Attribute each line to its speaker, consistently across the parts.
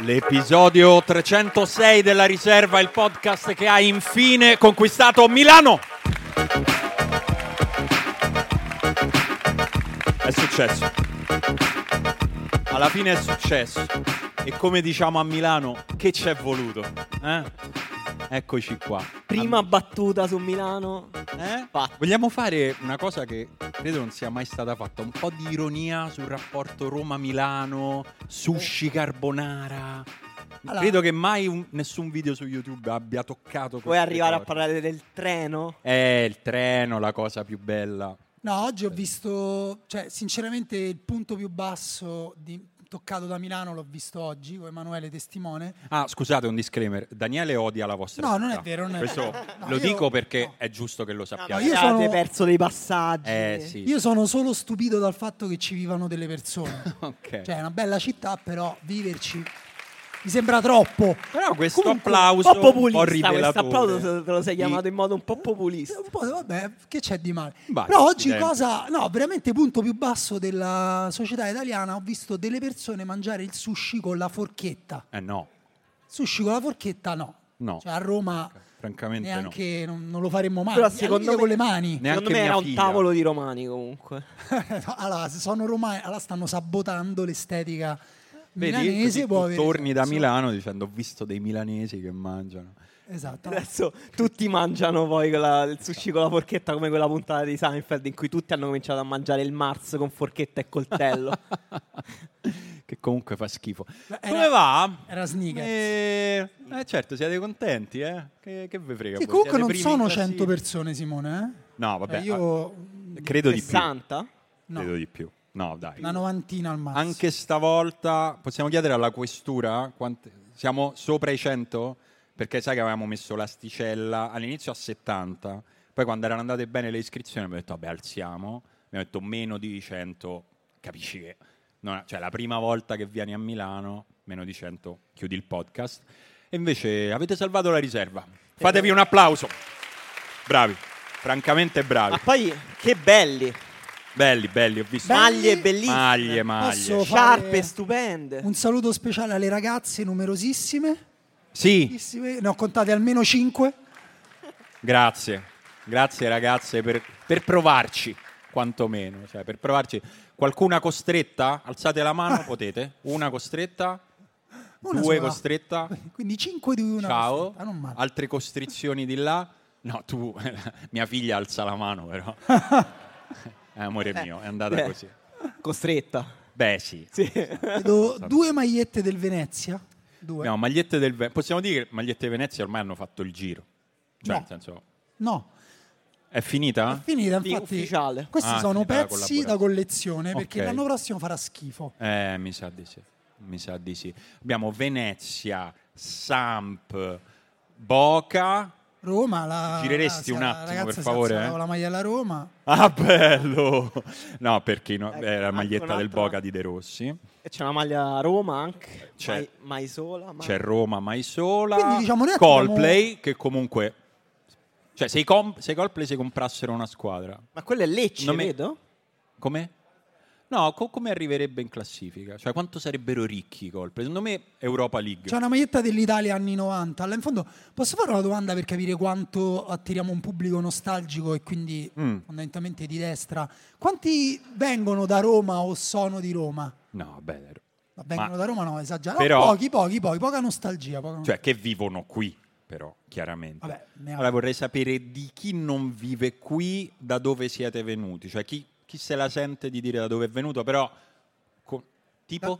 Speaker 1: L'episodio 306 della riserva, il podcast che ha infine conquistato Milano. È successo. Alla fine è successo. E come diciamo a Milano, che ci è voluto? eh? Eccoci qua.
Speaker 2: Prima battuta su Milano.
Speaker 1: Eh?
Speaker 2: Fatta.
Speaker 1: Vogliamo fare una cosa che credo non sia mai stata fatta, un po' di ironia sul rapporto Roma-Milano, sushi carbonara.
Speaker 2: Allora-
Speaker 1: credo che mai un- nessun video su YouTube abbia toccato
Speaker 2: Vuoi
Speaker 1: queste
Speaker 2: arrivare a
Speaker 1: cose.
Speaker 2: parlare del treno?
Speaker 1: Eh, il treno, la cosa più bella.
Speaker 3: No, oggi ho visto, cioè, sinceramente, il punto più basso di- toccato da Milano l'ho visto oggi con Emanuele Testimone.
Speaker 1: Ah, scusate, un disclaimer. Daniele odia la vostra
Speaker 3: No,
Speaker 1: città.
Speaker 3: non è vero, non è
Speaker 1: Questo
Speaker 3: vero. No,
Speaker 1: lo
Speaker 3: io-
Speaker 1: dico perché
Speaker 3: no.
Speaker 1: è giusto che lo sappiate.
Speaker 3: ma io
Speaker 2: Avete
Speaker 3: sono-
Speaker 2: perso dei passaggi.
Speaker 1: Eh, sì.
Speaker 3: Io sono solo stupito dal fatto che ci vivano delle persone.
Speaker 1: Ok.
Speaker 3: Cioè, è una bella città, però viverci mi sembra troppo.
Speaker 1: Però questo
Speaker 2: Comunque,
Speaker 1: applauso un
Speaker 2: un po'
Speaker 1: po'
Speaker 2: populista. questo
Speaker 1: rivelatore.
Speaker 2: applauso se te lo sei
Speaker 1: di-
Speaker 2: chiamato in modo un po' populista.
Speaker 3: Un po', vabbè, che c'è di male?
Speaker 1: Vai,
Speaker 3: Però oggi
Speaker 1: senti.
Speaker 3: cosa... No, veramente punto più basso della società italiana, ho visto delle persone mangiare il sushi con la forchetta.
Speaker 1: Eh no,
Speaker 3: Sushi con la forchetta no.
Speaker 1: No.
Speaker 3: Cioè a Roma
Speaker 1: francamente no.
Speaker 3: neanche non, non lo faremmo mai.
Speaker 2: Però
Speaker 3: Al
Speaker 2: secondo
Speaker 3: limite
Speaker 2: me-
Speaker 3: Ah, con le mani. Ah.
Speaker 1: Neanche
Speaker 2: Secondo me
Speaker 1: mia
Speaker 2: era
Speaker 1: figlia.
Speaker 2: un tavolo di romani comunque.
Speaker 3: No, allora, se sono romani, allora stanno sabotando l'estetica
Speaker 1: Vedi,
Speaker 3: milanese.
Speaker 1: così
Speaker 3: può
Speaker 1: tu
Speaker 3: avere-
Speaker 1: torni da
Speaker 3: so-
Speaker 1: Milano dicendo ho visto dei milanesi che mangiano.
Speaker 3: Esatto.
Speaker 2: Adesso tutti mangiano poi quella- il sushi con la forchetta come quella puntata di Seinfeld in cui tutti hanno cominciato a mangiare il Mars con forchetta e coltello.
Speaker 1: che comunque fa schifo.
Speaker 3: Era-
Speaker 1: Come va?
Speaker 3: era Snickers.
Speaker 1: Eh, eh, certo, siete contenti, eh? Che, che vi frega?
Speaker 3: Sì,
Speaker 1: voi?
Speaker 3: comunque
Speaker 1: Siete
Speaker 3: non
Speaker 1: primi in
Speaker 3: sono
Speaker 1: classifica.
Speaker 3: 100 persone, Simone. Eh?
Speaker 1: No, vabbè.
Speaker 3: Cioè, io eh,
Speaker 1: ah, credo di più.
Speaker 2: 60?
Speaker 3: no,
Speaker 1: Credo di più. No, dai.
Speaker 3: una novantina al massimo.
Speaker 1: Anche stavolta possiamo chiedere alla questura quante- siamo sopra i 100? Perché sai che avevamo messo l'asticella all'inizio a 70, poi quando erano andate bene le iscrizioni abbiamo detto vabbè alziamo, abbiamo detto meno di 100, capisci che non- cioè la prima volta che vieni a Milano, meno di 100, chiudi il podcast. E invece avete salvato la riserva. Fatevi un applauso. Bravi, francamente bravi.
Speaker 2: Ma poi che belli!
Speaker 1: Belli, belli, ho visto.
Speaker 2: Maglie bellissime.
Speaker 1: Maglie, maglie.
Speaker 3: Posso
Speaker 2: Sciarpe
Speaker 3: fare-
Speaker 2: stupende.
Speaker 3: Un saluto speciale alle ragazze numerosissime.
Speaker 1: Sì,
Speaker 3: pochissime, Ne ho contate almeno 5.
Speaker 1: Grazie, grazie ragazze per, per provarci, quantomeno, cioè per provarci. Qualcuna costretta? Alzate la mano, potete. Una costretta, due costretta,
Speaker 3: Quindi 5 di una.
Speaker 1: ciao.
Speaker 3: costretta, non male.
Speaker 1: Altre costrizioni di là? No, tu, mia figlia alza la mano però. Eh, amore mio, è andata
Speaker 2: Beh,
Speaker 1: così.
Speaker 2: Costretta.
Speaker 1: Beh sì,
Speaker 3: Vedo due magliette del Venezia. Due.
Speaker 1: abbiamo magliette del Ve- Possiamo dire che magliette di Venezia ormai hanno fatto il giro. Cioè,
Speaker 3: No.
Speaker 1: nel senso,
Speaker 3: No,
Speaker 1: è finita?
Speaker 3: è finita.
Speaker 2: Sì,
Speaker 3: Infatti,
Speaker 2: ufficiale.
Speaker 3: questi
Speaker 1: Ah,
Speaker 3: sono
Speaker 1: finita la
Speaker 3: pezzi da
Speaker 1: collaborazione.
Speaker 3: collezione perché
Speaker 1: Ok.
Speaker 3: l'anno prossimo farà schifo.
Speaker 1: Eh, mi sa di sì. Mi sa di sì. Abbiamo Venezia, Samp, Boca.
Speaker 3: Roma, la
Speaker 1: Gireresti
Speaker 3: la-
Speaker 1: un
Speaker 3: la
Speaker 1: attimo,
Speaker 3: ragazza
Speaker 1: per
Speaker 3: si
Speaker 1: favore,
Speaker 3: alzava
Speaker 1: eh?
Speaker 3: con la maglia alla Roma.
Speaker 1: Ah, bello! No, per chi no,
Speaker 2: Ecco,
Speaker 1: è la
Speaker 2: anche
Speaker 1: maglietta del
Speaker 2: un'altra.
Speaker 1: Boca di De Rossi.
Speaker 2: E C'è una maglia a Roma anche.
Speaker 1: C'è-
Speaker 2: Mai, mai sola. mai-
Speaker 1: C'è Roma, mai sola.
Speaker 3: Quindi, diciamo, noi
Speaker 1: Coldplay, che comunque... Cioè, se i, com- se i Coldplay si comprassero una squadra...
Speaker 2: Ma quella è Lecce,
Speaker 1: Non mi-
Speaker 2: vedo?
Speaker 1: Come? No, co- come arriverebbe in classifica? Cioè, quanto sarebbero ricchi i gol? Secondo me Europa League.
Speaker 3: C'è una maglietta dell'Italia anni 90. Allora, in fondo, posso fare una domanda per capire quanto attiriamo un pubblico nostalgico e quindi
Speaker 1: Mm.
Speaker 3: fondamentalmente di destra? Quanti vengono da Roma o sono di Roma?
Speaker 1: No, beh, ero-
Speaker 3: Ma vengono
Speaker 1: Ma-
Speaker 3: da Roma no, esagerato.
Speaker 1: Però-
Speaker 3: pochi, pochi, pochi, poca nostalgia. poca-
Speaker 1: cioè che vivono qui, però, chiaramente.
Speaker 3: Vabbè, ne ha-
Speaker 1: Allora vorrei sapere di chi non vive qui, da dove siete venuti, cioè chi, chi se la sente di dire da dove è venuto, però co- tipo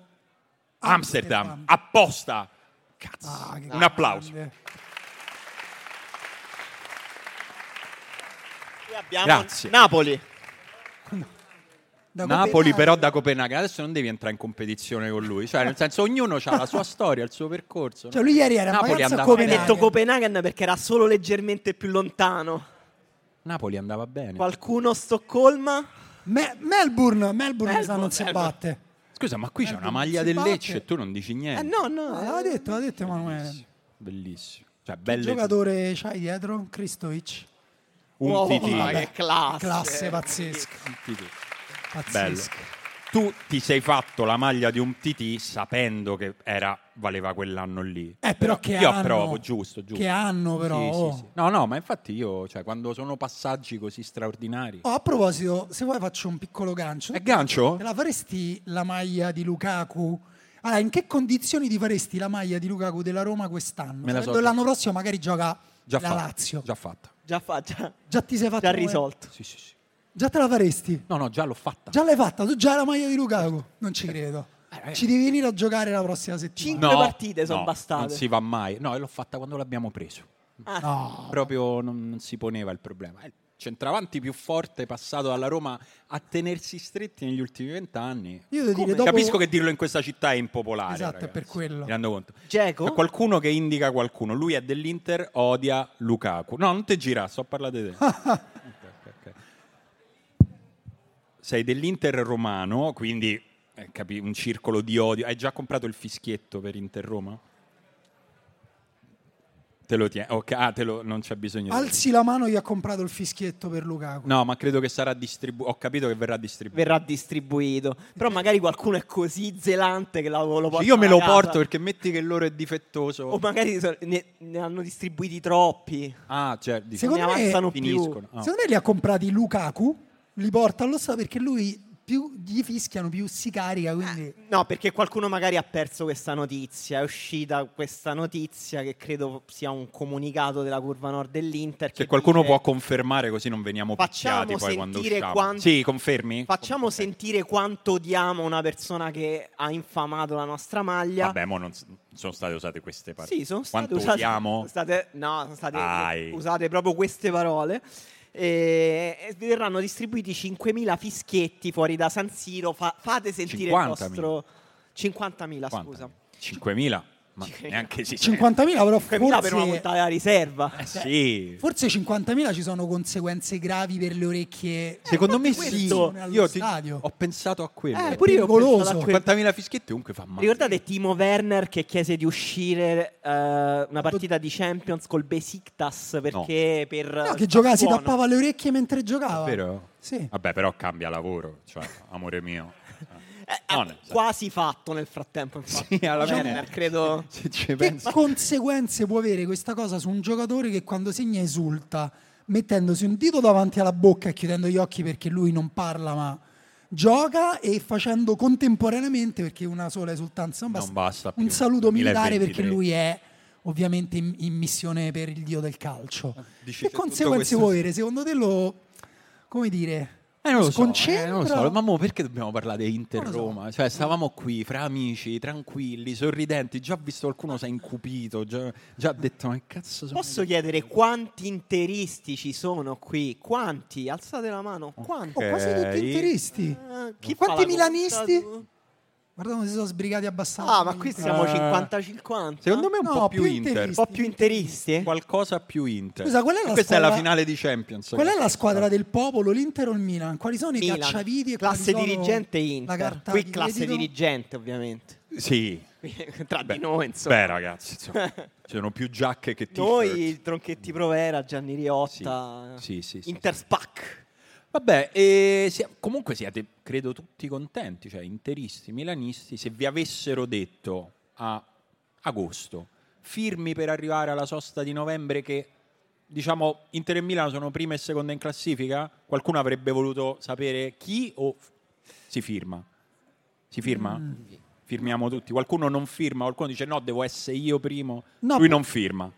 Speaker 1: Amsterdam,
Speaker 3: Amsterdam.
Speaker 1: apposta. Cazzo.
Speaker 3: Ah, che
Speaker 1: un applauso.
Speaker 3: grande.
Speaker 2: Qui abbiamo
Speaker 1: Grazie.
Speaker 2: Napoli.
Speaker 3: Da
Speaker 1: Napoli
Speaker 3: Copenaghen.
Speaker 1: però da Copenaghen, adesso non devi entrare in competizione con lui, cioè nel senso ognuno ha la sua storia, il suo percorso. no?
Speaker 3: Cioè lui ieri era in
Speaker 1: Napoli
Speaker 3: vacanza a
Speaker 1: andava
Speaker 2: Hai
Speaker 1: bene.
Speaker 3: Copenaghen.
Speaker 2: detto Copenaghen perché era solo leggermente più lontano.
Speaker 1: Napoli andava bene.
Speaker 2: Qualcuno Stoccolma?
Speaker 3: Me- Melbourne, Melbourne, mi sa,
Speaker 2: Melbourne,
Speaker 3: non si
Speaker 2: Melbourne.
Speaker 3: batte.
Speaker 1: Scusa, ma qui c'è una
Speaker 3: Melbourne,
Speaker 1: maglia
Speaker 3: Eh, si
Speaker 1: del
Speaker 3: batte.
Speaker 1: Lecce e tu non dici niente.
Speaker 2: Eh no, no.
Speaker 3: Ah, l'aveva detto, l'ha detto Emanuele.
Speaker 1: Bellissimo. bellissimo. Cioè,
Speaker 3: Che
Speaker 1: belle
Speaker 3: giocatore c'hai dietro? Cristovic.
Speaker 1: un
Speaker 2: Uomo,
Speaker 1: titì.
Speaker 2: ma che classe.
Speaker 3: Classe pazzesca.
Speaker 1: Un titì. Bello.
Speaker 3: pazzesca.
Speaker 1: Tu ti sei fatto la maglia di un TT sapendo che era, valeva quell'anno lì.
Speaker 3: Eh, però che
Speaker 1: io
Speaker 3: anno,
Speaker 1: approvo, giusto, giusto.
Speaker 3: Che anno però.
Speaker 1: Sì,
Speaker 3: oh.
Speaker 1: sì, sì. No, no, ma infatti io, cioè, quando sono passaggi così straordinari...
Speaker 3: Oh, a proposito, se vuoi faccio un piccolo gancio.
Speaker 1: È gancio?
Speaker 3: Te la faresti la maglia di Lukaku? Allora, in che condizioni ti faresti la maglia di Lukaku della Roma quest'anno?
Speaker 1: Me la so
Speaker 3: Sapendo che
Speaker 1: già.
Speaker 3: L'anno prossimo magari gioca
Speaker 1: Già
Speaker 3: la
Speaker 1: fatta.
Speaker 3: Lazio.
Speaker 1: Già fatta.
Speaker 2: Già, fa, già,
Speaker 3: Già ti sei fatto
Speaker 2: già risolto.
Speaker 1: Sì, sì, sì.
Speaker 3: Già te la faresti?
Speaker 1: No, no, già l'ho fatta.
Speaker 3: Già l'hai fatta? Tu già hai la maglia di Lukaku? Non ci credo. Ci devi venire a giocare la prossima settimana.
Speaker 2: Eh, Cinque partite son
Speaker 1: no,
Speaker 2: bastate. Ah.
Speaker 1: Non si va mai. No, e l'ho fatta quando l'abbiamo preso.
Speaker 3: No.
Speaker 1: Proprio non, non si poneva il problema. Il centravanti più forte passato dalla Roma a tenersi stretti negli ultimi vent'anni.
Speaker 3: Io devo
Speaker 1: Come?
Speaker 3: dire, dopo-
Speaker 1: Capisco che dirlo in questa città è impopolare.
Speaker 3: Esatto, è
Speaker 1: ragazzi.
Speaker 3: per quello.
Speaker 1: Mi rendo conto.
Speaker 2: Dzeko?
Speaker 1: C'è qualcuno che indica qualcuno. Lui è dell'Inter, odia Lukaku. No, non te girare, sto parlando di te. Ok, ok, ok. Sei dell'Inter romano, quindi eh, capi, un circolo di odio. Hai già comprato il fischietto per Inter Roma? Te lo tieni? Ok, ah, te lo- non c'è bisogno. di-
Speaker 3: Alzi la mano chi ha comprato il fischietto per Lukaku.
Speaker 1: No, ma credo che sarà distribuito. Ho capito che verrà distribuito. Cioè,
Speaker 2: Verrà distribuito. Però magari qualcuno è così zelante che la- lo porta
Speaker 1: Cioè, Io me
Speaker 2: alla
Speaker 1: lo
Speaker 2: casa. Oh,
Speaker 1: porto perché metti che loro è difettoso.
Speaker 2: O magari so- ne, ne hanno distribuiti troppi.
Speaker 1: Ah, cioè, di-
Speaker 3: Secondo
Speaker 2: ne
Speaker 3: me-
Speaker 2: avanzano più.
Speaker 1: finiscono. Ah.
Speaker 3: Secondo me li ha comprati Lukaku, li porta allo stadio perché lui più gli fischiano, più si carica. Quindi
Speaker 2: No, perché qualcuno magari ha perso questa notizia. È uscita questa notizia che credo sia un comunicato della curva nord dell'Inter.
Speaker 1: Se
Speaker 2: che
Speaker 1: Cioè, qualcuno
Speaker 2: dice-
Speaker 1: può confermare così non veniamo
Speaker 2: Cioè, Facciamo
Speaker 1: picchiati poi quando
Speaker 2: sentire
Speaker 1: usciamo.
Speaker 2: quanti-
Speaker 1: Sì, confermi?
Speaker 2: Facciamo sentire quanto odiamo una persona che ha infamato la nostra maglia.
Speaker 1: Vabbè, mo non s- sono state usate queste parole.
Speaker 2: Sì, sono state
Speaker 1: Quanto
Speaker 2: usate,
Speaker 1: odiamo?
Speaker 2: sono state- no, sono state
Speaker 1: Dai.
Speaker 2: usate proprio queste parole. E e verranno distribuiti 5.000 fischietti fuori da San Siro. Fa- fate sentire il
Speaker 1: 50.000.
Speaker 2: vostro 50.000,
Speaker 1: Quanti?
Speaker 2: scusa.
Speaker 1: 5.000? Ma
Speaker 2: 5.000.
Speaker 1: neanche si
Speaker 3: 50.000 però
Speaker 2: 5.000 per una
Speaker 3: forse,
Speaker 2: puntata alla riserva.
Speaker 1: Eh, sì.
Speaker 3: forse 50.000 ci sono conseguenze gravi per le orecchie.
Speaker 1: Secondo me
Speaker 3: Quelle
Speaker 1: sì.
Speaker 3: persone Eh, allo
Speaker 1: Io ti-
Speaker 3: stadio.
Speaker 1: ho pensato a quello.
Speaker 2: Eh,
Speaker 3: È
Speaker 2: pure io ho
Speaker 3: pericoloso.
Speaker 2: pensato a quello.
Speaker 1: 50.000 fischietti comunque fa male.
Speaker 2: Ricordate Timo Werner che chiese di uscire eh, una partita di Champions col Besiktas perché per eh,
Speaker 3: No, che giocava, si
Speaker 2: buono.
Speaker 3: tappava le orecchie mentre giocava.
Speaker 1: Vero?
Speaker 3: Sì.
Speaker 1: Vabbè, però cambia lavoro, cioè, amore mio.
Speaker 2: Eh,
Speaker 1: No,
Speaker 2: ha
Speaker 1: nel senso-
Speaker 2: quasi fatto nel frattempo, infatti.
Speaker 1: Sì, alla fine-
Speaker 2: Werner, credo.
Speaker 1: Se ci
Speaker 3: Che
Speaker 1: pensi.
Speaker 3: conseguenze può avere questa cosa su un giocatore che quando segna esulta, mettendosi un dito davanti alla bocca e chiudendo gli occhi perché lui non parla ma gioca e facendo contemporaneamente, perché una sola esultanza non basta,
Speaker 1: Non basta
Speaker 3: un
Speaker 1: più.
Speaker 3: saluto militare
Speaker 1: 2023.
Speaker 3: perché lui è ovviamente in, in missione per il dio del calcio.
Speaker 1: Dici
Speaker 3: che
Speaker 1: tutto
Speaker 3: conseguenze
Speaker 1: questo-
Speaker 3: può avere? Secondo te lo... come dire...
Speaker 1: Eh, non lo so,
Speaker 3: sconcentra?
Speaker 1: eh, non lo so. Ma mo perché dobbiamo parlare di Inter
Speaker 3: Non lo so.
Speaker 1: Roma? Cioè, stavamo qui fra amici, tranquilli, sorridenti. Già visto qualcuno si è incupito, già, già ha detto: Ma che cazzo sono?
Speaker 2: Posso chiedere quanti interisti ci sono qui? Quanti? Alzate la mano. Quanti?
Speaker 3: Oh, quasi tutti interisti.
Speaker 2: Eh, chi fa
Speaker 3: Quanti
Speaker 2: la conta
Speaker 3: milanisti?
Speaker 2: tu?
Speaker 3: Guarda come si sono sbrigati abbastanza.
Speaker 2: Ah, ma qui siamo
Speaker 1: Eh,
Speaker 2: 50-50.
Speaker 1: Secondo me un
Speaker 3: No,
Speaker 1: po' più,
Speaker 3: più
Speaker 1: Inter.
Speaker 2: un
Speaker 3: interisti.
Speaker 2: po' più interisti?
Speaker 1: Qualcosa più Inter.
Speaker 3: Scusa, qual è la
Speaker 1: Questa è la
Speaker 3: squadra-
Speaker 1: finale di Champions.
Speaker 3: Qual è la squadra del popolo, l'Inter o il Milan? Quali sono i
Speaker 2: esatto. Milan.
Speaker 3: cacciaviti e
Speaker 2: classe
Speaker 3: quali sono
Speaker 2: dirigente
Speaker 3: La
Speaker 2: Inter.
Speaker 3: carta
Speaker 2: Qui
Speaker 3: di
Speaker 2: classe
Speaker 3: credito?
Speaker 2: dirigente, ovviamente.
Speaker 1: Sì.
Speaker 2: Tra
Speaker 1: Beh,
Speaker 2: di noi, insomma.
Speaker 1: Beh, ragazzi, insomma, ci sono più giacche che t-shirt.
Speaker 2: Noi, il Tronchetti Provera, Gianni Riotta,
Speaker 1: Sì, sì, sì, sì.
Speaker 2: Interspac.
Speaker 1: Vabbè, e si- comunque siete, credo tutti contenti, cioè interisti, milanisti, se vi avessero detto a agosto firmi per arrivare alla sosta di novembre che diciamo Inter e Milano sono prima e seconda in classifica, qualcuno avrebbe voluto sapere chi o f- si firma? Si firma?
Speaker 3: Mm.
Speaker 1: Firmiamo tutti. Qualcuno non firma, qualcuno dice no, devo essere io primo.
Speaker 3: No,
Speaker 1: Lui
Speaker 3: ma-
Speaker 1: non firma.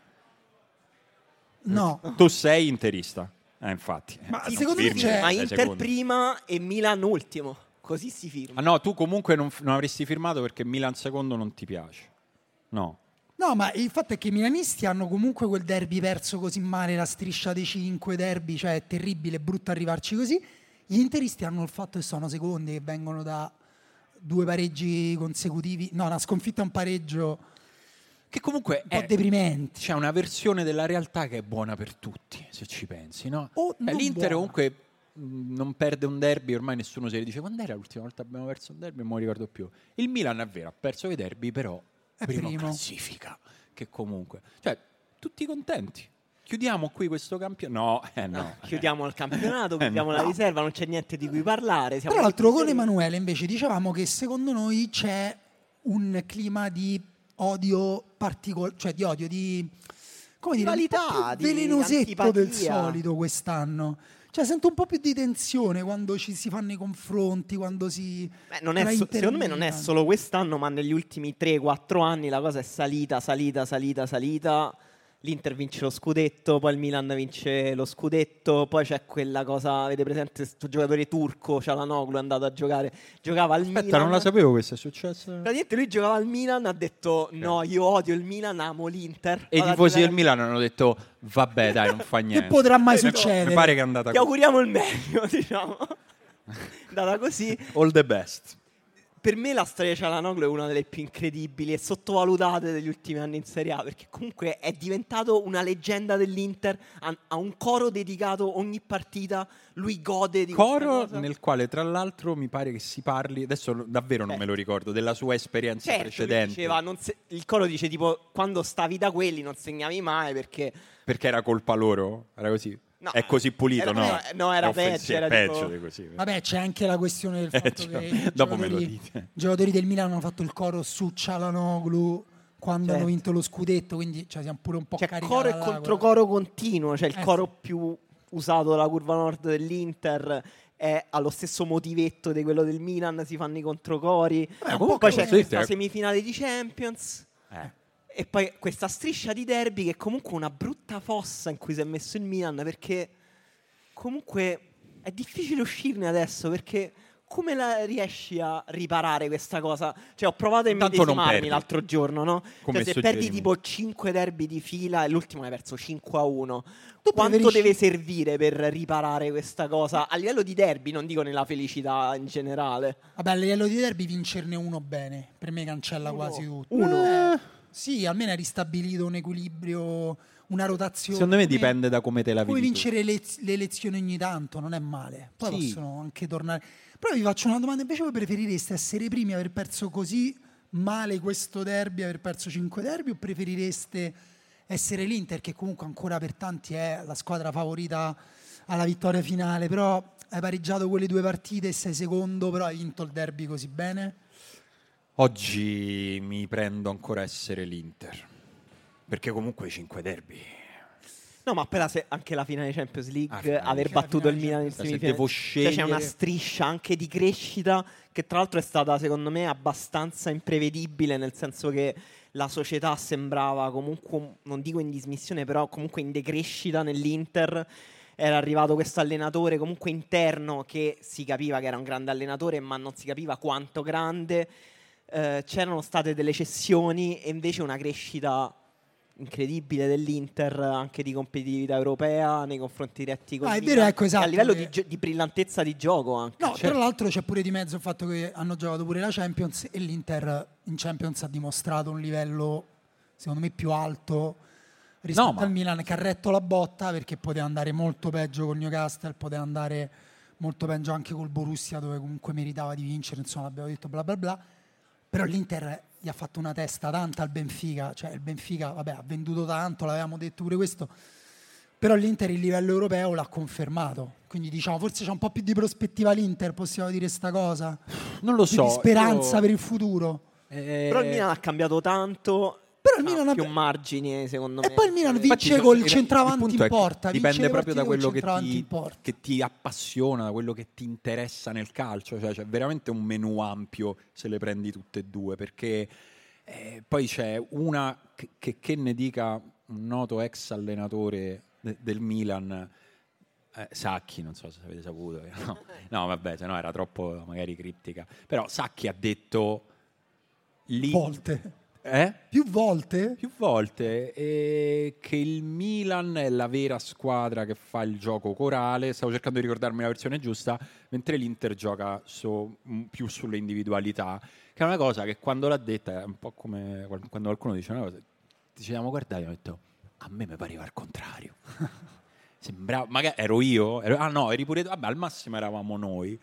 Speaker 3: No,
Speaker 1: Tu sei interista. Eh, infatti.
Speaker 3: Ma
Speaker 1: Eh, non
Speaker 3: secondo me
Speaker 1: firmi,
Speaker 3: c'è-
Speaker 1: sei
Speaker 3: Ma
Speaker 2: Ma Inter
Speaker 1: secondo.
Speaker 2: prima e Milan ultimo. Così si firma.
Speaker 1: Ah, no, tu comunque non, f- non avresti firmato perché Milan secondo non ti piace. No.
Speaker 3: no, ma il fatto è che i milanisti hanno comunque quel derby perso così male, la striscia dei cinque derby, cioè è terribile, è brutto arrivarci così. Gli interisti hanno il fatto che sono secondi, che vengono da due pareggi consecutivi, no, una sconfitta e un pareggio
Speaker 1: Che comunque
Speaker 3: un po'
Speaker 1: è,
Speaker 3: deprimenti.
Speaker 1: c'è una versione della realtà che è buona per tutti, se ci pensi, no?
Speaker 3: O
Speaker 1: Cioè,
Speaker 3: non
Speaker 1: L'Inter
Speaker 3: buona.
Speaker 1: comunque mh, non perde un derby, ormai nessuno se ne dice quando era l'ultima volta che abbiamo perso un derby, non mi ricordo più. Il Milan è vero, ha perso i derby, però
Speaker 3: È
Speaker 1: primo in
Speaker 3: primo.
Speaker 1: classifica, che comunque... Cioè, tutti contenti. Chiudiamo qui questo campionato. No, eh no.
Speaker 3: Ah,
Speaker 2: Chiudiamo il campionato,
Speaker 1: Eh,
Speaker 2: chiudiamo
Speaker 1: no.
Speaker 2: la riserva, non c'è niente di cui parlare. siamo
Speaker 3: Tra l'altro
Speaker 2: tutti
Speaker 3: con
Speaker 2: sereni.
Speaker 3: Emanuele invece dicevamo che secondo noi c'è un clima di odio particolare, cioè di odio, di come dire, un po'
Speaker 2: Rivalità,
Speaker 3: più
Speaker 2: di
Speaker 3: velenosetto del
Speaker 2: antipatia.
Speaker 3: solito quest'anno. Cioè sento un po' più di tensione quando ci si fanno i confronti, quando si...
Speaker 2: Beh, non è
Speaker 3: tra
Speaker 2: so-
Speaker 3: Inter e
Speaker 2: secondo me non è
Speaker 3: Milan.
Speaker 2: solo quest'anno, ma negli ultimi 3-4 anni la cosa è salita, salita, salita, salita. L'Inter vince lo scudetto, poi il Milan vince lo scudetto, poi c'è quella cosa, avete presente questo giocatore turco, Cialanoglu è andato a giocare, giocava al
Speaker 1: Aspetta,
Speaker 2: Milan.
Speaker 1: non la sapevo questa è successa.
Speaker 2: Praticamente lui giocava al Milan, ha detto no, io odio il Milan, amo l'Inter.
Speaker 1: E i
Speaker 2: Vado a
Speaker 1: tifosi
Speaker 2: giocare
Speaker 1: del Milano hanno detto vabbè dai, non fa niente.
Speaker 3: potrà mai
Speaker 1: Eh, no, Mi
Speaker 3: succedere?
Speaker 1: pare che è andata
Speaker 2: Ti auguriamo il meglio, diciamo. Data così,
Speaker 1: All the best.
Speaker 2: per me la storia di Cialanoglu è una delle più incredibili e sottovalutate degli ultimi anni in Serie A, perché comunque è diventato una leggenda dell'Inter, ha, ha un coro dedicato ogni partita, lui gode di questa
Speaker 1: Coro
Speaker 2: cosa.
Speaker 1: nel quale tra l'altro mi pare che si parli, adesso lo- davvero non
Speaker 2: Eh.
Speaker 1: me lo ricordo, della sua esperienza
Speaker 2: Certo, lui
Speaker 1: precedente.
Speaker 2: diceva, non se- il coro dice tipo quando stavi da quelli non segnavi mai perché
Speaker 1: Perché era colpa loro? Era così?
Speaker 2: No,
Speaker 1: è così pulito,
Speaker 2: era-
Speaker 1: no?
Speaker 2: era- no, era
Speaker 1: È offensivo,
Speaker 2: peggio, era
Speaker 1: è peggio
Speaker 2: tipo-
Speaker 1: di così.
Speaker 3: Vabbè, c'è anche la questione del fatto
Speaker 1: cioè,
Speaker 3: che i
Speaker 1: dopo me lo
Speaker 3: giocatori-
Speaker 1: dite.
Speaker 3: i giocatori del Milan hanno fatto il coro su Cialanoglu quando
Speaker 2: Certo.
Speaker 3: hanno vinto lo scudetto, quindi cioè, siamo pure un po'
Speaker 2: c'è
Speaker 3: caricati
Speaker 2: coro e
Speaker 3: alla lacuna.
Speaker 2: controcoro continuo, cioè il
Speaker 3: Eh sì.
Speaker 2: coro più usato dalla curva nord dell'Inter è allo stesso motivetto di quello del Milan, si fanno i controcori.
Speaker 1: Eh,
Speaker 3: Vabbè,
Speaker 2: poi
Speaker 3: comunque
Speaker 2: c'è
Speaker 3: questo
Speaker 2: questa
Speaker 1: è-
Speaker 2: semifinale di Champions.
Speaker 1: Eh.
Speaker 2: E poi questa striscia di derby che è comunque una brutta fossa in cui si è messo il Milan perché comunque è difficile uscirne adesso perché come la riesci a riparare questa cosa? Cioè ho provato a
Speaker 1: Intanto non
Speaker 2: immedesimarmi
Speaker 1: perdi.
Speaker 2: l'altro giorno, no?
Speaker 1: Come
Speaker 2: Cioè, se
Speaker 1: suggerimento.
Speaker 2: perdi tipo 5 derby di fila e l'ultimo l'hai perso 5 a 1,
Speaker 3: Tu
Speaker 2: quanto
Speaker 3: preferisci-
Speaker 2: deve servire per riparare questa cosa? A livello di derby, non dico nella felicità in generale.
Speaker 3: Vabbè, a livello di derby vincerne uno bene, per me cancella
Speaker 2: Uno.
Speaker 3: quasi tutto.
Speaker 2: Uno.
Speaker 3: Eh, sì, almeno hai ristabilito un equilibrio, una rotazione.
Speaker 1: Secondo me
Speaker 3: Come-
Speaker 1: dipende da come te la vedi
Speaker 3: Puoi
Speaker 1: tu.
Speaker 3: vincere le, le elezioni ogni tanto, non è male. Poi
Speaker 1: Sì.
Speaker 3: possono anche tornare. Però vi faccio una domanda, invece voi preferireste essere i primi a aver perso così male questo derby, aver perso 5 derby o preferireste essere l'Inter che comunque ancora per tanti è la squadra favorita alla vittoria finale, però hai pareggiato quelle due partite e sei secondo, però hai vinto il derby così bene?
Speaker 1: Oggi mi prendo ancora a essere l'Inter. Perché comunque i cinque derby.
Speaker 2: No, ma appena se anche la finale Champions
Speaker 1: Ah,
Speaker 2: League,
Speaker 1: finale.
Speaker 2: aver
Speaker 3: Anche la
Speaker 2: battuto il
Speaker 3: finale
Speaker 2: Milan in
Speaker 1: Champions League.
Speaker 2: semifinale,
Speaker 1: Se
Speaker 2: cioè
Speaker 1: devo
Speaker 2: c'è una
Speaker 1: scegliere-
Speaker 2: striscia anche di crescita che tra l'altro è stata secondo me abbastanza imprevedibile, nel senso che la società sembrava comunque, un- non dico in dismissione, però comunque in decrescita nell'Inter. Era arrivato questo allenatore comunque interno che si capiva che era un grande allenatore, ma non si capiva quanto grande. Eh, c'erano state delle cessioni e invece una crescita incredibile dell'Inter anche di competitività europea nei confronti diretti con
Speaker 3: Ah, è
Speaker 2: il
Speaker 3: vero,
Speaker 2: Milan,
Speaker 3: ecco,
Speaker 2: e
Speaker 3: esatto,
Speaker 2: a livello
Speaker 3: che-
Speaker 2: di, gio- di brillantezza di gioco anche
Speaker 1: certo.
Speaker 2: Cioè,
Speaker 3: No, tra l'altro c'è pure di mezzo il fatto che hanno giocato pure la Champions e l'Inter in Champions ha dimostrato un livello, secondo me, più alto rispetto
Speaker 1: No, ma-
Speaker 3: al Milan che ha retto la botta perché poteva andare molto peggio con Newcastle, poteva andare molto peggio anche col Borussia dove comunque meritava di vincere, insomma abbiamo detto bla bla bla, però l'Inter gli ha fatto una testa tanta al Benfica, cioè il Benfica vabbè, ha venduto tanto, l'avevamo detto pure questo, Però l'Inter il livello europeo l'ha confermato. Quindi diciamo, forse c'è un po' più di prospettiva l'Inter, possiamo dire sta cosa.
Speaker 1: Non lo
Speaker 3: Più
Speaker 1: so.
Speaker 3: Di speranza
Speaker 1: io-
Speaker 3: per il futuro.
Speaker 1: eh,
Speaker 2: Però il Milan ha cambiato tanto.
Speaker 3: Però il
Speaker 2: ha
Speaker 3: Milan ha-
Speaker 2: più margini, secondo me.
Speaker 3: E poi il Milan
Speaker 2: Eh,
Speaker 1: Infatti,
Speaker 3: vince
Speaker 1: sono-
Speaker 3: col
Speaker 1: il- il
Speaker 3: centravanti
Speaker 1: punto
Speaker 3: in
Speaker 1: è che
Speaker 3: porta.
Speaker 1: Dipende
Speaker 3: vince le
Speaker 1: proprio da
Speaker 3: partite
Speaker 1: quello che
Speaker 3: col centravanti
Speaker 1: ti,
Speaker 3: in porta.
Speaker 1: che ti appassiona, da quello che ti interessa nel calcio. Cioè, c'è veramente un menu ampio se le prendi tutte e due. Perché eh, poi c'è una che, che- che ne dica un noto ex allenatore de- del Milan. eh, Sacchi, non so se avete saputo, che no, no vabbè, se no era troppo magari criptica. Però Sacchi ha detto lì,
Speaker 3: Volte.
Speaker 1: eh?
Speaker 3: Più volte?
Speaker 1: più volte eh, che il Milan è la vera squadra che fa il gioco corale. Stavo cercando di ricordarmi la versione giusta, mentre l'Inter gioca so- m- più sulle individualità, che è una cosa che quando l'ha detta è un po' come qual- quando qualcuno dice una cosa, ti ci siamo guardati e ho detto a me mi pareva il contrario. Sembrava, magari ero io, ero- ah no, eri pure tu, vabbè al massimo eravamo noi.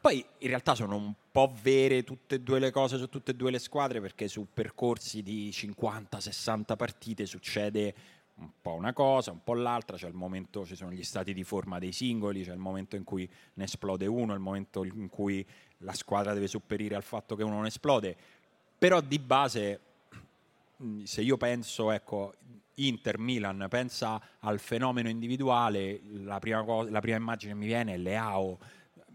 Speaker 1: Poi in realtà sono un po' vere tutte e due le cose su tutte e due le squadre perché su percorsi di 50-60 partite succede un po' una cosa, un po' l'altra, c'è il momento, ci sono gli stati di forma dei singoli, c'è il momento in cui ne esplode uno, il momento in cui la squadra deve sopperire al fatto che uno non esplode, però di base Mm, se io penso, ecco, Inter, Milan, pensa al fenomeno individuale, la prima, cosa- la prima immagine che mi viene è Leao,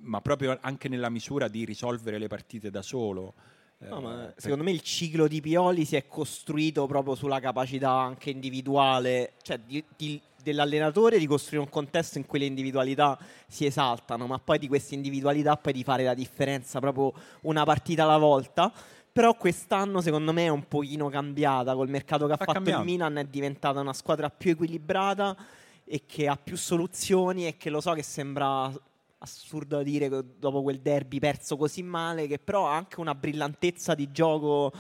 Speaker 1: ma proprio anche nella misura di risolvere le partite da solo.
Speaker 2: No,
Speaker 1: Eh,
Speaker 2: ma
Speaker 1: per-
Speaker 2: secondo me il ciclo di Pioli si è costruito proprio sulla capacità anche individuale, cioè di- di- dell'allenatore di costruire un contesto in cui le individualità si esaltano, ma poi di queste individualità poi di fare la differenza proprio una partita alla volta. Però quest'anno secondo me è un pochino cambiata col mercato che ha
Speaker 1: Sta
Speaker 2: fatto
Speaker 1: cambiando.
Speaker 2: il Milan, è diventata una squadra più equilibrata e che ha più soluzioni e che lo so che sembra assurdo da dire co- dopo quel derby perso così male, che però ha anche una brillantezza di gioco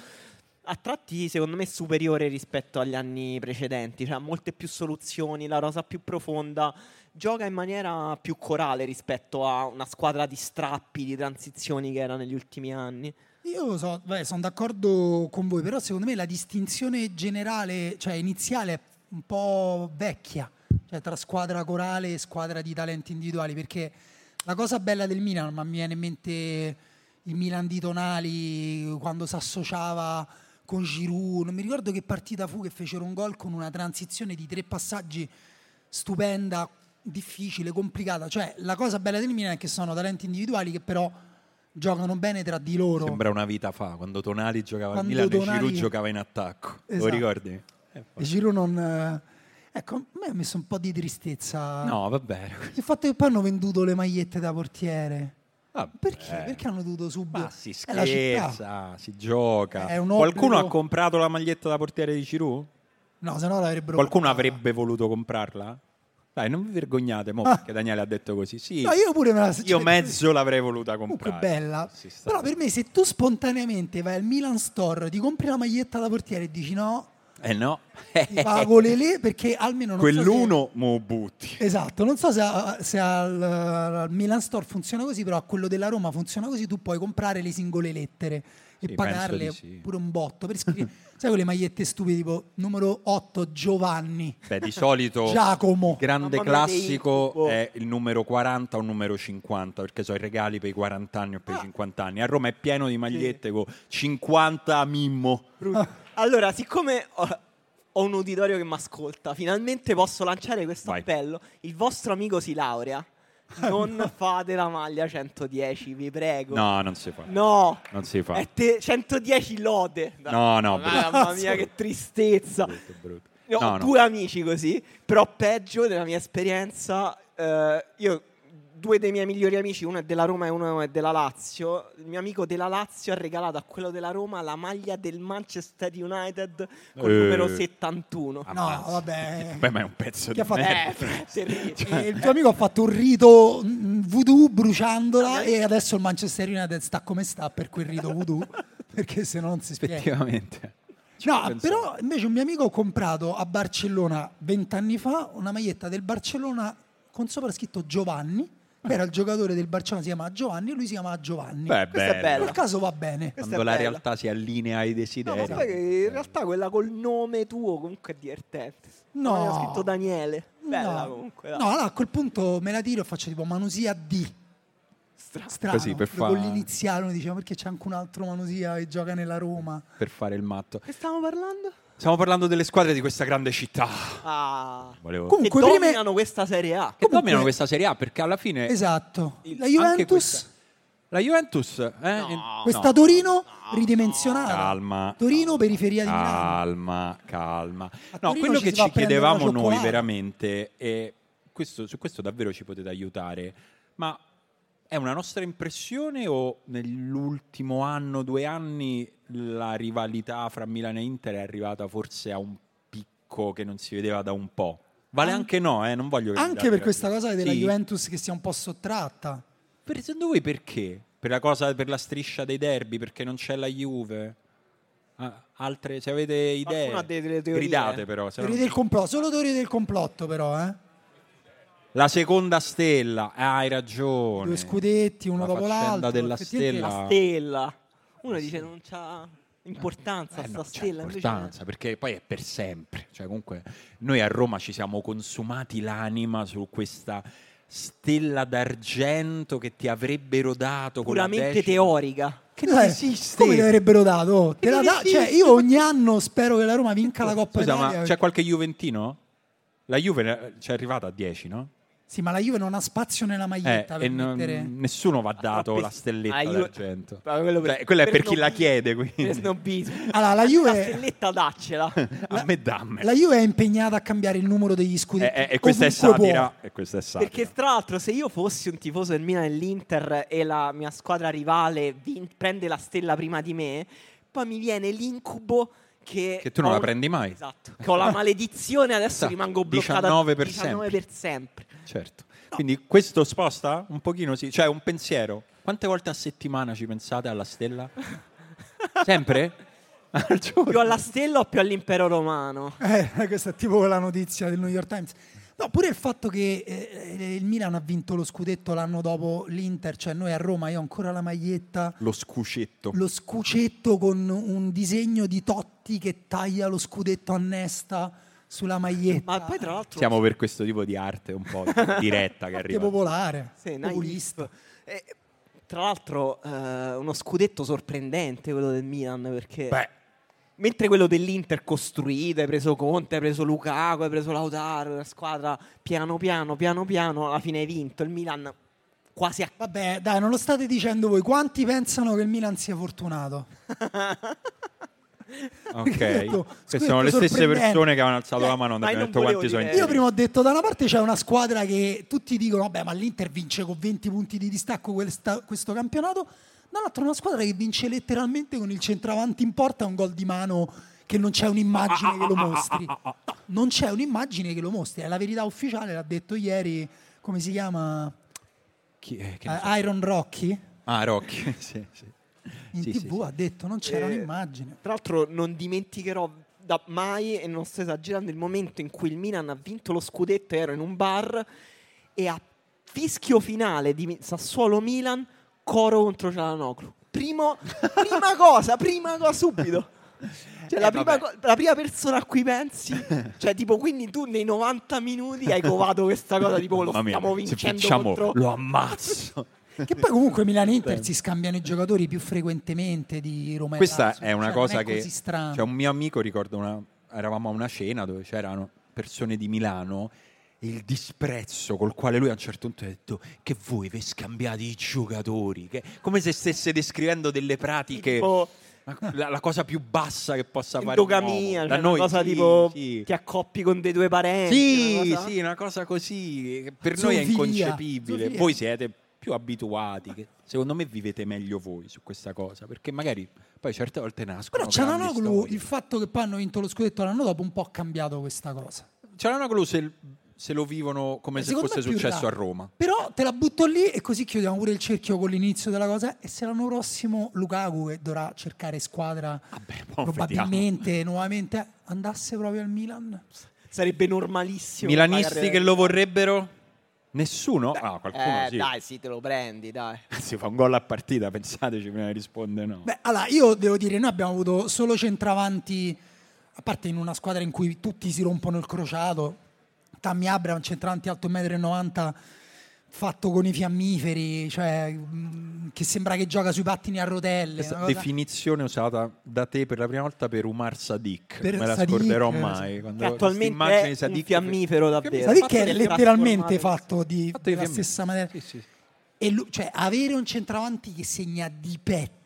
Speaker 2: a tratti secondo me superiore rispetto agli anni precedenti, cioè ha molte più soluzioni, la rosa più profonda, gioca in maniera più corale rispetto a una squadra di strappi, di transizioni che era negli ultimi anni.
Speaker 3: Io so- beh, sono d'accordo con voi, però secondo me la distinzione generale, cioè iniziale, è un po' vecchia, cioè tra squadra corale e squadra di talenti individuali, perché la cosa bella del Milan, ma mi viene in mente il Milan di Tonali quando si associava con Giroud, non mi ricordo che partita fu che fecero un gol con una transizione di tre passaggi stupenda, difficile, complicata, cioè la cosa bella del Milan è che sono talenti individuali che però giocano bene tra di loro.
Speaker 1: Sembra una vita fa, quando Tonali giocava
Speaker 3: Quando
Speaker 1: a Milan e
Speaker 3: Tonali-
Speaker 1: Giroud giocava in attacco.
Speaker 3: Esatto.
Speaker 1: Lo ricordi? Eh,
Speaker 3: E Giroud non... eh, Ecco, a me ha messo un po' di tristezza.
Speaker 1: No, vabbè.
Speaker 3: Il fatto che poi hanno venduto le magliette da portiere.
Speaker 1: Vabbè.
Speaker 3: Perché? Perché hanno dovuto subito...
Speaker 1: Eh. Ma si
Speaker 3: È la città.
Speaker 1: scherza, si gioca.
Speaker 3: È un
Speaker 1: Qualcuno
Speaker 3: obbligo.
Speaker 1: ha comprato la maglietta da portiere di Giroud?
Speaker 3: No, se no l'avrebbero...
Speaker 1: Qualcuno
Speaker 3: comprata.
Speaker 1: avrebbe voluto comprarla? Dai, non vi vergognate, mo,
Speaker 3: Ah.
Speaker 1: che Daniele ha detto così. Sì,
Speaker 3: No, io pure me la...
Speaker 1: io
Speaker 3: cioè,
Speaker 1: mezzo l'avrei voluta comprare.
Speaker 3: Comunque bella.
Speaker 1: Sì, sta
Speaker 3: Però
Speaker 1: bene.
Speaker 3: per me se tu spontaneamente vai al Milan Store, ti compri la maglietta da portiere e dici no,
Speaker 1: Eh no.
Speaker 3: ti pago le le perché almeno non so se-
Speaker 1: Quell'uno mo butti.
Speaker 3: Esatto, non so se, a- se al, al Milan Store funziona così, però a quello della Roma funziona così, tu puoi comprare le singole lettere e
Speaker 1: Sì,
Speaker 3: pagarle
Speaker 1: penso di sì.
Speaker 3: pure un botto per scrivere, sai quelle magliette stupide tipo numero 8 Giovanni,
Speaker 1: Beh, di solito
Speaker 3: Giacomo.
Speaker 1: il grande
Speaker 2: Mamma mia,
Speaker 1: classico
Speaker 2: dei-
Speaker 1: è il numero 40 o il numero 50, perché sono i regali per i 40 anni o
Speaker 2: Ah.
Speaker 1: per i 50 anni. A Roma è pieno di magliette con 50 a Mimmo.
Speaker 2: Allora, siccome ho, ho un uditorio che mi ascolta, finalmente posso lanciare questo
Speaker 1: Vai.
Speaker 2: appello. Il vostro amico si laurea. Non fate la maglia 110, vi prego.
Speaker 1: No, non si fa.
Speaker 2: No. Eh.
Speaker 1: Non si fa.
Speaker 2: È te- 110 lode.
Speaker 1: No, no,
Speaker 2: Mamma mia, che tristezza.
Speaker 1: Brutto, brutto.
Speaker 2: Io
Speaker 1: No,
Speaker 2: ho
Speaker 1: no.
Speaker 2: due amici così, però peggio della mia esperienza. eh, io, due dei miei migliori amici, uno è della Roma e uno è della Lazio. Il mio amico della Lazio ha regalato a quello della Roma la maglia del Manchester United col
Speaker 1: Eh. Ah.
Speaker 2: numero 71.
Speaker 3: No,
Speaker 1: Ammazza.
Speaker 3: vabbè.
Speaker 1: Beh, ma è un pezzo
Speaker 3: Chi ha
Speaker 1: di
Speaker 3: fatto-
Speaker 1: merda.
Speaker 2: Eh,
Speaker 1: Cioè,
Speaker 2: terribile.
Speaker 3: E il tuo amico ha fatto un rito mm, voodoo bruciandola
Speaker 1: Ah,
Speaker 3: e adesso il Manchester United sta come sta per quel rito voodoo, perché se no non si spiega.
Speaker 1: Effettivamente.
Speaker 3: No, però invece un mio amico ha comprato a Barcellona vent'anni fa una maglietta del Barcellona con sopra scritto Giovanni, Però il giocatore del Barcellona si chiama Giovanni e lui si chiama Giovanni.
Speaker 1: Beh,
Speaker 2: Questa è
Speaker 3: Per
Speaker 2: bella.
Speaker 3: caso va bene.
Speaker 2: Questa
Speaker 1: Quando
Speaker 2: è
Speaker 1: la
Speaker 2: bella.
Speaker 1: realtà si allinea ai
Speaker 2: No,
Speaker 1: desideri.
Speaker 2: ma sai che
Speaker 1: eh.
Speaker 2: in realtà quella col nome tuo comunque è divertente.
Speaker 3: No.
Speaker 2: Come Aveva scritto Daniele. Bella
Speaker 3: no.
Speaker 2: comunque. dai.
Speaker 3: No, allora a quel punto me la tiro e faccio tipo Manusia D.
Speaker 2: Strano.
Speaker 3: Strano.
Speaker 1: Così, per
Speaker 3: Dopo
Speaker 1: fa-
Speaker 3: l'iniziale uno diceva perché c'è anche un altro Manusia che gioca nella Roma.
Speaker 1: Per fare il matto.
Speaker 2: Che stavamo parlando?
Speaker 1: Stiamo parlando delle squadre di questa grande città.
Speaker 2: Ah.
Speaker 1: Volevo...
Speaker 3: Comunque-
Speaker 2: che
Speaker 3: prime-
Speaker 2: dominano questa Serie A.
Speaker 1: che
Speaker 3: comunque-
Speaker 1: dominano questa Serie A perché alla fine
Speaker 3: Esatto.
Speaker 1: il-
Speaker 3: La
Speaker 1: anche
Speaker 3: Juventus,
Speaker 1: questa- la Juventus eh, in-
Speaker 3: questa
Speaker 1: no.
Speaker 3: Torino ridimensionata.
Speaker 1: Calma.
Speaker 3: Torino, periferia di Milano.
Speaker 1: Calma, calma. No,
Speaker 3: Torino
Speaker 1: quello
Speaker 3: ci
Speaker 1: che
Speaker 3: si va a
Speaker 1: ci
Speaker 3: prendere la
Speaker 1: chiedevamo noi
Speaker 3: cioccolata.
Speaker 1: veramente, e questo- su questo davvero ci potete aiutare, ma è una nostra impressione o nell'ultimo anno, due anni, la rivalità fra Milano e Inter è arrivata forse a un picco che non si vedeva da un po'? Vale anche no, eh, non voglio... che mi date
Speaker 3: Anche per
Speaker 1: ragione.
Speaker 3: questa cosa della
Speaker 1: Sì?
Speaker 3: Juventus che sia un po' sottratta.
Speaker 1: Per, secondo voi perché? Per la cosa, per la striscia dei derby, perché non c'è la Juve? Ah, altre, se avete idee,
Speaker 2: Qualcuno ha delle- delle teorie?
Speaker 1: gridate però. se no-
Speaker 3: Teorie del complotto, solo teorie del complotto però, eh.
Speaker 1: La seconda stella, ah, hai ragione.
Speaker 3: Due scudetti,
Speaker 1: La
Speaker 3: uno dopo
Speaker 1: faccenda
Speaker 3: l'altro.
Speaker 1: della
Speaker 3: effettivamente
Speaker 1: stella.
Speaker 2: La stella. Uno dice non c'ha importanza
Speaker 1: Eh
Speaker 2: sta
Speaker 1: no, c'ha
Speaker 2: stella. invece
Speaker 1: importanza, perché poi è per sempre. Cioè, comunque, noi a Roma ci siamo consumati l'anima su questa stella d'argento che ti avrebbero dato
Speaker 2: è
Speaker 1: con la
Speaker 2: Puramente
Speaker 1: decima.
Speaker 2: teorica.
Speaker 1: Che non
Speaker 3: Eh,
Speaker 1: esiste.
Speaker 3: Come ti avrebbero dato? Oh, te la
Speaker 2: non
Speaker 3: da-
Speaker 2: esiste.
Speaker 3: cioè, io ogni anno spero che la Roma vinca la Coppa
Speaker 1: Scusa,
Speaker 3: Italia.
Speaker 1: ma c'è qualche Juventino? La Juve eh, ci è arrivata a 10, no?
Speaker 3: Sì, ma la Juve non ha spazio nella
Speaker 1: Eh,
Speaker 3: maglietta
Speaker 1: e
Speaker 3: per
Speaker 1: non-
Speaker 3: mettere...
Speaker 1: nessuno va dato la stelletta
Speaker 2: Ah, io-
Speaker 1: d'argento.
Speaker 2: Ah, quello per-
Speaker 1: Cioè, quella è
Speaker 2: per
Speaker 1: per, chi la
Speaker 2: snobismo.
Speaker 1: chiede, quindi.
Speaker 2: Per snobismo.
Speaker 3: Allora, la Juve-
Speaker 2: Ah, La stelletta daccela.
Speaker 1: a me damme.
Speaker 3: La Juve è impegnata a cambiare il numero degli
Speaker 1: Eh,
Speaker 3: scudetti.
Speaker 1: eh, e questa è
Speaker 3: ovunque può.
Speaker 1: satira. E questa è satira.
Speaker 2: Perché tra l'altro se io fossi un tifoso del Milan e dell'Inter e la mia squadra rivale vin- prende la stella prima di me, poi mi viene l'incubo che...
Speaker 1: Che tu non
Speaker 2: ho
Speaker 1: la
Speaker 2: un-
Speaker 1: prendi mai.
Speaker 2: Esatto. Che ho la maledizione adesso
Speaker 1: Esatto.
Speaker 2: rimango bloccata
Speaker 1: 19 per
Speaker 2: 19
Speaker 1: sempre.
Speaker 2: per sempre.
Speaker 1: Certo. Quindi questo sposta un pochino, sì. Cioè, un pensiero. Quante volte a settimana ci pensate alla stella? Sempre? Al giorno?
Speaker 2: Più alla stella o più all'impero romano?
Speaker 3: Eh, questa è tipo la notizia del New York Times. No, pure il fatto che eh, il Milan ha vinto lo scudetto l'anno dopo l'Inter, cioè noi a Roma io ho ancora la maglietta,
Speaker 1: Lo scucetto.
Speaker 3: lo scucetto con un disegno di Totti che taglia lo scudetto a Nesta sulla maglietta.
Speaker 2: Ma poi tra l'altro...
Speaker 1: Siamo per questo tipo di arte un po' diretta che
Speaker 3: Arte
Speaker 1: arriva.
Speaker 3: popolare,
Speaker 2: Sì,
Speaker 3: populista.
Speaker 2: naif. Eh, tra l'altro eh, uno scudetto sorprendente quello del Milan perché...
Speaker 1: Beh,
Speaker 2: Mentre quello dell'Inter costruito, hai preso Conte, hai preso Lukaku, hai preso Lautaro, la squadra piano piano, piano piano, alla fine hai vinto. Il Milan quasi a...
Speaker 3: Vabbè, dai, non lo state dicendo voi. Quanti pensano che il Milan sia fortunato?
Speaker 1: ok.
Speaker 3: Scudetto-
Speaker 1: Queste
Speaker 3: scudetto
Speaker 1: sono le stesse
Speaker 3: sorprendente.
Speaker 1: persone che hanno alzato la mano e
Speaker 2: ma
Speaker 1: hanno
Speaker 2: io
Speaker 1: detto
Speaker 2: non
Speaker 1: quanti
Speaker 2: volevo
Speaker 1: sono
Speaker 2: dire-
Speaker 3: Io
Speaker 1: in
Speaker 3: prima ho detto, da una parte c'è una squadra che tutti dicono, vabbè, ma l'Inter vince con 20 punti di distacco questa- questo campionato, dall'altra una squadra che vince letteralmente con il centravanti in porta e un gol di mano che non c'è un'immagine che lo mostri. No, non c'è un'immagine che lo mostri, è la verità ufficiale, l'ha detto ieri, come si chiama?
Speaker 1: Chi- eh, che ne
Speaker 3: Eh,
Speaker 1: so.
Speaker 3: Iron Rocky?
Speaker 1: Ah, Rocky. sì, sì.
Speaker 3: In
Speaker 1: Sì, sì,
Speaker 3: tv
Speaker 1: sì.
Speaker 3: ha detto, non c'era
Speaker 2: Eh,
Speaker 3: un'immagine.
Speaker 2: Tra l'altro non dimenticherò da mai, e non sto esagerando, il momento in cui il Milan ha vinto lo scudetto, ero in un bar e a fischio finale di Mi- Sassuolo-Milan, coro contro Cialanoglu. Primo, prima cosa, prima cosa subito. Cioè, la,
Speaker 1: Eh,
Speaker 2: prima
Speaker 1: vabbè.
Speaker 2: co- la prima persona a cui pensi, cioè, tipo, quindi tu nei 90 minuti hai covato questa cosa, tipo, lo
Speaker 1: Mamma mia,
Speaker 2: stiamo
Speaker 1: se
Speaker 2: vincendo
Speaker 1: facciamo,
Speaker 2: contro... Eh, esatto.
Speaker 1: lo ammazzo.
Speaker 3: Che poi comunque Milan e Inter si scambiano i giocatori più frequentemente di Roma e
Speaker 1: Questa
Speaker 3: Lazio,
Speaker 1: è una
Speaker 3: cioè,
Speaker 1: cosa
Speaker 3: non è
Speaker 1: che
Speaker 3: così strana.
Speaker 1: cioè, un mio amico ricordo una eravamo a una cena dove c'erano persone di Milano e il disprezzo col quale lui a un certo punto ha detto che voi vi scambiate i giocatori, che- come se stesse descrivendo delle pratiche
Speaker 2: Tipo-
Speaker 1: ma la, la cosa più bassa che possa fare un uomo.
Speaker 2: Endogamia, cioè
Speaker 1: Da
Speaker 2: una
Speaker 1: noi,
Speaker 2: cosa
Speaker 1: sì,
Speaker 2: tipo
Speaker 1: sì.
Speaker 2: ti accoppi con dei tuoi parenti.
Speaker 1: Sì,
Speaker 2: una cosa-
Speaker 1: sì, una cosa così che per noi è
Speaker 3: Zoofilia.
Speaker 1: inconcepibile.
Speaker 3: Zoofilia.
Speaker 1: Voi siete più abituati, che secondo me vivete meglio voi su questa cosa, perché magari poi certe volte nascono
Speaker 3: Però
Speaker 1: grandi
Speaker 3: Cialanoglu,
Speaker 1: storie.
Speaker 3: il fatto che poi hanno vinto lo scudetto l'anno dopo, un po' ha cambiato questa cosa.
Speaker 1: Cialanoglu se, se lo vivono come se
Speaker 3: Secondo
Speaker 1: fosse
Speaker 3: me è più
Speaker 1: successo a
Speaker 3: raro.
Speaker 1: Roma.
Speaker 3: Però te la butto lì e così chiudiamo pure il cerchio con l'inizio della cosa. E se l'anno prossimo Lukaku, che dovrà cercare squadra
Speaker 1: mo'
Speaker 3: probabilmente nuovamente, andasse proprio al Milan?
Speaker 2: Sarebbe normalissimo.
Speaker 1: Milanisti che lo vorrebbero? Nessuno? Ah, qualcuno
Speaker 2: Eh,
Speaker 1: sì.
Speaker 2: dai, sì, te lo prendi, dai.
Speaker 1: Si fa un gol a partita, pensateci prima di rispondere no.
Speaker 3: Beh, allora io devo dire, noi abbiamo avuto solo centravanti, a parte in una squadra in cui tutti si rompono il crociato, Tammy Abraham, centravanti alto 1,90 m, fatto con i fiammiferi, cioè mh, che sembra che gioca sui pattini a rotelle.
Speaker 1: Questa
Speaker 3: una cosa-
Speaker 1: definizione usata da te per la prima volta per Umar Sadik,
Speaker 3: Per
Speaker 1: me la
Speaker 3: Sadik,
Speaker 1: scorderò
Speaker 3: eh,
Speaker 1: mai.
Speaker 3: sì.
Speaker 1: Quando
Speaker 2: Che Cioè, attualmente
Speaker 1: queste immagini di
Speaker 2: è un
Speaker 1: Sadik-
Speaker 2: fiammifero davvero.
Speaker 3: Sapete che
Speaker 2: Fatto
Speaker 3: è
Speaker 2: di
Speaker 3: letteralmente
Speaker 2: trasformare-
Speaker 3: fatto di,
Speaker 1: Fatto di
Speaker 3: della
Speaker 1: fiammiferi.
Speaker 3: stessa maniera.
Speaker 1: Sì, sì.
Speaker 3: E lu- cioè, avere un centravanti che segna di petto.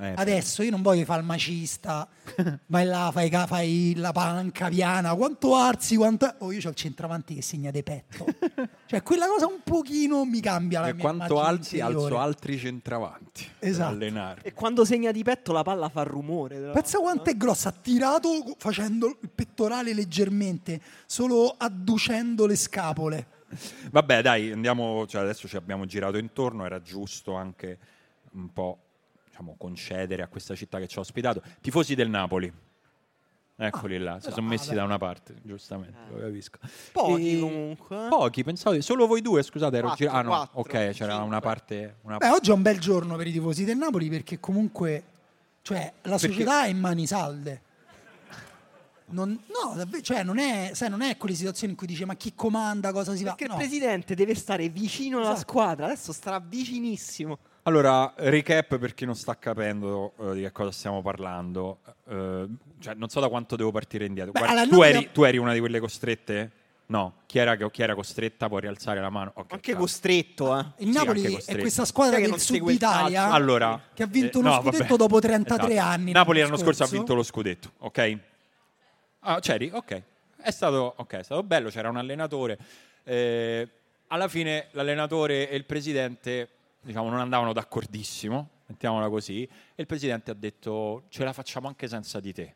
Speaker 1: Eh,
Speaker 3: Adesso io non voglio fare il macista, vai là, fai, ca- fai la panca piana, quanto arsi, quanto... Oh, io ho il centravanti che segna di petto. cioè, quella cosa un pochino mi cambia la
Speaker 1: E
Speaker 3: mia
Speaker 1: quanto
Speaker 3: immagine
Speaker 1: alzi,
Speaker 3: interiore.
Speaker 1: alzo altri centravanti
Speaker 3: Esatto.
Speaker 1: per allenarmi.
Speaker 2: E quanto segna di petto la palla fa rumore. tra
Speaker 3: Pensa
Speaker 2: l'altro,
Speaker 3: quanto è grossa, ha tirato facendo il pettorale leggermente, solo adducendo le scapole.
Speaker 1: Vabbè, dai, andiamo. cioè, adesso ci abbiamo girato intorno. Era giusto anche un po' diciamo, concedere a questa città che ci ha ospitato. Tifosi del Napoli, eccoli là.
Speaker 3: Ah,
Speaker 1: Si sono messi da una parte, giustamente,
Speaker 2: Ah.
Speaker 1: lo capisco.
Speaker 2: Pochi comunque. eh.
Speaker 3: Ah,
Speaker 1: Pochi, pensavo di- solo voi due, scusate, ero
Speaker 2: Quattro,
Speaker 1: girato. Ah, no,
Speaker 2: quattro,
Speaker 1: ok, c'era
Speaker 2: cinque.
Speaker 1: una parte. Una
Speaker 3: Beh, oggi è un bel giorno per i tifosi del Napoli perché comunque cioè, la
Speaker 1: Perché-
Speaker 3: società è in mani salde. Non, no, davvero, cioè non è, sai, non è quelle situazioni in cui dice ma chi comanda, cosa si fa.
Speaker 2: Perché
Speaker 3: No.
Speaker 2: il presidente deve stare vicino alla
Speaker 3: Esatto.
Speaker 2: squadra. Adesso starà vicinissimo.
Speaker 1: Allora, recap per chi non sta capendo eh, di che cosa stiamo parlando. Eh, cioè, non so da quanto devo partire indietro.
Speaker 3: Beh,
Speaker 1: Guarda,
Speaker 3: allora,
Speaker 1: tu,
Speaker 3: noi
Speaker 1: eri,
Speaker 3: abbiamo-
Speaker 1: tu eri una di quelle costrette? No. Chi era, che- chi era costretta può rialzare la mano. Ok,
Speaker 2: Anche
Speaker 1: cazzo.
Speaker 2: costretto, eh.
Speaker 3: Il
Speaker 1: Sì,
Speaker 3: Napoli
Speaker 1: anche
Speaker 3: è
Speaker 1: costretto.
Speaker 3: questa squadra
Speaker 2: Sai che
Speaker 3: del
Speaker 2: non
Speaker 3: sud
Speaker 2: segue il calcio.
Speaker 3: Italia
Speaker 1: Allora,
Speaker 3: che ha vinto
Speaker 1: eh,
Speaker 3: lo
Speaker 1: no,
Speaker 3: scudetto
Speaker 1: vabbè.
Speaker 3: dopo 33
Speaker 1: Esatto.
Speaker 3: anni.
Speaker 1: Napoli l'anno scorso ha vinto lo scudetto, ok? Ah, c'eri, ok. È stato, ok, è stato bello, c'era un allenatore. Eh, alla fine l'allenatore e il presidente diciamo, non andavano d'accordissimo, mettiamola così, e il presidente ha detto ce la facciamo anche senza di te,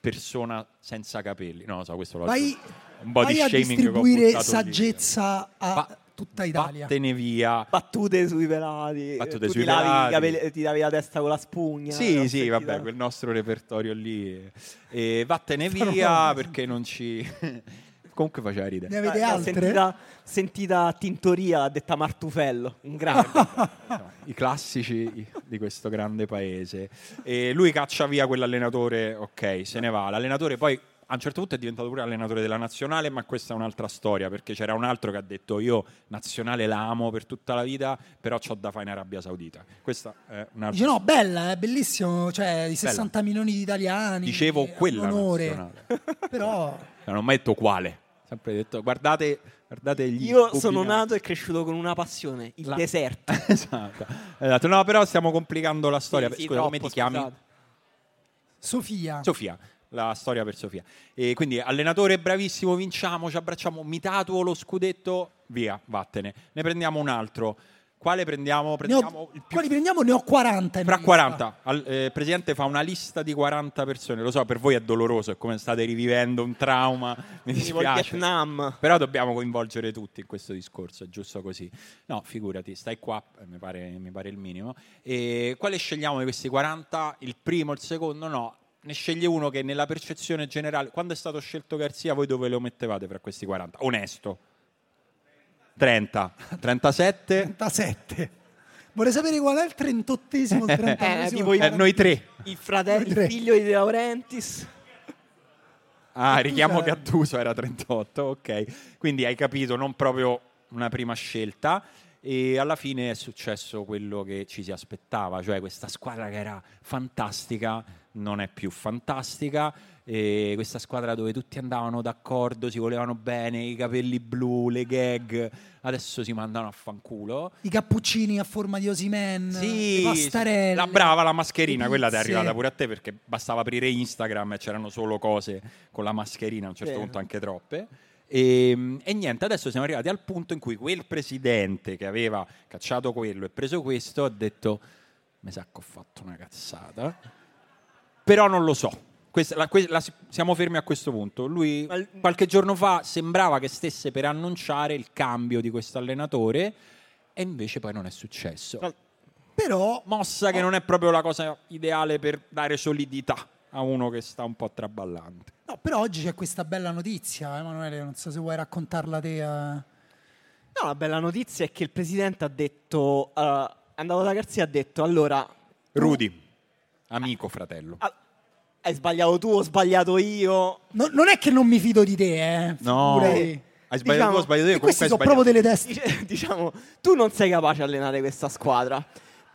Speaker 1: persona senza capelli. No, lo so, questo lo
Speaker 3: Vai,
Speaker 1: aggiungo. un po'
Speaker 3: vai
Speaker 1: di
Speaker 3: a
Speaker 1: shaming che ho
Speaker 3: distribuire
Speaker 1: buttato lì.
Speaker 3: saggezza a
Speaker 1: Va-
Speaker 3: tutta Italia.
Speaker 1: Vattene via.
Speaker 2: Battute sui pelati.
Speaker 1: Battute
Speaker 2: tu
Speaker 1: sui
Speaker 2: ti lavi i
Speaker 1: pelati.
Speaker 2: capelli- ti lavi la testa con la spugna.
Speaker 1: Sì,
Speaker 2: non
Speaker 1: sì,
Speaker 2: senti
Speaker 1: vabbè,
Speaker 2: la-
Speaker 1: quel nostro repertorio lì. eh, E vattene via perché non ci... Comunque faceva
Speaker 3: Ne
Speaker 1: ridere.
Speaker 3: avete
Speaker 2: L'ho
Speaker 3: altre?
Speaker 2: Sentita, sentita a Tintoria, l'ha detta Martufello, un grande.
Speaker 1: No, I classici di questo grande paese. E lui caccia via quell'allenatore, ok, se ne va. L'allenatore poi a un certo punto è diventato pure allenatore della nazionale, ma questa è un'altra storia, perché c'era un altro che ha detto io nazionale la amo per tutta la vita, però c'ho da fare in Arabia Saudita. Questa è un'altra
Speaker 3: Dice no, bella, è bellissimo, cioè i 60 milioni di italiani.
Speaker 1: Dicevo
Speaker 3: è un
Speaker 1: quella
Speaker 3: onore.
Speaker 1: nazionale.
Speaker 3: Però
Speaker 1: Non ho mai detto quale. Sempre detto, guardate, guardate gli
Speaker 2: Io sono
Speaker 1: combinati.
Speaker 2: nato e cresciuto con una passione, il
Speaker 1: La-
Speaker 2: deserto.
Speaker 1: esatto. Esatto. No, però stiamo complicando la storia.
Speaker 2: Sì, sì,
Speaker 1: Scusa, come
Speaker 2: troppo,
Speaker 1: ti chiami?
Speaker 2: scusate.
Speaker 3: Sofia,
Speaker 1: Sofia. La storia per Sofia. E quindi allenatore bravissimo, vinciamo, ci abbracciamo, mi tatuo lo scudetto, via, vattene. Ne prendiamo un altro. Quale prendiamo?
Speaker 3: ne ho-
Speaker 1: Prendiamo il più-
Speaker 3: quali prendiamo? Ne ho 40. in
Speaker 1: Fra
Speaker 3: lista.
Speaker 1: 40, al- eh, il presidente fa una lista di 40 persone. Lo so, per voi è doloroso, è come state rivivendo un trauma. Mi
Speaker 2: Tipo il
Speaker 1: dispiace.
Speaker 2: Vietnam.
Speaker 1: Però dobbiamo coinvolgere tutti in questo discorso, è giusto così. No, figurati, stai qua, eh, mi pare, mi pare il minimo. E quale scegliamo di questi 40? Il primo, il secondo? No, ne sceglie uno che nella percezione generale, quando è stato scelto Garzia, voi dove lo mettevate fra questi 40? Onesto. 30, 37,
Speaker 3: 37. Vorrei sapere qual è il 38esimo, il 39esimo.
Speaker 2: Eh, tipo
Speaker 3: il
Speaker 2: i-
Speaker 1: eh, noi tre.
Speaker 2: Il fratello,
Speaker 3: Noi tre.
Speaker 2: il figlio di De Laurentiis.
Speaker 1: Ah, richiamo
Speaker 3: era-
Speaker 1: Gattuso era 38, ok. Quindi hai capito, non proprio una prima scelta. E alla fine è successo quello che ci si aspettava, cioè questa squadra che era fantastica non è più fantastica, e questa squadra dove tutti andavano d'accordo, si volevano bene, i capelli blu, le gag, adesso si mandano a fanculo.
Speaker 3: I cappuccini a forma di Osimen,
Speaker 1: Sì,
Speaker 3: le pastarelle.
Speaker 1: la brava, la mascherina,
Speaker 3: le
Speaker 1: quella ti è
Speaker 3: pizze.
Speaker 1: arrivata pure a te perché bastava aprire Instagram e c'erano solo cose con la mascherina, a un certo
Speaker 2: Vero.
Speaker 1: punto anche troppe. Ehm, E, e niente, adesso siamo arrivati al punto in cui quel presidente che aveva cacciato quello e preso questo ha detto, mi sa che ho fatto una cazzata, però non lo so. Questa- la- que- la- siamo fermi a questo punto. Lui
Speaker 2: Ma il-
Speaker 1: qualche giorno fa sembrava che stesse per annunciare il cambio di questo allenatore e invece poi non è successo
Speaker 3: Però
Speaker 1: mossa che non è proprio la cosa ideale per dare solidità a uno che sta un po' traballante.
Speaker 3: No, però oggi c'è questa bella notizia, Emanuele, non so se vuoi raccontarla te. eh.
Speaker 2: No, la bella notizia è che il presidente ha detto, eh, è andato da Garzia e ha detto, allora,
Speaker 1: Rudy, amico fratello.
Speaker 2: ah, hai sbagliato tu, ho sbagliato io.
Speaker 3: No- non è che non mi fido di te, eh.
Speaker 1: No,
Speaker 3: figurati.
Speaker 1: hai sbagliato tu,
Speaker 2: Diciamo,
Speaker 1: ho sbagliato
Speaker 3: E
Speaker 1: io.
Speaker 3: queste
Speaker 1: Comunque hai
Speaker 3: sono
Speaker 1: sbagliato.
Speaker 3: proprio delle teste.
Speaker 2: Dice- diciamo, tu non sei capace di allenare questa squadra,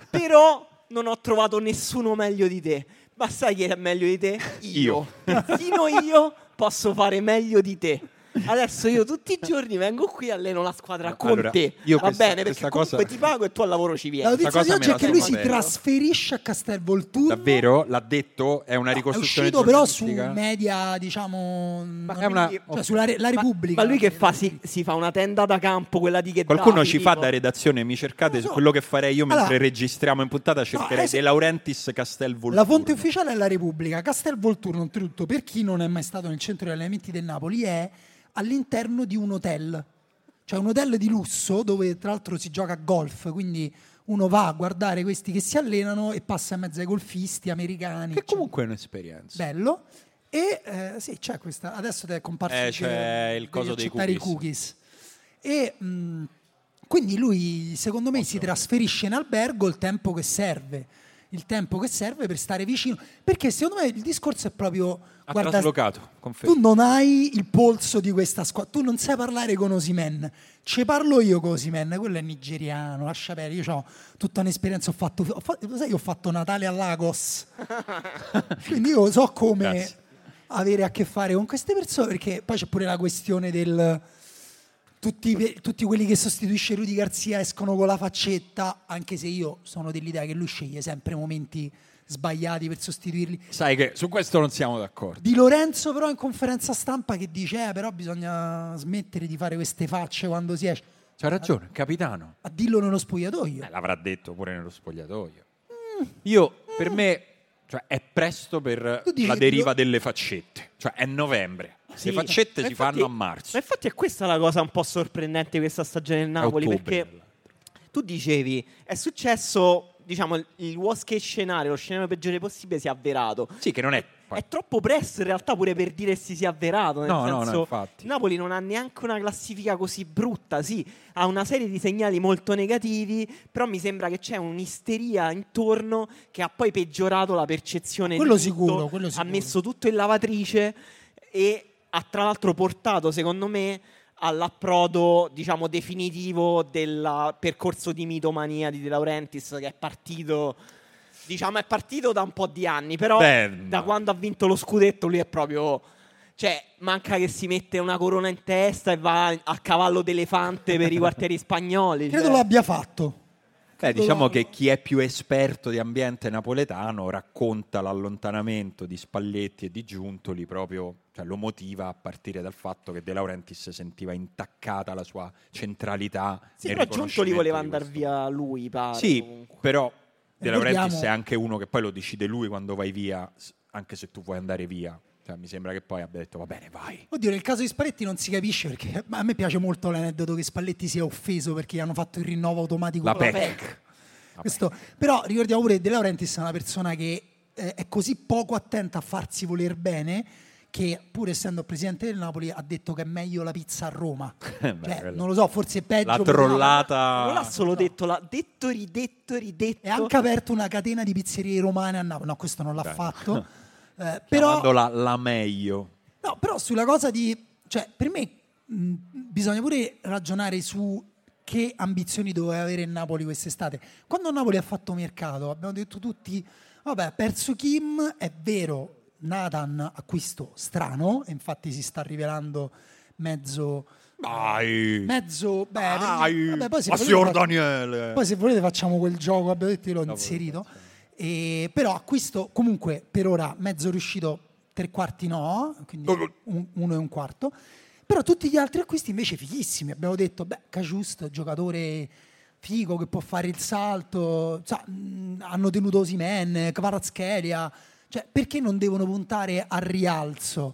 Speaker 2: però non ho trovato nessuno meglio di te. Ma sai chi è meglio di te? Io. Persino io posso fare meglio di te. Adesso io tutti i giorni vengo qui e alleno la squadra con
Speaker 1: Allora,
Speaker 2: te.
Speaker 1: io
Speaker 2: Va
Speaker 1: questa-
Speaker 2: bene, perché
Speaker 1: questa
Speaker 2: comunque
Speaker 1: cosa-
Speaker 2: ti pago e tu al lavoro ci
Speaker 3: La
Speaker 2: vieni.
Speaker 1: Questa
Speaker 3: notizia
Speaker 1: cosa
Speaker 3: di
Speaker 1: me
Speaker 3: oggi è
Speaker 1: la
Speaker 3: che lui
Speaker 1: sono
Speaker 3: si
Speaker 1: persa.
Speaker 3: trasferisce a Castelvolturno.
Speaker 1: Davvero? L'ha detto? È una
Speaker 3: È
Speaker 1: ricostruzione
Speaker 3: uscito però su
Speaker 1: giornalistica?
Speaker 3: media, diciamo, non-
Speaker 1: è una-
Speaker 3: cioè,
Speaker 1: ok.
Speaker 3: sulla Re- la
Speaker 2: Ma-
Speaker 3: Repubblica.
Speaker 2: Ma, lui che fa? Si, si fa una tenda da campo, quella di Gheddafi
Speaker 1: Qualcuno ci fa
Speaker 2: tipo.
Speaker 1: da redazione, mi cercate
Speaker 3: Non so.
Speaker 1: quello che farei io mentre
Speaker 3: Allora-
Speaker 1: registriamo in puntata, cercherei
Speaker 3: adesso-
Speaker 1: De Laurentiis Castelvolturno.
Speaker 3: La fonte ufficiale è la Repubblica. Castelvolturno, oltretutto, per chi non è mai stato nel centro di allenamenti del Napoli, è all'interno di un hotel. Cioè un hotel di lusso dove tra l'altro si gioca a golf, quindi uno va a guardare questi che si allenano e passa in mezzo ai golfisti americani.
Speaker 1: Che
Speaker 3: eccetera.
Speaker 1: comunque è un'esperienza.
Speaker 3: Bello. E eh, sì, c'è questa. Adesso è comparso
Speaker 1: Eh,
Speaker 3: il-
Speaker 1: c'è il
Speaker 3: devi
Speaker 1: coso dei
Speaker 3: accettare i
Speaker 1: cookies.
Speaker 3: cookies. E mh, quindi lui, secondo me, si trasferisce in albergo il tempo che serve. Il tempo che serve per stare vicino. Perché secondo me il discorso è proprio.
Speaker 1: Ha
Speaker 3: guarda,
Speaker 1: traslocato,
Speaker 3: Tu
Speaker 1: confermo.
Speaker 3: non hai il polso di questa squadra. Tu non sai parlare con Osimen. Ci parlo io con Osimen, quello è nigeriano. Lascia perdere. Io ho tutta un'esperienza. Ho fatto, ho fatto- lo sai, che ho fatto Natale a Lagos. Quindi io so come
Speaker 1: Grazie.
Speaker 3: avere a che fare con queste persone, perché poi c'è pure la questione del... Tutti, pe- tutti quelli che sostituisce Rudy Garzia escono con la faccetta, anche se io sono dell'idea che lui sceglie sempre momenti sbagliati per sostituirli.
Speaker 1: Sai che su questo non siamo d'accordo.
Speaker 3: Di Lorenzo però in conferenza stampa che dice, eh, però bisogna smettere di fare queste facce quando si esce.
Speaker 1: C'ha ragione, capitano.
Speaker 3: A dirlo nello spogliatoio.
Speaker 1: Eh, l'avrà detto pure nello spogliatoio. Mm, Io, per me, cioè, è presto per
Speaker 3: Tu dici
Speaker 1: la
Speaker 3: che
Speaker 1: deriva
Speaker 3: lo-
Speaker 1: delle faccette. Cioè, è novembre.
Speaker 2: Sì.
Speaker 1: Le faccette
Speaker 2: Ma
Speaker 1: si
Speaker 2: infatti-
Speaker 1: fanno a marzo.
Speaker 2: Ma infatti è questa la cosa un po' sorprendente di questa stagione del Napoli,
Speaker 1: ottobre,
Speaker 2: perché
Speaker 1: tra l'altro.
Speaker 2: tu dicevi è successo, diciamo, il- il worst case scenario, lo scenario peggiore possibile si è avverato.
Speaker 1: Sì, che non è...
Speaker 2: È troppo presto in realtà pure per dire si sia avverato. Nel
Speaker 1: No, no, no,
Speaker 2: senso,
Speaker 1: infatti.
Speaker 2: il Napoli non ha neanche una classifica così brutta. Sì, ha una serie di segnali molto negativi, però mi sembra che c'è un'isteria intorno che ha poi peggiorato la percezione
Speaker 3: Quello
Speaker 2: di tutto,
Speaker 3: sicuro, quello
Speaker 2: Ha
Speaker 3: sicuro.
Speaker 2: messo tutto in lavatrice e ha tra l'altro portato, secondo me, all'approdo diciamo definitivo del percorso di mitomania di De Laurentiis che è partito diciamo è partito da un po' di anni però
Speaker 1: Beh,
Speaker 2: da
Speaker 1: no.
Speaker 2: quando ha vinto lo scudetto lui è proprio cioè manca che si mette una corona in testa e va a cavallo d'elefante per i quartieri spagnoli
Speaker 3: Credo
Speaker 2: cioè.
Speaker 3: lo abbia fatto.
Speaker 1: Beh, diciamo che chi è più esperto di ambiente napoletano racconta l'allontanamento di Spalletti e di Giuntoli proprio, cioè lo motiva a partire dal fatto che De Laurentiis sentiva intaccata la sua centralità.
Speaker 2: sì,
Speaker 1: nel
Speaker 2: però Giuntoli
Speaker 1: riconoscimento
Speaker 2: voleva
Speaker 1: di
Speaker 2: andare
Speaker 1: questo.
Speaker 2: via lui pare
Speaker 1: Sì,
Speaker 2: comunque.
Speaker 1: però De
Speaker 3: Ricordiamo-
Speaker 1: Laurentiis è anche uno che poi lo decide lui quando vai via, s- anche se tu vuoi andare via. Cioè, mi sembra che poi abbia detto va bene, vai.
Speaker 3: Oddio, nel caso di Spalletti non si capisce perché ma a me piace molto l'aneddoto che Spalletti sia offeso perché gli hanno fatto il rinnovo automatico.
Speaker 1: La
Speaker 3: con
Speaker 1: PEC.
Speaker 3: Questo- però ricordiamo pure che De Laurentiis è una persona che eh, è così poco attenta a farsi voler bene che pur essendo presidente del Napoli ha detto che è meglio la pizza a Roma.
Speaker 1: Eh, beh,
Speaker 3: Cioè,
Speaker 1: quella-
Speaker 3: non lo so, forse è peggio.
Speaker 1: La
Speaker 3: per Napoli.
Speaker 2: non l'ha
Speaker 1: trollata...
Speaker 2: solo detto l'ha detto ridetto ridetto
Speaker 3: Ah, E ha anche aperto una catena di pizzerie romane a Napoli. No, questo non l'ha
Speaker 1: Beh.
Speaker 3: fatto. Eh, però
Speaker 1: chiamandola la meglio.
Speaker 3: No, però sulla cosa di... Cioè, per me mh, bisogna pure ragionare su che ambizioni doveva avere il Napoli quest'estate. Quando il Napoli ha fatto mercato, abbiamo detto tutti, vabbè, ha perso Kim, è vero, Nathan acquisto strano, e infatti si sta rivelando mezzo...
Speaker 1: Dai!
Speaker 3: Mezzo... Beh,
Speaker 1: Dai,
Speaker 3: vabbè, poi se
Speaker 1: Ah, ma
Speaker 3: volete
Speaker 1: signor
Speaker 3: faccio-
Speaker 1: Daniele!
Speaker 3: Poi se volete facciamo quel gioco, abbiamo detto io l'ho inserito. E, però acquisto comunque per ora mezzo riuscito, tre quarti no, quindi un- uno e un quarto. Però tutti gli altri acquisti invece fighissimi. Abbiamo detto, beh, Cajusto, giocatore figo che può fare il salto, sa, mh, hanno tenuto Osimen, Kvaratskhelia, cioè perché non devono puntare al rialzo?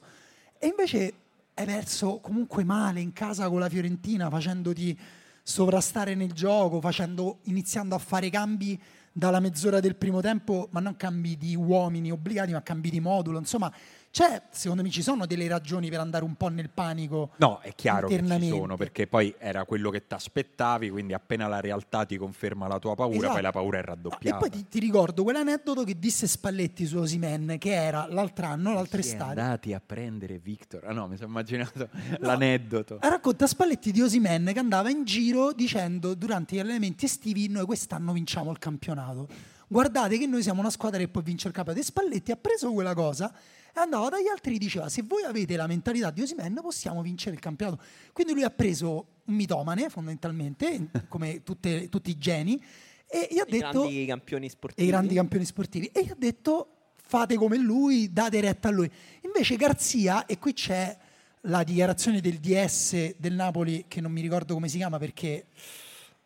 Speaker 3: E invece hai perso comunque male in casa con la Fiorentina facendoti sovrastare nel gioco, facendo- iniziando a fare cambi dalla mezz'ora del primo tempo, ma non cambi di uomini obbligati, ma cambi di modulo. Insomma, Cioè, secondo me ci sono delle ragioni per andare un po' nel panico.
Speaker 1: No, è chiaro che ci
Speaker 3: internamente.
Speaker 1: sono, perché poi era quello che ti aspettavi, quindi appena la realtà ti conferma la tua paura,
Speaker 3: Esatto.
Speaker 1: poi la paura è
Speaker 3: E
Speaker 1: raddoppiata.
Speaker 3: poi ti, ti ricordo quell'aneddoto che disse Spalletti su Osimen, che era l'altro anno, l'altra
Speaker 1: Siete
Speaker 3: estate.
Speaker 1: andati a prendere Victor. Ah no, mi sono immaginato l'aneddoto.
Speaker 3: Racconta Spalletti di Osimen che andava in giro dicendo durante gli allenamenti estivi noi quest'anno vinciamo il campionato. Guardate che noi siamo una squadra che può vincere il campionato. E Spalletti ha preso quella cosa e andava dagli altri e diceva se voi avete la mentalità di Osimen possiamo vincere il campionato. Quindi lui ha preso un mitomane fondamentalmente, come tutte- tutti i geni, e gli ha
Speaker 2: I
Speaker 3: detto...
Speaker 2: grandi campioni
Speaker 3: e
Speaker 2: sportivi.
Speaker 3: i grandi campioni sportivi e gli ha detto fate come lui, date retta a lui. Invece Garzia, e qui c'è la dichiarazione del DS del Napoli, che non mi ricordo come si chiama perché...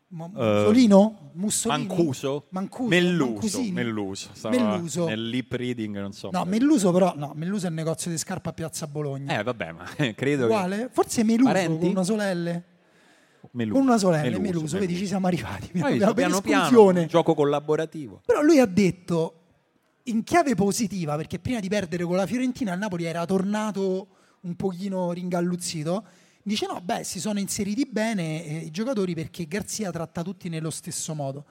Speaker 3: Mo- Mussolino? Mussolini?
Speaker 1: Eh, Mancuso?
Speaker 3: Mancuso?
Speaker 1: Melluso.
Speaker 3: Mancusini?
Speaker 1: Melluso. Stava
Speaker 3: Melluso.
Speaker 1: Nel lip reading, non so.
Speaker 3: No, Melluso però, no, Melluso è il negozio di scarpa a Piazza Bologna.
Speaker 1: Eh, vabbè, ma credo
Speaker 3: Uguale? Forse Meluso
Speaker 1: Parenti?
Speaker 3: con una sorella.
Speaker 1: che... Melluso.
Speaker 3: Con una sorella, Meluso, vedi, ci siamo arrivati. Abbiamo per esclusione.
Speaker 1: un gioco collaborativo.
Speaker 3: Però lui ha detto in chiave positiva, perché prima di perdere con la Fiorentina il Napoli era tornato un pochino ringalluzzito. Dice no, beh, si sono inseriti bene eh, i giocatori perché Garzia tratta tutti nello stesso modo.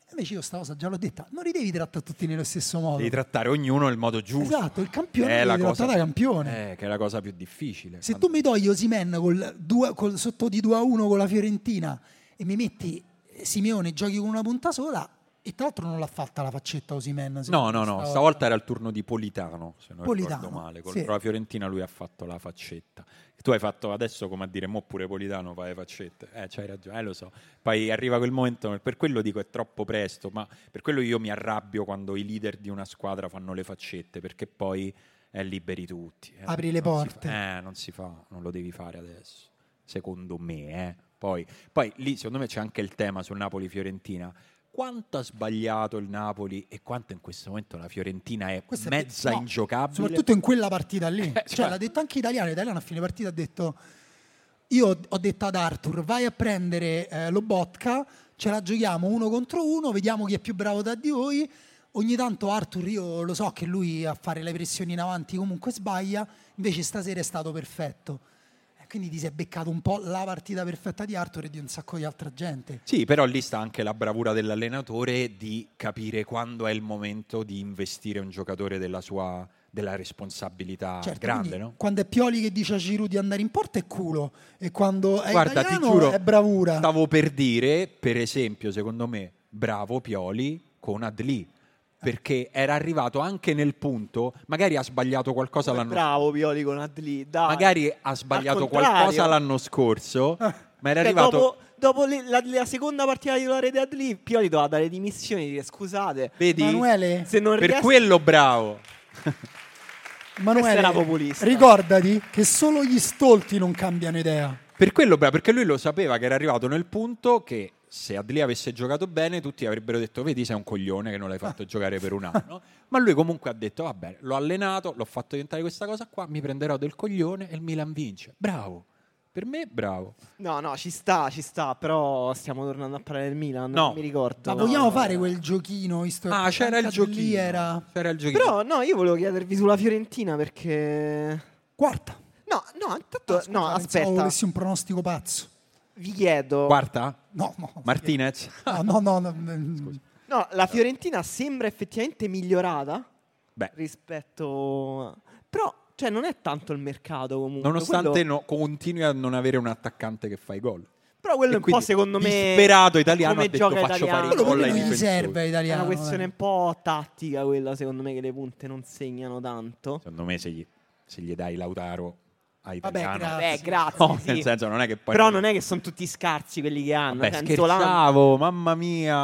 Speaker 3: E Invece io sta cosa già l'ho detta, non li devi trattare tutti nello stesso modo.
Speaker 1: Devi trattare ognuno nel modo giusto.
Speaker 3: Esatto, il campione
Speaker 1: Che è la
Speaker 3: devi
Speaker 1: cosa...
Speaker 3: trattare campione.
Speaker 1: Eh, che è la cosa più difficile.
Speaker 3: Se tu mi togli Osimen col, due- col sotto di 2 a 1 con la Fiorentina e mi metti eh, Simeone, giochi con una punta sola, e tra l'altro non l'ha fatta la faccetta Osimen.
Speaker 1: No, no, no, stavolta era il turno di Politano, se non ricordo
Speaker 3: Politano,
Speaker 1: male. Con
Speaker 3: sì.
Speaker 1: la Fiorentina lui ha fatto la faccetta. Tu hai fatto adesso come a dire, mo pure Politano fa le faccette. Eh, c'hai ragione, eh, lo so. Poi arriva quel momento, per quello dico è troppo presto, ma per quello io mi arrabbio quando i leader di una squadra fanno le faccette, perché poi è liberi tutti. eh.
Speaker 3: Apri le
Speaker 1: Non si
Speaker 3: porte.
Speaker 1: fa- eh, non si fa, non lo devi fare adesso, secondo me. eh. Poi, poi lì secondo me c'è anche il tema sul Napoli-Fiorentina. Quanto ha sbagliato il Napoli e quanto in questo momento la Fiorentina è
Speaker 3: Questa è-
Speaker 1: mezza
Speaker 3: no,
Speaker 1: ingiocabile.
Speaker 3: Soprattutto in quella partita lì. cioè,
Speaker 1: cioè-
Speaker 3: l'ha detto anche Italiano. Italiano a fine partita ha detto: Io ho detto ad Arthur, vai a prendere eh, Lobotka, ce la giochiamo uno contro uno, vediamo chi è più bravo da di voi. Ogni tanto Arthur, io lo so che lui a fare le pressioni in avanti comunque sbaglia, invece stasera è stato perfetto. E Quindi ti sei beccato un po' la partita perfetta di Arthur e di un sacco di altra gente.
Speaker 1: Sì, però lì sta anche la bravura dell'allenatore di capire quando è il momento di investire un giocatore della sua della responsabilità
Speaker 3: Certo,
Speaker 1: Ah, grande,
Speaker 3: quindi
Speaker 1: no?
Speaker 3: Quando è Pioli che dice a Giroud di andare in porta è culo e quando è
Speaker 1: Guarda, ti
Speaker 3: italiano
Speaker 1: giuro,
Speaker 3: è bravura.
Speaker 1: Stavo per dire, per esempio, secondo me, bravo Pioli con Adli. Perché era arrivato anche nel punto, magari ha sbagliato qualcosa l'anno
Speaker 2: Bravo Pioli con Adli, dai.
Speaker 1: Magari ha sbagliato
Speaker 2: Al contrario.
Speaker 1: qualcosa l'anno scorso, ma era
Speaker 2: Cioè,
Speaker 1: arrivato.
Speaker 2: Dopo, dopo le- la, la seconda partita titolare di Adli, Pioli doveva dare dimissioni dire scusate.
Speaker 1: Vedi?
Speaker 3: Emanuele,
Speaker 2: Se non
Speaker 1: per
Speaker 2: riesco-
Speaker 1: quello bravo.
Speaker 3: Emanuele,
Speaker 2: questo era populista.
Speaker 3: ricordati che solo gli stolti non cambiano idea.
Speaker 1: Per quello bravo, perché lui lo sapeva che era arrivato nel punto che se Adli avesse giocato bene tutti avrebbero detto vedi sei un coglione che non l'hai fatto giocare per un anno. Ma lui comunque ha detto vabbè, l'ho allenato, l'ho fatto diventare questa cosa qua, mi prenderò del coglione e il Milan vince. Bravo. Per me bravo.
Speaker 2: No, no, ci sta, ci sta, però stiamo tornando a parlare del Milan,
Speaker 1: No.
Speaker 2: non mi ricordo.
Speaker 3: Ma
Speaker 2: No,
Speaker 3: vogliamo
Speaker 2: no,
Speaker 3: fare
Speaker 2: no.
Speaker 3: quel giochino? visto che
Speaker 1: Ah, c'era il
Speaker 3: anche lì
Speaker 1: giochino.
Speaker 3: Era
Speaker 1: C'era il giochino.
Speaker 2: Però no, io volevo chiedervi sulla Fiorentina perché
Speaker 3: quarta.
Speaker 2: No, no, intanto
Speaker 3: Ah, scusa,
Speaker 2: no,
Speaker 3: pensavo
Speaker 2: aspetta.
Speaker 3: avessi un pronostico pazzo.
Speaker 2: Vi chiedo
Speaker 1: Quarta?
Speaker 3: No, no.
Speaker 1: Martinez?
Speaker 3: Ah, no, no, no, mm,
Speaker 2: No, la Fiorentina sembra effettivamente migliorata
Speaker 1: Beh,
Speaker 2: rispetto però cioè non è tanto il mercato comunque.
Speaker 1: nonostante
Speaker 2: quello-
Speaker 1: no- continui a non avere un attaccante che fa i gol.
Speaker 2: Però
Speaker 1: E
Speaker 2: quello è un po'
Speaker 1: quindi
Speaker 2: secondo me
Speaker 1: disperato italiano
Speaker 2: come
Speaker 1: ha detto,
Speaker 2: gioca
Speaker 1: "Faccio fare i
Speaker 3: Quello
Speaker 2: italiano".
Speaker 1: gol
Speaker 3: proprio
Speaker 1: ai
Speaker 3: non gli
Speaker 1: difensori.
Speaker 3: serve
Speaker 2: È
Speaker 3: italiano. eh.
Speaker 2: una questione
Speaker 3: dai.
Speaker 2: un po' tattica quella, secondo me, che le punte non segnano tanto.
Speaker 1: Secondo me se gli, se gli dai Lautaro a
Speaker 3: Vabbè,
Speaker 1: Italiano...
Speaker 3: grazie.
Speaker 2: Beh, Eh, grazie.
Speaker 1: No,
Speaker 2: sì.
Speaker 1: nel senso non è che poi...
Speaker 2: Però non è che sono tutti scarsi quelli che hanno.
Speaker 1: Vabbè,
Speaker 2: cioè, Anzolano-
Speaker 1: scherzavo, mamma mia.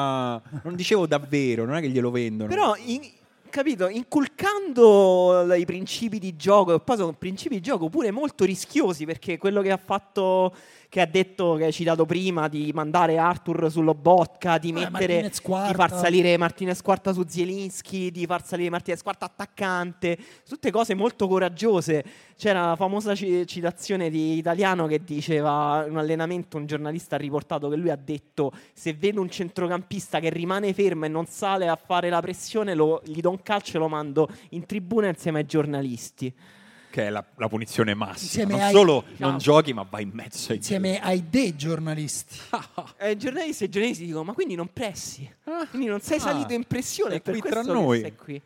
Speaker 1: Non dicevo davvero, non è che glielo vendono.
Speaker 2: Però, in- capito, inculcando i principi di gioco, e poi sono principi di gioco pure molto rischiosi, perché quello che ha fatto, che ha detto, che hai citato prima, di mandare Arthur sull'Obotka, di
Speaker 3: Eh,
Speaker 2: mettere,
Speaker 3: Martinez quarta.
Speaker 2: di far salire Martinez quarta su Zielinski, di far salire Martinez quarta attaccante, tutte cose molto coraggiose. C'era la famosa ci- citazione di Italiano che diceva, in un allenamento un giornalista ha riportato che lui ha detto se vedo un centrocampista che rimane fermo e non sale a fare la pressione, lo- gli do un calcio e lo mando in tribuna insieme ai giornalisti.
Speaker 1: Che è la, la punizione massima.
Speaker 3: Insieme
Speaker 1: non
Speaker 3: ai-
Speaker 1: solo
Speaker 3: no.
Speaker 1: non giochi, ma vai in mezzo ai
Speaker 3: Insieme ai dei giornalisti.
Speaker 2: E i Eh, giornalisti e i giornalisti dicono: Ma quindi non pressi?
Speaker 1: Ah.
Speaker 2: quindi non sei
Speaker 1: Ah.
Speaker 2: salito in pressione?
Speaker 1: Sei
Speaker 2: è per
Speaker 1: qui
Speaker 2: questo
Speaker 1: tra
Speaker 2: che
Speaker 1: noi."
Speaker 2: sei qui.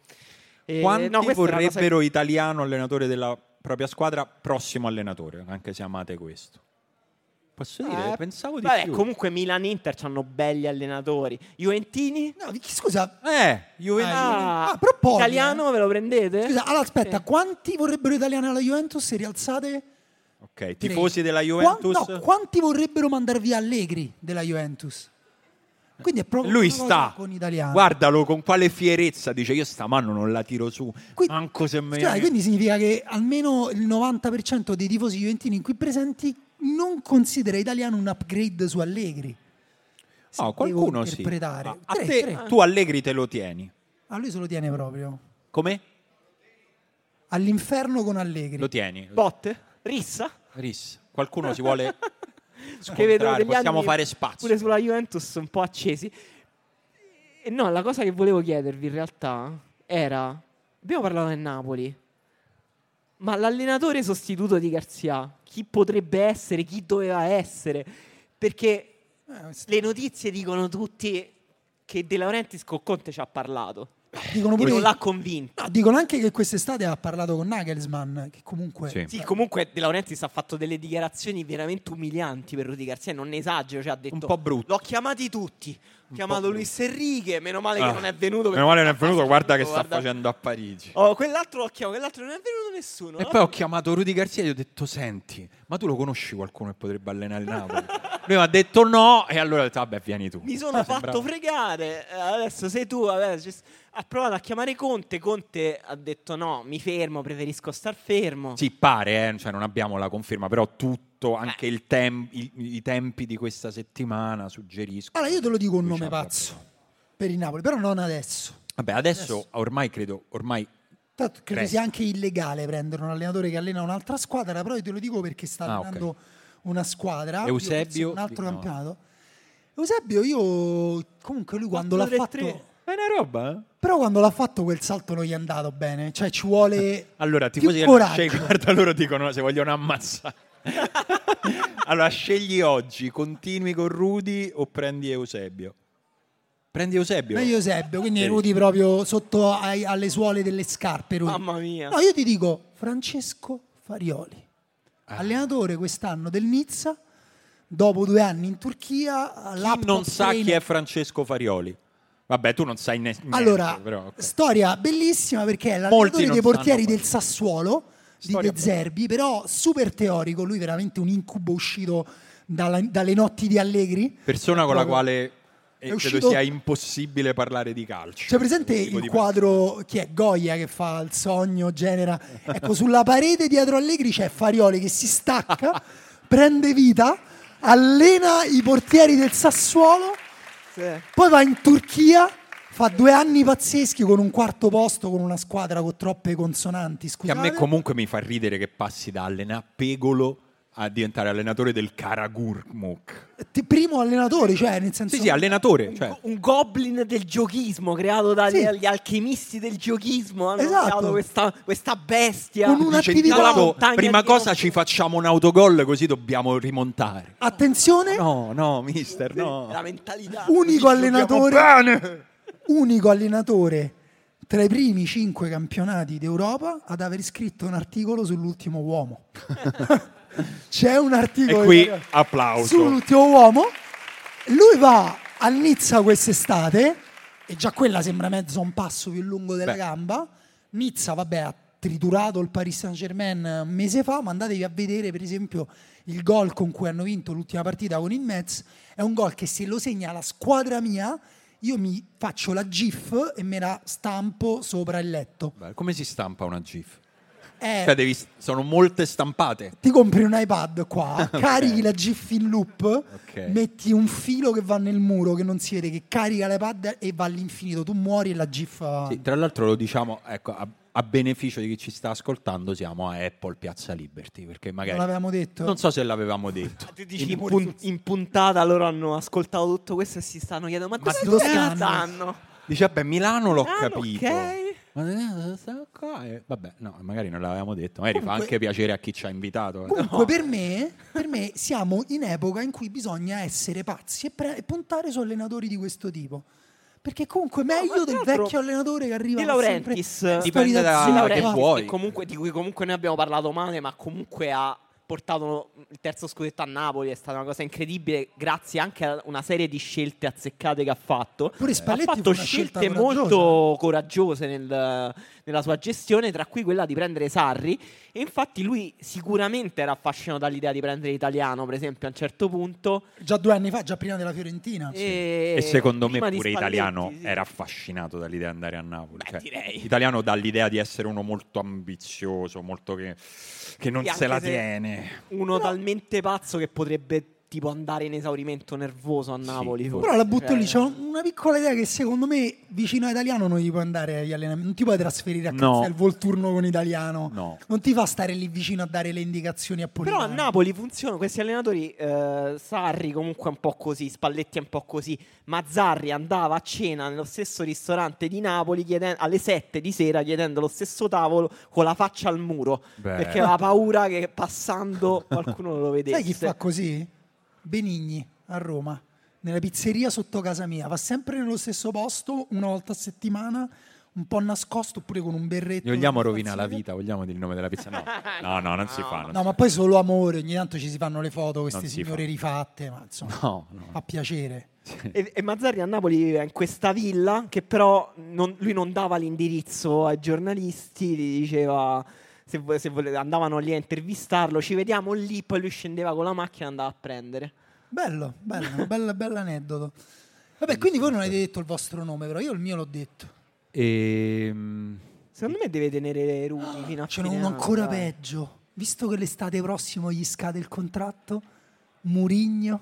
Speaker 2: Eh,
Speaker 1: Quanti
Speaker 2: no, questa è una cosa
Speaker 1: vorrebbero italiano allenatore della propria squadra prossimo allenatore, anche se amate questo? Posso dire,
Speaker 2: Eh,
Speaker 1: pensavo di
Speaker 2: vabbè,
Speaker 1: più.
Speaker 2: comunque Milan e Inter hanno belli allenatori. Juventini?
Speaker 3: No, chi- scusa,
Speaker 1: eh, Juventus.
Speaker 3: Ah,
Speaker 2: Ah,
Speaker 3: ah, proponi,
Speaker 1: eh.
Speaker 2: italiano ve lo prendete?
Speaker 3: scusa, allora aspetta, quanti vorrebbero italiani alla Juventus se rialzate?
Speaker 1: Ok, tifosi della
Speaker 3: Qua-
Speaker 1: Juventus.
Speaker 3: no, quanti vorrebbero mandar via Allegri della Juventus? Quindi è proprio
Speaker 1: Lui
Speaker 3: una cosa
Speaker 1: sta.
Speaker 3: con italiano.
Speaker 1: Guardalo con quale fierezza dice io sta mano non la tiro su.
Speaker 3: Qui-
Speaker 1: Manco se me
Speaker 3: Scusate, quindi significa che almeno il 90% dei tifosi juventini qui presenti non considera italiano un upgrade su Allegri. Se
Speaker 1: No,
Speaker 3: devo
Speaker 1: Ah, qualcuno sì.
Speaker 3: interpretare.
Speaker 1: A, a
Speaker 3: Tre,
Speaker 1: te
Speaker 3: tre.
Speaker 1: tu Allegri te lo tieni.
Speaker 3: A lui se lo tiene proprio.
Speaker 1: Come?
Speaker 3: All'inferno con Allegri.
Speaker 1: Lo tieni.
Speaker 2: Botte? Rissa?
Speaker 1: Ris, qualcuno si vuole
Speaker 2: che vedo
Speaker 1: scontrare,
Speaker 2: degli
Speaker 1: possiamo
Speaker 2: anni
Speaker 1: fare spazio.
Speaker 2: pure sulla Juventus un po' accesi. E no, la cosa che volevo chiedervi in realtà era abbiamo parlato del Napoli. Ma l'allenatore sostituto di Garzia, chi potrebbe essere, chi doveva essere? Perché
Speaker 3: Eh, s-
Speaker 2: le notizie dicono tutti che De Laurentiis con Conte ci ha parlato.
Speaker 3: dicono,
Speaker 2: E
Speaker 3: pure-
Speaker 2: non l'ha convinto.
Speaker 3: no, dicono anche che quest'estate ha parlato con Nagelsmann, che comunque...
Speaker 1: Sì.
Speaker 2: Sì, comunque De Laurentiis ha fatto delle dichiarazioni veramente umilianti per Rudy Garcia, non ne esagero, cioè ha detto
Speaker 1: Un po' brutto.
Speaker 2: L'ho chiamati tutti. Ho chiamato
Speaker 1: brutto.
Speaker 2: Luis Enrique, meno male che
Speaker 1: Ah,
Speaker 2: non è venuto.
Speaker 1: Meno male non è
Speaker 2: perché-
Speaker 1: venuto, guarda che sta
Speaker 2: guarda.
Speaker 1: facendo a Parigi.
Speaker 2: Oh, quell'altro l'ho chiamato, quell'altro non è venuto nessuno.
Speaker 1: E
Speaker 2: no?
Speaker 1: poi ho chiamato Rudy Garzia e gli ho detto: Senti, ma tu lo conosci qualcuno che potrebbe allenare il Napoli? Lui mi ha detto no, e allora ho detto: Vabbè, vieni tu. Cioè,
Speaker 2: Mi sono fatto
Speaker 1: sembrava-
Speaker 2: fregare. eh, Adesso sei tu. vabbè, ci s- ha provato a chiamare Conte. Conte ha detto no, mi fermo, preferisco star fermo.
Speaker 1: Sì, pare, eh, cioè non abbiamo la conferma, però tutto, anche
Speaker 2: Eh.
Speaker 1: il tem- i, i tempi di questa settimana suggeriscono.
Speaker 3: Allora io te lo dico un
Speaker 1: Lui ci
Speaker 3: nome
Speaker 1: abbia-
Speaker 3: pazzo per il Napoli, però non adesso.
Speaker 1: Vabbè, adesso ormai credo, ormai
Speaker 3: Tanto credo
Speaker 1: Resta.
Speaker 3: sia anche illegale prendere un allenatore che allena un'altra squadra, però io te lo dico perché sta
Speaker 1: Ah, ok.
Speaker 3: allenando una squadra, io
Speaker 1: Eusebio-
Speaker 3: penso un altro
Speaker 1: no.
Speaker 3: campionato. Eusebio io comunque lui quando l'ha
Speaker 2: 4-3-3.
Speaker 3: fatto
Speaker 1: è una roba, eh?
Speaker 3: però quando l'ha fatto quel salto non gli è andato bene, cioè ci vuole
Speaker 1: Allora,
Speaker 3: più
Speaker 1: tifosi del
Speaker 3: coraggio.
Speaker 1: Marseille, guarda, loro dicono se vogliono ammazzare. allora, scegli oggi, continui con Rudy o prendi Eusebio? Prendi Eusebio?
Speaker 3: Meglio Eusebio, quindi
Speaker 1: Sì.
Speaker 3: Rudy proprio sotto ai- alle suole delle scarpe. Rudy.
Speaker 2: Mamma mia.
Speaker 3: No, io ti dico Francesco Farioli,
Speaker 1: Ah.
Speaker 3: allenatore quest'anno del Nizza, dopo due anni in Turchia. l'app
Speaker 1: Chi non
Speaker 3: of
Speaker 1: sa chi
Speaker 3: trainer-
Speaker 1: è Francesco Farioli? Vabbè, tu non sai ne- niente.
Speaker 3: Allora,
Speaker 1: però, ok.
Speaker 3: storia bellissima perché è
Speaker 1: Molti
Speaker 3: l'allenatore
Speaker 1: non
Speaker 3: dei portieri
Speaker 1: sanno
Speaker 3: del Sassuolo di
Speaker 1: Storia
Speaker 3: De Zerbi, però super teorico, lui veramente un incubo uscito dalla- dalle notti di Allegri.
Speaker 1: persona con la
Speaker 3: Proprio-
Speaker 1: quale eh, credo
Speaker 3: uscito- Cioè,
Speaker 1: sia impossibile parlare di calcio.
Speaker 3: C'è presente
Speaker 1: Quel tipo
Speaker 3: il
Speaker 1: di
Speaker 3: quadro chi è Goya che fa il sogno, genera. Ecco, sulla parete dietro Allegri c'è Farioli che si stacca, prende vita, allena i portieri del Sassuolo,
Speaker 2: Sì.
Speaker 3: poi va in Turchia, fa due anni pazzeschi con un quarto posto con una squadra con troppe
Speaker 1: Che
Speaker 3: consonanti,
Speaker 1: a
Speaker 3: scusate.
Speaker 1: me comunque mi fa ridere che passi da allenapegolo a diventare allenatore del Karagurmuk.
Speaker 3: T- Primo allenatore, cioè nel senso
Speaker 1: Sì, sì, allenatore. Cioè,
Speaker 2: un goblin del giochismo creato dagli
Speaker 3: Sì.
Speaker 2: gli alchimisti del giochismo. Hanno
Speaker 3: Esatto.
Speaker 2: creato questa, questa bestia.
Speaker 3: Con una-
Speaker 1: dice
Speaker 3: un'attività-
Speaker 1: intanto,
Speaker 3: La
Speaker 2: montagna
Speaker 1: prima
Speaker 2: di
Speaker 1: cosa
Speaker 2: rosso.
Speaker 1: ci facciamo un autogol così dobbiamo rimontare. eh,
Speaker 3: attenzione,
Speaker 1: No, no, mister,
Speaker 2: La
Speaker 1: no.
Speaker 2: mentalità.
Speaker 3: unico allenatore
Speaker 1: Bene!
Speaker 3: unico allenatore tra i primi cinque campionati d'Europa ad aver scritto un articolo sull'ultimo uomo. C'è un articolo
Speaker 1: E qui
Speaker 3: italiano
Speaker 1: applauso.
Speaker 3: sull'ultimo uomo. Lui va a Nizza quest'estate e già quella sembra mezzo un passo più lungo della
Speaker 1: Beh.
Speaker 3: gamba. Nizza, vabbè, ha triturato il Paris Saint-Germain un mese fa, ma andatevi a vedere per esempio il gol con cui hanno vinto l'ultima partita con il Metz. È un gol che se lo segna la squadra mia, io mi faccio la GIF e me la stampo sopra il letto.
Speaker 1: Beh, Come si stampa una GIF?
Speaker 3: È
Speaker 1: Cioè, devi- sono molte stampate.
Speaker 3: ti compri un iPad qua, carichi la GIF in loop, metti un filo che va nel muro che non si vede, che carica l'iPad e va all'infinito. Tu muori e la GIF. va avanti.
Speaker 1: Sì, tra l'altro lo diciamo ecco, a, a beneficio di chi ci sta ascoltando, siamo a Apple Piazza Liberty, perché
Speaker 3: non
Speaker 1: magari...
Speaker 3: l'avevamo detto.
Speaker 1: Non so se l'avevamo detto.
Speaker 2: Tu Ah, dici, in, pun- in puntata loro hanno ascoltato tutto questo e si stanno chiedendo: Ma cosa
Speaker 3: dove
Speaker 2: stanno?
Speaker 3: stanno?"
Speaker 2: stanno?
Speaker 1: Dice, vabbè, Milano l'ho
Speaker 2: Ah,
Speaker 1: capito.
Speaker 2: ok.
Speaker 1: Ma eh, stavo qua e- Vabbè, no, magari non l'avevamo detto, magari fa
Speaker 3: Comunque-
Speaker 1: anche piacere a chi ci ha invitato.
Speaker 3: Comunque, per, me, per me siamo in epoca in cui bisogna essere pazzi e, pre- e puntare su allenatori di questo tipo. Perché comunque è
Speaker 2: ma
Speaker 3: meglio
Speaker 2: tra
Speaker 3: del
Speaker 2: l'altro
Speaker 3: vecchio allenatore che arriva
Speaker 2: Di
Speaker 3: sempre
Speaker 2: Laurentiis
Speaker 1: Dipende da-
Speaker 3: storizzando.
Speaker 1: Di
Speaker 2: Laurentiis,
Speaker 1: Laurentiis, che vuoi.
Speaker 2: che comunque- di cui comunque noi abbiamo parlato male, ma comunque ha portato il terzo scudetto a Napoli, è stata una cosa incredibile, grazie anche a una serie di scelte azzeccate che ha fatto.
Speaker 3: Pure Spalletti
Speaker 2: ha
Speaker 3: fu
Speaker 2: fatto
Speaker 3: una scelta
Speaker 2: scelte molto
Speaker 3: coraggiosa.
Speaker 2: coraggiose nel- nella sua gestione, tra cui quella di prendere Sarri. E infatti lui sicuramente era affascinato dall'idea di prendere Italiano, per esempio, a un certo punto.
Speaker 3: Già due anni fa, già prima della Fiorentina.
Speaker 2: E,
Speaker 1: E secondo me
Speaker 2: prima di
Speaker 1: pure
Speaker 2: Spalletti,
Speaker 1: italiano
Speaker 2: sì.
Speaker 1: era affascinato dall'idea di andare a Napoli.
Speaker 2: Beh,
Speaker 1: cioè,
Speaker 2: direi.
Speaker 1: Italiano dall'idea di essere uno molto ambizioso, molto che, che non
Speaker 2: Sì,
Speaker 1: se
Speaker 2: anche
Speaker 1: la
Speaker 2: se-
Speaker 1: tiene.
Speaker 2: uno talmente pazzo che potrebbe tipo andare in esaurimento nervoso a Napoli. forse.
Speaker 3: Però la butto
Speaker 2: Cioè,
Speaker 1: Eh.
Speaker 3: lì, c'ho una piccola idea che secondo me vicino a Italiano non gli puoi andare agli allenamenti, non ti puoi trasferire a
Speaker 1: No.
Speaker 3: Castel Volturno con Italiano,
Speaker 1: No.
Speaker 3: non ti fa stare lì vicino a dare le indicazioni a
Speaker 2: Però
Speaker 3: Politano.
Speaker 2: a Napoli funzionano questi allenatori, eh, Sarri comunque è un po' così, Spalletti è un po' così, Mazzarri andava a cena nello stesso ristorante di Napoli chieden- alle 7 di sera chiedendo lo stesso tavolo con la faccia al muro,
Speaker 1: Beh.
Speaker 2: perché aveva paura che passando qualcuno lo vedesse.
Speaker 3: Sai chi fa così? Benigni a Roma, nella pizzeria sotto casa mia. Va sempre nello stesso posto, una volta a settimana, un po' nascosto, oppure con un berretto.
Speaker 1: Gli vogliamo
Speaker 3: una
Speaker 1: rovinare la
Speaker 3: tazzina.
Speaker 1: vita, vogliamo dire il nome della pizza? No, no, no, non si fa. non
Speaker 3: No, ma poi solo amore, ogni tanto ci si fanno le foto, queste
Speaker 1: Non si
Speaker 3: signore
Speaker 1: fa.
Speaker 3: rifatte, ma insomma,
Speaker 1: No, no.
Speaker 3: fa piacere.
Speaker 2: E, e Mazzarri a Napoli viveva in questa villa che però non- lui non dava l'indirizzo ai giornalisti, gli diceva se, vo- se vole- andavano lì a intervistarlo, ci vediamo lì, poi lui scendeva con la macchina e andava a prendere.
Speaker 3: Bello, bello, bello, aneddoto. Vabbè, quindi voi non avete detto il vostro nome, però io il mio l'ho detto.
Speaker 1: Ehm,
Speaker 2: Secondo me deve tenere Rudy fino a
Speaker 3: Ce n'è
Speaker 2: fine
Speaker 3: uno
Speaker 2: anno,
Speaker 3: Cioè, ancora
Speaker 2: dai.
Speaker 3: peggio. Visto che l'estate prossimo gli scade il contratto, Murigno.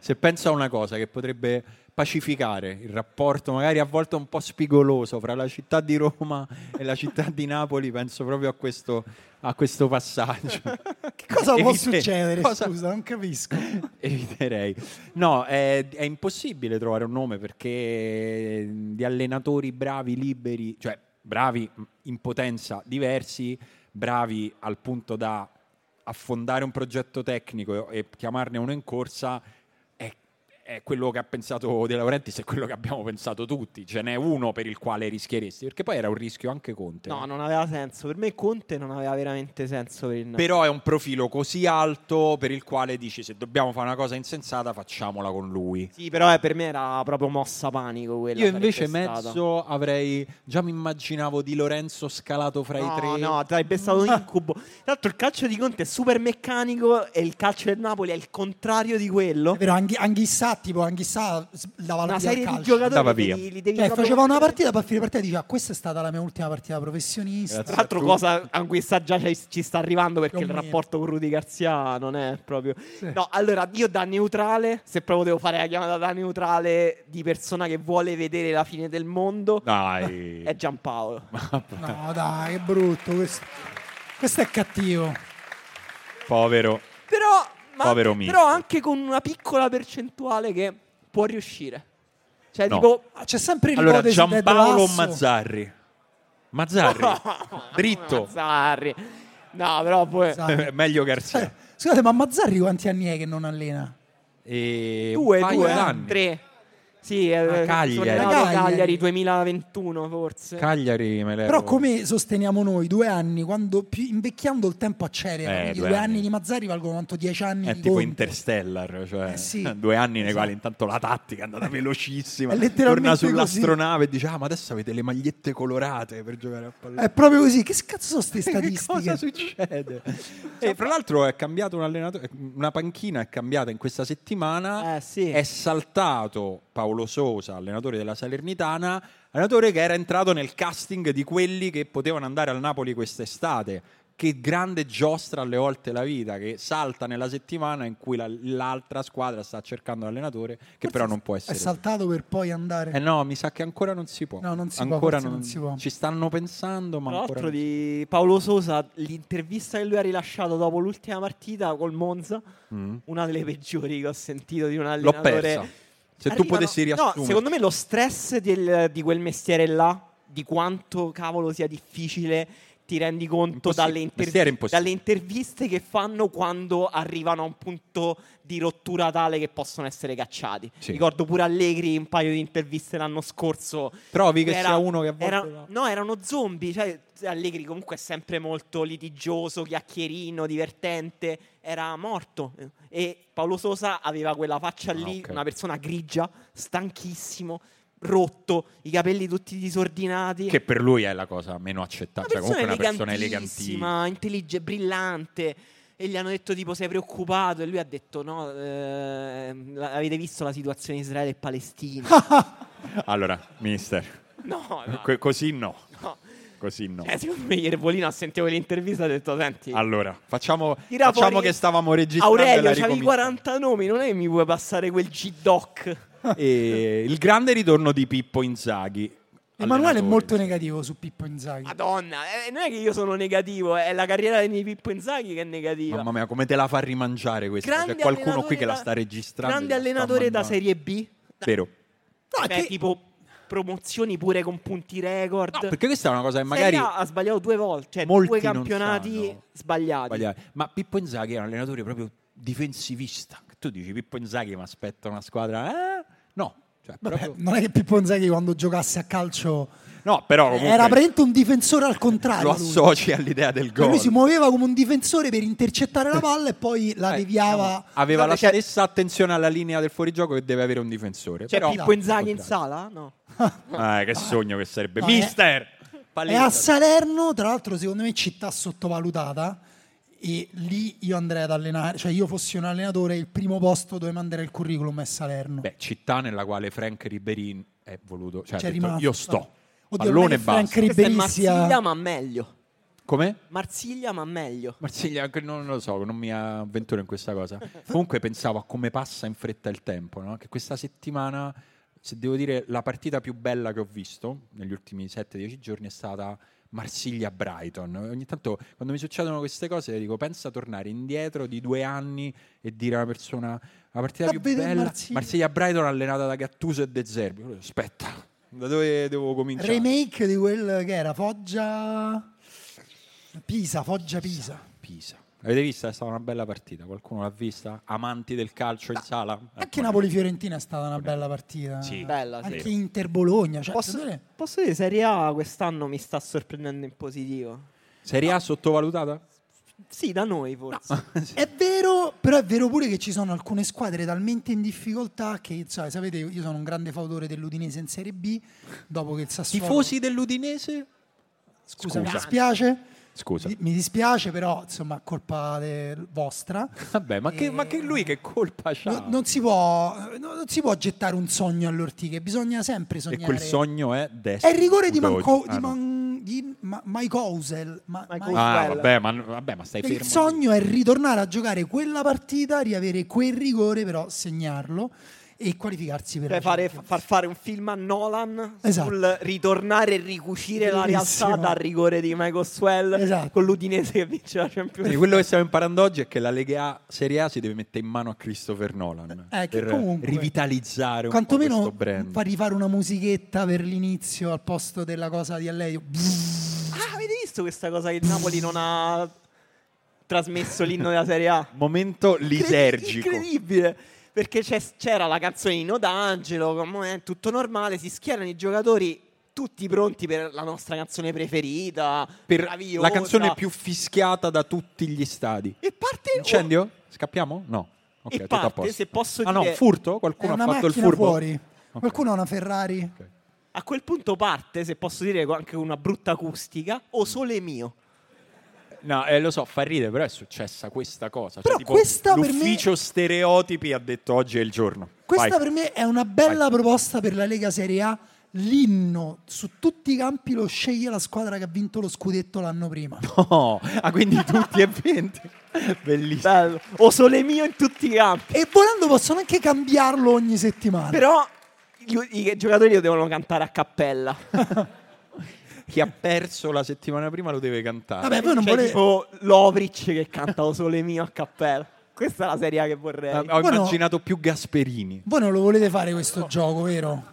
Speaker 1: se penso a una cosa che potrebbe pacificare il rapporto, magari a volte un po' spigoloso, fra la città di Roma e la città di Napoli, penso proprio a questo, a questo passaggio.
Speaker 3: Che
Speaker 2: Eh,
Speaker 3: cosa può
Speaker 1: Evite-
Speaker 3: succedere?
Speaker 1: cosa-
Speaker 3: Scusa, non capisco.
Speaker 1: Eviterei. No, è, è impossibile trovare un nome perché di allenatori bravi, liberi, cioè bravi in potenza diversi, bravi al punto da affondare un progetto tecnico e chiamarne uno in corsa è, è quello che ha pensato De Laurentiis è quello che abbiamo pensato tutti ce n'è uno per il quale rischieresti perché poi era un rischio anche Conte
Speaker 2: No, non aveva senso. Per me Conte non aveva veramente senso per il Napoli.
Speaker 1: però è un profilo così alto per il quale dici se dobbiamo fare una cosa insensata facciamola con lui
Speaker 2: Sì, però eh, per me era proprio mossa panico quella.
Speaker 1: Io
Speaker 2: sarebbe
Speaker 1: invece
Speaker 2: stata.
Speaker 1: mezzo avrei già mi immaginavo di Lorenzo scalato fra
Speaker 2: No,
Speaker 1: i tre.
Speaker 2: no, sarebbe stato
Speaker 3: Ah.
Speaker 2: un incubo. Tra l'altro il calcio di Conte è super meccanico e il calcio del Napoli è il contrario di quello.
Speaker 3: Però Anghi- Anghissà, tipo, Anghissà s- dava la via
Speaker 2: Una
Speaker 3: al
Speaker 2: serie di
Speaker 3: calcio.
Speaker 1: Andava
Speaker 2: giocatori che
Speaker 1: via.
Speaker 2: li, li devi
Speaker 3: Cioè,
Speaker 2: proprio-
Speaker 3: faceva una partita per fine partita e diceva questa è stata la mia ultima partita professionista.
Speaker 1: Grazie.
Speaker 2: Tra l'altro cosa a cui sta già ci, ci sta arrivando perché
Speaker 3: Più o
Speaker 2: il
Speaker 3: meno.
Speaker 2: rapporto con Rudy Garzia non è proprio... No, allora io da neutrale, se proprio devo fare la chiamata da neutrale di persona che vuole vedere la fine del mondo,
Speaker 1: Dai.
Speaker 2: è Giampaolo.
Speaker 3: No, dai, che brutto. Questo, questo è cattivo.
Speaker 1: Povero.
Speaker 2: Però, ma
Speaker 1: Povero
Speaker 2: anche,
Speaker 1: Mick.
Speaker 2: però anche con una piccola percentuale che può riuscire. Cioè
Speaker 1: No.
Speaker 2: tipo...
Speaker 3: Ah, C'è sempre il
Speaker 1: Allora Giampaolo o Mazzarri? Mazzarri. Dritto.
Speaker 2: Mazzarri. No, però poi...
Speaker 1: Eh, Meglio Garzia.
Speaker 3: Scusate, ma Mazzarri quanti anni è che non allena?
Speaker 1: E un
Speaker 2: Due,
Speaker 1: paio
Speaker 2: due,
Speaker 1: d'anni.
Speaker 2: tre. Sì,
Speaker 1: Ah,
Speaker 2: eh,
Speaker 1: Cagliari.
Speaker 2: sono arrivato a
Speaker 3: Cagliari.
Speaker 2: Cagliari 2021 forse.
Speaker 1: Cagliari me l'ero-
Speaker 3: Però come sosteniamo noi due anni, quando più- invecchiando il tempo accelera,
Speaker 1: Eh,
Speaker 3: quindi
Speaker 1: due
Speaker 3: due,
Speaker 1: anni.
Speaker 3: anni. di Mazzarri valgono quanto dieci anni
Speaker 1: è
Speaker 3: di
Speaker 1: tipo
Speaker 3: Conte.
Speaker 1: Interstellar, cioè
Speaker 3: boh- Eh sì,
Speaker 1: due anni nei
Speaker 3: esatto.
Speaker 1: quali intanto la tattica è andata velocissima.
Speaker 3: È letteralmente
Speaker 1: Torna
Speaker 3: così.
Speaker 1: sull'astronave e dice: Ah, ma adesso avete le magliette colorate per giocare a pallone.
Speaker 3: È proprio così, che cazzo sono queste
Speaker 1: Che cosa
Speaker 3: statistiche?
Speaker 1: succede?
Speaker 3: Cioè,
Speaker 1: e fra l'altro è cambiato un allenatore, una panchina è cambiata in questa settimana.
Speaker 2: Eh, sì.
Speaker 1: È saltato Paolo Sosa, allenatore della Salernitana, allenatore che era entrato nel casting di quelli che potevano andare al Napoli quest'estate. Che grande giostra alle volte la vita, che salta nella settimana in cui la- l'altra squadra sta cercando l'allenatore, che però non può
Speaker 3: È
Speaker 1: essere.
Speaker 3: saltato per poi andare.
Speaker 1: eh no, mi sa che ancora non si può.
Speaker 3: No, non si può,
Speaker 1: ancora
Speaker 3: forse non si può.
Speaker 1: Ci stanno pensando, ma
Speaker 2: Tra
Speaker 1: ancora
Speaker 2: l'altro
Speaker 1: non si
Speaker 2: di Paolo Sosa, l'intervista che lui ha rilasciato dopo l'ultima partita col Monza, una delle peggiori che ho sentito di un
Speaker 1: Mm. L'ho
Speaker 2: allenatore.
Speaker 1: persa. Se tu
Speaker 2: Arrivano-
Speaker 1: potessi riassumere,
Speaker 2: No, secondo me lo stress del- di quel mestiere là, di quanto cavolo sia difficile ti rendi conto
Speaker 1: Impossi-
Speaker 2: dalle, intervi-
Speaker 1: mestiere impossibile.
Speaker 2: dalle interviste che fanno quando arrivano a un punto di rottura tale che possono essere cacciati.
Speaker 1: Sì.
Speaker 2: Ricordo pure Allegri in un paio di interviste l'anno scorso.
Speaker 4: Trovi che
Speaker 2: era-
Speaker 4: sia uno che a volte
Speaker 2: era-
Speaker 4: va-
Speaker 2: no, erano zombie. Cioè, Allegri comunque è sempre molto litigioso, chiacchierino, divertente. Era morto. E Paolo Sosa aveva quella faccia lì,
Speaker 1: Ah, ok.
Speaker 2: una persona grigia, stanchissimo, rotto, i capelli tutti disordinati.
Speaker 1: Che per lui è la cosa meno
Speaker 2: Una
Speaker 1: accettata. Cioè,
Speaker 2: persona
Speaker 1: comunque una persona elegantissima.
Speaker 2: elegantissima, intelligente, brillante. E gli hanno detto tipo sei preoccupato e lui ha detto no, ehm, la- avete visto la situazione in Israele e Palestina?
Speaker 1: Allora, mister,
Speaker 2: no, no,
Speaker 1: Eh, que- così no.
Speaker 2: Ah. no.
Speaker 1: Così no.
Speaker 2: Eh, secondo me Iervolino ha sentito quell'intervista e ha detto senti,
Speaker 1: Allora, facciamo,
Speaker 2: tira
Speaker 1: facciamo
Speaker 2: fuori-
Speaker 1: che stavamo registrando. e la
Speaker 2: Aurelio, c'avevi
Speaker 1: ricominciamo.
Speaker 2: 40 nomi, non è che mi vuoi passare quel G-Doc?
Speaker 1: E il grande ritorno di Pippo Inzaghi.
Speaker 3: Emanuele è
Speaker 1: allenatore. Ah,
Speaker 3: molto negativo su Pippo Inzaghi.
Speaker 2: Madonna, eh, non è che io sono negativo, eh, è la carriera di Pippo Inzaghi che è negativa.
Speaker 1: Mamma mia, come te la fa rimangiare questa? C'è qualcuno
Speaker 2: allenatore
Speaker 1: qui che la
Speaker 2: da-
Speaker 1: sta registrando.
Speaker 2: Grande
Speaker 1: e la sta
Speaker 2: allenatore da
Speaker 1: mangiando.
Speaker 2: Serie B.
Speaker 1: Vero.
Speaker 4: No,
Speaker 2: Beh,
Speaker 4: che-
Speaker 2: tipo promozioni pure con punti record.
Speaker 1: No, perché questa è una cosa che
Speaker 2: Serie
Speaker 1: magari...
Speaker 2: A ha sbagliato due volte, cioè
Speaker 1: molti
Speaker 2: due
Speaker 1: non
Speaker 2: campionati
Speaker 1: sanno.
Speaker 2: sbagliati.
Speaker 1: sbagliare. Ma Pippo Inzaghi è un allenatore proprio difensivista. Tu dici Pippo Inzaghi mi aspetta una squadra... eh? No. Cioè,
Speaker 3: Vabbè,
Speaker 1: proprio-
Speaker 3: non è che Pippo Inzaghi quando giocasse a calcio
Speaker 1: No, però
Speaker 3: era
Speaker 1: comunque
Speaker 3: praticamente un difensore al contrario.
Speaker 1: lo
Speaker 3: lui.
Speaker 1: associ all'idea del
Speaker 3: Cioè,
Speaker 1: gol.
Speaker 3: lui si muoveva come un difensore per intercettare la palla e poi la
Speaker 1: Eh,
Speaker 3: deviava. cioè,
Speaker 1: no, Aveva la
Speaker 2: Guardate, c'è-
Speaker 1: stessa attenzione alla linea del fuorigioco che deve avere un difensore.
Speaker 3: Cioè,
Speaker 2: C'è
Speaker 1: però-
Speaker 2: Pippo Cioè, Inzaghi in
Speaker 1: Contrario.
Speaker 2: sala? No.
Speaker 1: Ah, che sogno che sarebbe.
Speaker 3: No,
Speaker 1: Mister!
Speaker 3: È a Salerno, tra l'altro, secondo me, città sottovalutata. E lì io andrei ad allenare, cioè io fossi un allenatore, il primo posto dove mandare il curriculum è Salerno.
Speaker 1: Beh, città nella quale Frank Riberin è voluto. Cioè, ha
Speaker 3: C'è
Speaker 1: detto,
Speaker 3: rimasto.
Speaker 1: io sto.
Speaker 3: Oddio, non
Speaker 1: Pallone
Speaker 3: è che Frank
Speaker 1: basta.
Speaker 2: Questa è
Speaker 3: Ribéry
Speaker 2: Marsiglia
Speaker 3: sia
Speaker 2: ma meglio.
Speaker 1: Come?
Speaker 2: Marsiglia ma meglio.
Speaker 1: Marsiglia, anche- non lo so, non mi avventuro in questa cosa. Comunque pensavo a come passa in fretta il tempo, no? che questa settimana, se devo dire, la partita più bella che ho visto negli ultimi 7-10 giorni è stata Marsiglia-Brighton. Ogni tanto quando mi succedono queste cose dico, pensa a tornare indietro di due anni e dire a una persona la partita
Speaker 3: Da
Speaker 1: più
Speaker 3: vedere
Speaker 1: bella,
Speaker 3: Marsiglia."
Speaker 1: Marsiglia-Brighton allenata da Gattuso e De Zerbi. Io dico, Aspetta, da dove devo cominciare?
Speaker 3: remake di quel che era Foggia Pisa, Foggia Pisa.
Speaker 1: Pisa. Avete visto? È stata una bella partita. Qualcuno l'ha vista? Amanti del calcio in sala?
Speaker 3: Anche
Speaker 1: Ecco.
Speaker 3: Napoli Fiorentina è stata una bella partita.
Speaker 1: Sì.
Speaker 2: Bella, sì.
Speaker 3: Anche Inter Bologna, cioè,
Speaker 2: Posso,
Speaker 3: secondo me-
Speaker 2: posso dire Serie A quest'anno mi sta sorprendendo in positivo.
Speaker 1: Serie A sottovalutata?
Speaker 2: Sì, da noi forse.
Speaker 3: È vero, però è vero pure che ci sono alcune squadre talmente in difficoltà che, sai, sapete, io sono un grande fautore dell'Udinese in Serie B, dopo che il Sassuolo...
Speaker 1: Tifosi dell'Udinese?
Speaker 3: Scusa, mi
Speaker 1: Scusa.
Speaker 3: dispiace.
Speaker 1: Scusa.
Speaker 3: Mi- Mi dispiace, però, insomma, colpa del- vostra.
Speaker 1: Vabbè, ma che, ma che lui che colpa c'ha?
Speaker 3: No- Eh, non, si può, no- non si può gettare un sogno all'ortica, bisogna sempre
Speaker 1: e
Speaker 3: sognare.
Speaker 1: quel sogno è destro.
Speaker 3: È il rigore di,
Speaker 1: Udogi.
Speaker 3: Manco,
Speaker 1: Ah,
Speaker 3: di,
Speaker 1: no.
Speaker 3: Man- di Ma- Mike Housel. Ma-
Speaker 2: Mike
Speaker 3: Mike-
Speaker 2: Housel.
Speaker 1: Ah,
Speaker 2: Bella.
Speaker 1: vabbè ma, vabbè, ma stai fermo.
Speaker 3: il sogno è ritornare a giocare quella partita, riavere quel rigore, però segnarlo e qualificarsi per
Speaker 2: Cioè
Speaker 3: la
Speaker 2: fare-
Speaker 3: Champions.
Speaker 2: far fare un film a Nolan
Speaker 3: Esatto.
Speaker 2: sul ritornare e ricucire la
Speaker 3: Bellissimo.
Speaker 2: realtà dal rigore di Michael Swell
Speaker 3: Esatto.
Speaker 2: con l'Udinese che vince la Champions
Speaker 1: Quindi
Speaker 2: League.
Speaker 1: quello che stiamo imparando oggi è che la Lega A Serie A si deve mettere in mano a Christopher Nolan
Speaker 3: Eh, che
Speaker 1: per
Speaker 3: comunque-
Speaker 1: rivitalizzare un po'
Speaker 3: Quantomeno
Speaker 1: questo brand.
Speaker 3: fargli fare una musichetta per l'inizio al posto della cosa di Alleio.
Speaker 2: Ah, avete visto questa cosa che il Napoli non ha trasmesso l'inno della Serie A?
Speaker 1: Momento lisergico.
Speaker 2: Incredibile. Perché c'è- c'era la canzone di Nodangelo, come è tutto normale, si schierano i giocatori tutti pronti per la nostra canzone preferita,
Speaker 1: Per
Speaker 2: meravigliosa.
Speaker 1: la canzone più fischiata da tutti gli stadi.
Speaker 2: E parte
Speaker 1: Incendio? Scappiamo? No. Ok,
Speaker 2: E
Speaker 1: tutto
Speaker 2: parte,
Speaker 1: a posto.
Speaker 2: se posso
Speaker 1: ah, no,
Speaker 2: dire-
Speaker 1: furto?
Speaker 3: È
Speaker 1: Qualcuno ha
Speaker 3: una
Speaker 1: fatto il
Speaker 3: macchina
Speaker 1: furbo?
Speaker 3: fuori. Qualcuno ha una Ferrari?
Speaker 2: A quel punto parte, se posso dire, con anche una brutta acustica, o sole mio.
Speaker 1: No, eh, lo so, fa ridere, però è successa questa cosa. Cioè,
Speaker 3: Però
Speaker 1: tipo,
Speaker 3: questa per me-
Speaker 1: l'ufficio stereotipi ha detto oggi è il giorno.
Speaker 3: Questa
Speaker 1: Vai.
Speaker 3: per me è una bella proposta per la Lega Serie A. L'inno su tutti i campi lo sceglie la squadra che ha vinto lo scudetto l'anno prima.
Speaker 1: No, ah, quindi tutti e 20. Bellissimo.
Speaker 2: Bello. Eh, O sole mio in tutti i campi.
Speaker 3: E volendo possono anche cambiarlo ogni settimana.
Speaker 2: Però i, i giocatori lo devono cantare a cappella.
Speaker 1: Chi ha perso la settimana prima lo deve cantare.
Speaker 3: Vabbè, voi non
Speaker 1: cioè,
Speaker 3: volete.
Speaker 2: C'è Cioè, tipo Lovric che canta O sole mio a cappella. Questa è la serie A che vorrei.
Speaker 1: Eh, Ho
Speaker 3: Buono.
Speaker 1: immaginato più Gasperini.
Speaker 3: Voi non lo volete fare questo gioco, vero?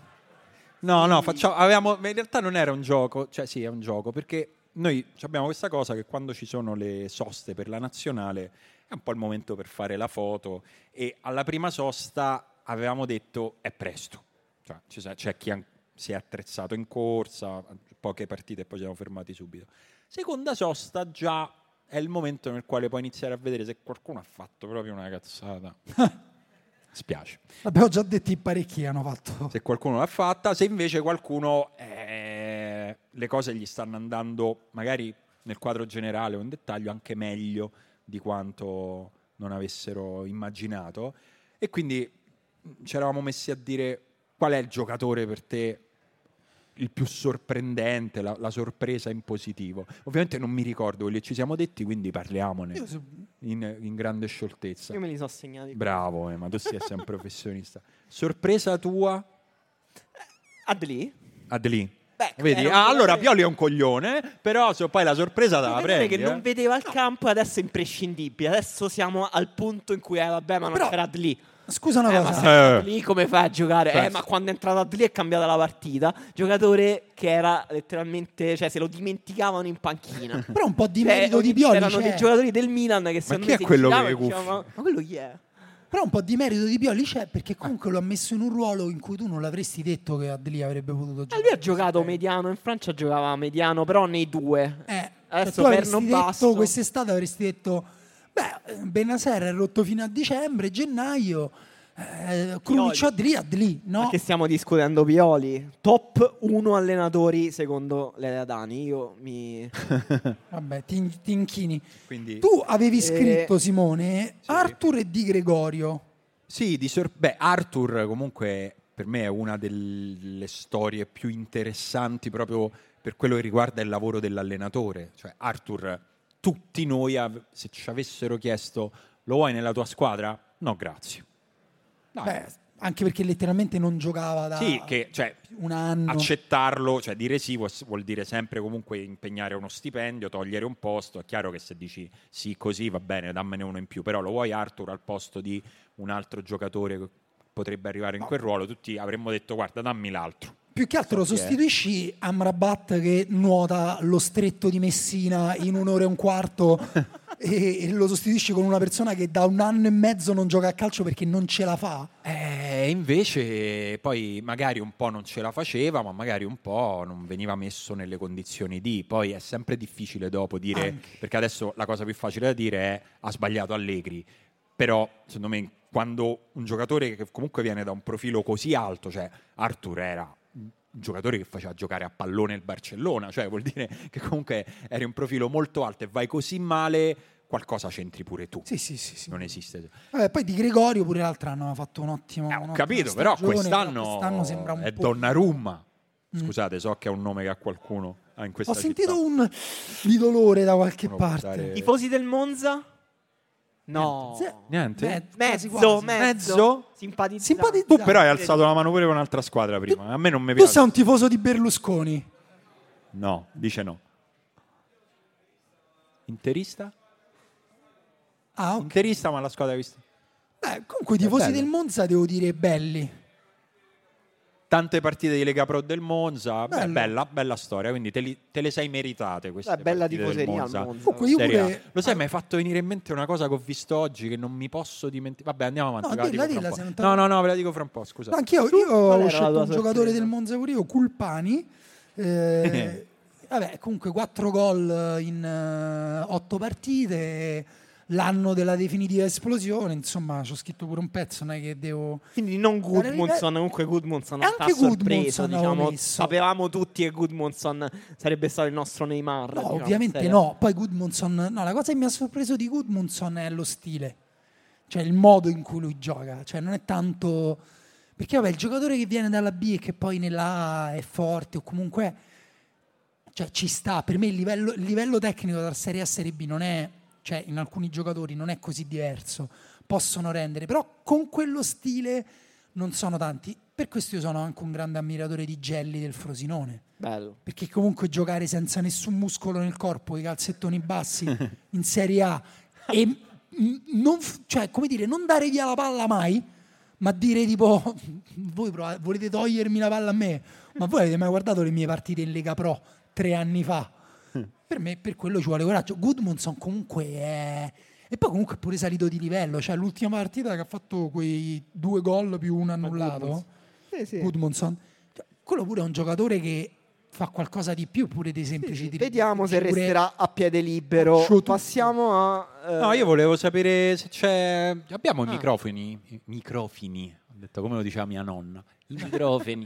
Speaker 1: No, no, facciamo, avevamo, in realtà non era un gioco, cioè sì, è un gioco, perché noi abbiamo questa cosa che quando ci sono le soste per la nazionale è un po' il momento per fare la foto e alla prima sosta avevamo detto è presto, cioè ci sa- c'è chi an- si è attrezzato in corsa, poche partite e poi ci siamo fermati subito. Seconda sosta già è il momento nel quale puoi iniziare a vedere se qualcuno ha fatto proprio una cazzata. Spiace
Speaker 3: L'abbiamo già detto in parecchi hanno fatto.
Speaker 1: se qualcuno l'ha fatta, se invece qualcuno eh, le cose gli stanno andando magari nel quadro generale o in dettaglio anche meglio di quanto non avessero immaginato e quindi mh, ci eravamo messi a dire qual è il giocatore per te il più sorprendente, la, la sorpresa in positivo. Ovviamente non mi ricordo quelli che ci siamo detti, quindi parliamone
Speaker 3: Io se-
Speaker 1: in, in grande scioltezza.
Speaker 2: Io me li so segnati.
Speaker 1: Bravo, eh, ma tu sei sempre un professionista. Sorpresa tua?
Speaker 2: Adli?
Speaker 1: Adli.
Speaker 2: Beh,
Speaker 1: Vedi?
Speaker 2: era un
Speaker 1: Ah, allora
Speaker 2: giocatore-
Speaker 1: Pioli è un coglione, però se poi la sorpresa te la
Speaker 2: Giocatore
Speaker 1: prendi.
Speaker 2: che
Speaker 1: eh.
Speaker 2: non vedeva il campo e adesso è imprescindibile. Adesso siamo al punto in cui, eh, vabbè, ma non
Speaker 3: Però-
Speaker 2: c'era Adli.
Speaker 3: Scusa una
Speaker 2: Eh, ma
Speaker 3: cosa.
Speaker 2: se
Speaker 1: Eh.
Speaker 2: Adli come fai a giocare? Eh,
Speaker 1: Certo.
Speaker 2: ma quando è entrato Adli è cambiata la partita. Giocatore che era letteralmente, cioè se lo dimenticavano in panchina.
Speaker 3: Però un po' di
Speaker 2: Cioè,
Speaker 3: merito di
Speaker 2: ogni-
Speaker 3: Pioli certo.
Speaker 2: C'erano dei
Speaker 3: c'è.
Speaker 2: giocatori del Milan che secondo
Speaker 1: chi
Speaker 2: me
Speaker 1: è
Speaker 2: si
Speaker 1: quello che
Speaker 2: giravano e
Speaker 1: cuffia?
Speaker 2: dicevano, Ma quello chi è?
Speaker 3: Però un po' di merito di Pioli c'è
Speaker 2: Eh.
Speaker 3: perché comunque lo ha messo in un ruolo in cui tu non l'avresti detto che Adli avrebbe potuto
Speaker 2: Eh,
Speaker 3: giocare.
Speaker 2: lui ha giocato mediano, in Francia giocava mediano, però nei due.
Speaker 3: Eh,
Speaker 2: Adesso
Speaker 3: cioè, tu
Speaker 2: Perno
Speaker 3: avresti
Speaker 2: basso.
Speaker 3: detto quest'estate avresti detto beh, Benaser è rotto fino a dicembre, gennaio, eh, Cruccio Adli, Adli, no?
Speaker 2: Perché stiamo discutendo Pioli. Top 1 allenatori secondo Lea Dani. Io mi...
Speaker 3: Vabbè, tin- tinchini.
Speaker 1: Quindi,
Speaker 3: Tu avevi
Speaker 2: Eh,
Speaker 3: scritto Simone
Speaker 1: sì.
Speaker 3: Arthur e Di Gregorio.
Speaker 1: Sì, di sor- beh, Arthur comunque per me è una delle storie più interessanti proprio per quello che riguarda il lavoro dell'allenatore. Cioè, Arthur, tutti noi, av- se ci avessero chiesto lo vuoi nella tua squadra? No, grazie. No, eh.
Speaker 3: Beh, anche perché letteralmente non giocava da
Speaker 1: sì, che cioè,
Speaker 3: un anno.
Speaker 1: accettarlo, cioè dire sì vuol- vuol dire sempre comunque impegnare uno stipendio, togliere un posto. È chiaro che se dici sì così va bene, dammene uno in più, però lo vuoi Arthur al posto di un altro giocatore che potrebbe arrivare in quel ruolo, tutti avremmo detto guarda dammi l'altro.
Speaker 3: Più che altro lo
Speaker 1: Sì, eh.
Speaker 3: sostituisci Amrabat che nuota lo stretto di Messina in un'ora e un quarto e, e lo sostituisci con una persona che da un anno e mezzo non gioca a calcio perché non ce la fa.
Speaker 1: Eh, invece poi magari un po' non ce la faceva, ma magari un po' non veniva messo nelle condizioni di. Poi è sempre difficile dopo dire,
Speaker 3: Anche.
Speaker 1: perché adesso la cosa più facile da dire è ha sbagliato Allegri, però secondo me quando un giocatore che comunque viene da un profilo così alto, cioè Arthur era un giocatore che faceva giocare a pallone il Barcellona, cioè vuol dire che comunque eri un profilo molto alto e vai così male, qualcosa c'entri pure tu.
Speaker 3: Sì, sì, sì. sì.
Speaker 1: Non esiste.
Speaker 3: Vabbè, poi Di Gregorio pure l'altro anno ha fatto un ottimo.
Speaker 1: Eh, ho
Speaker 3: un'ottima
Speaker 1: capito, però
Speaker 3: stagione,
Speaker 1: quest'anno,
Speaker 3: quest'anno sembra un
Speaker 1: è
Speaker 3: po'. Mm.
Speaker 1: Donnarumma. Scusate, so che è un nome che a qualcuno ha in questa
Speaker 3: Ho sentito
Speaker 1: città.
Speaker 3: un di dolore da qualche
Speaker 1: Uno
Speaker 3: parte.
Speaker 1: buttare-
Speaker 2: Tifosi del Monza? No.
Speaker 3: Ze-
Speaker 1: Niente?
Speaker 3: Mezzo,
Speaker 2: Mezzo,
Speaker 3: Eh, quasi, quasi.
Speaker 2: mezzo.
Speaker 1: Mezzo?
Speaker 2: Simpatizzante.
Speaker 3: Simpatizz-
Speaker 1: Tu però hai alzato la mano pure con un'altra squadra prima. A me non mi
Speaker 3: Tu
Speaker 1: piace.
Speaker 3: sei un tifoso di Berlusconi.
Speaker 1: No, dice no. Interista?
Speaker 3: Ah, ok.
Speaker 1: Interista, ma la squadra hai visto.
Speaker 3: Beh, comunque i tifosi
Speaker 1: bello.
Speaker 3: del Monza devo dire belli.
Speaker 1: Tante partite di Lega Pro del Monza. Beh,
Speaker 3: Bello.
Speaker 1: bella, bella storia, quindi te, li- te le sei meritate queste
Speaker 2: Eh, bella
Speaker 1: partite del
Speaker 2: tifoseria al
Speaker 1: Monza.
Speaker 2: Monza.
Speaker 3: Comunque io
Speaker 1: Serie A.
Speaker 3: pure Ah.
Speaker 1: Lo sai, mi hai fatto venire in mente una cosa che ho visto oggi che non mi posso dimenticare. Vabbè, andiamo avanti.
Speaker 3: No,
Speaker 1: ve la
Speaker 3: dilla,
Speaker 1: dico fra un
Speaker 3: dilla,
Speaker 1: po'.
Speaker 3: se non te-
Speaker 1: No, no, no, ve la dico fra un po', scusa.
Speaker 3: No, anch'io
Speaker 2: Tu?
Speaker 3: io
Speaker 2: Qual era
Speaker 3: ho
Speaker 2: la
Speaker 3: scelto
Speaker 2: tua
Speaker 3: un giocatore
Speaker 2: sorpresa?
Speaker 3: del Monza pure io, Culpani. eh, vabbè, comunque 4 gol in 8 partite, l'anno della definitiva esplosione, insomma, ci ho scritto pure un pezzo, non è che devo...
Speaker 2: Quindi non
Speaker 3: Guarda,
Speaker 2: Goodmonson, comunque Goodmonson
Speaker 3: E
Speaker 2: ha
Speaker 3: anche
Speaker 2: sorpreso,
Speaker 3: Goodmanson avevo
Speaker 2: diciamo,
Speaker 3: messo.
Speaker 2: sapevamo tutti che Goodmonson sarebbe stato il nostro Neymar.
Speaker 3: No,
Speaker 2: diciamo,
Speaker 3: ovviamente
Speaker 2: serie.
Speaker 3: no. Poi Goodmunson, no, la cosa che mi ha sorpreso di Goodmunson è lo stile, cioè il modo in cui lui gioca, cioè non è tanto perché vabbè, il giocatore che viene dalla B e che poi nella A è forte o comunque è- cioè, ci sta, per me il livello, il livello tecnico tra Serie A e Serie B non è, cioè in alcuni giocatori non è così diverso, possono rendere, però con quello stile non sono tanti. Per questo io sono anche un grande ammiratore di Gelli del Frosinone
Speaker 2: eh. Bello.
Speaker 3: perché comunque giocare senza nessun muscolo nel corpo, i calzettoni bassi in Serie A e mm, non, f- cioè, come dire, non dare via la palla mai, ma dire tipo voi prova- volete togliermi la palla a me ma voi avete mai guardato le mie partite in Lega Pro tre anni fa per me per quello ci vuole coraggio Goodmanson comunque è e poi comunque è pure salito di livello cioè l'ultima partita che ha fatto quei due gol più un annullato
Speaker 2: Sì, sì.
Speaker 3: Goodmanson Cioè, quello pure è un giocatore che fa qualcosa di più pure dei semplici tiri
Speaker 2: Vediamo se
Speaker 3: pure-
Speaker 2: resterà a piede libero.
Speaker 3: Shoot.
Speaker 2: Passiamo a. eh,
Speaker 1: No, io volevo sapere se c'è.
Speaker 2: Ah.
Speaker 1: Abbiamo i microfoni? I microfoni, ho detto come lo diceva mia nonna. I microfoni.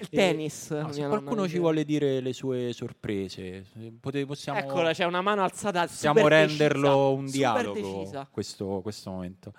Speaker 2: il
Speaker 1: Eh,
Speaker 2: tennis.
Speaker 1: no, se
Speaker 2: mia
Speaker 1: qualcuno
Speaker 2: nonna
Speaker 1: ci
Speaker 2: diceva.
Speaker 1: vuole diciamo- dire le sue sorprese, se pote- possiamo,
Speaker 2: Eccola, c'è una mano alzata.
Speaker 1: possiamo
Speaker 2: Ecco cioè, super
Speaker 1: renderlo
Speaker 2: decisa,
Speaker 1: un
Speaker 2: super
Speaker 1: dialogo
Speaker 2: decisa.
Speaker 1: questo, questo momento.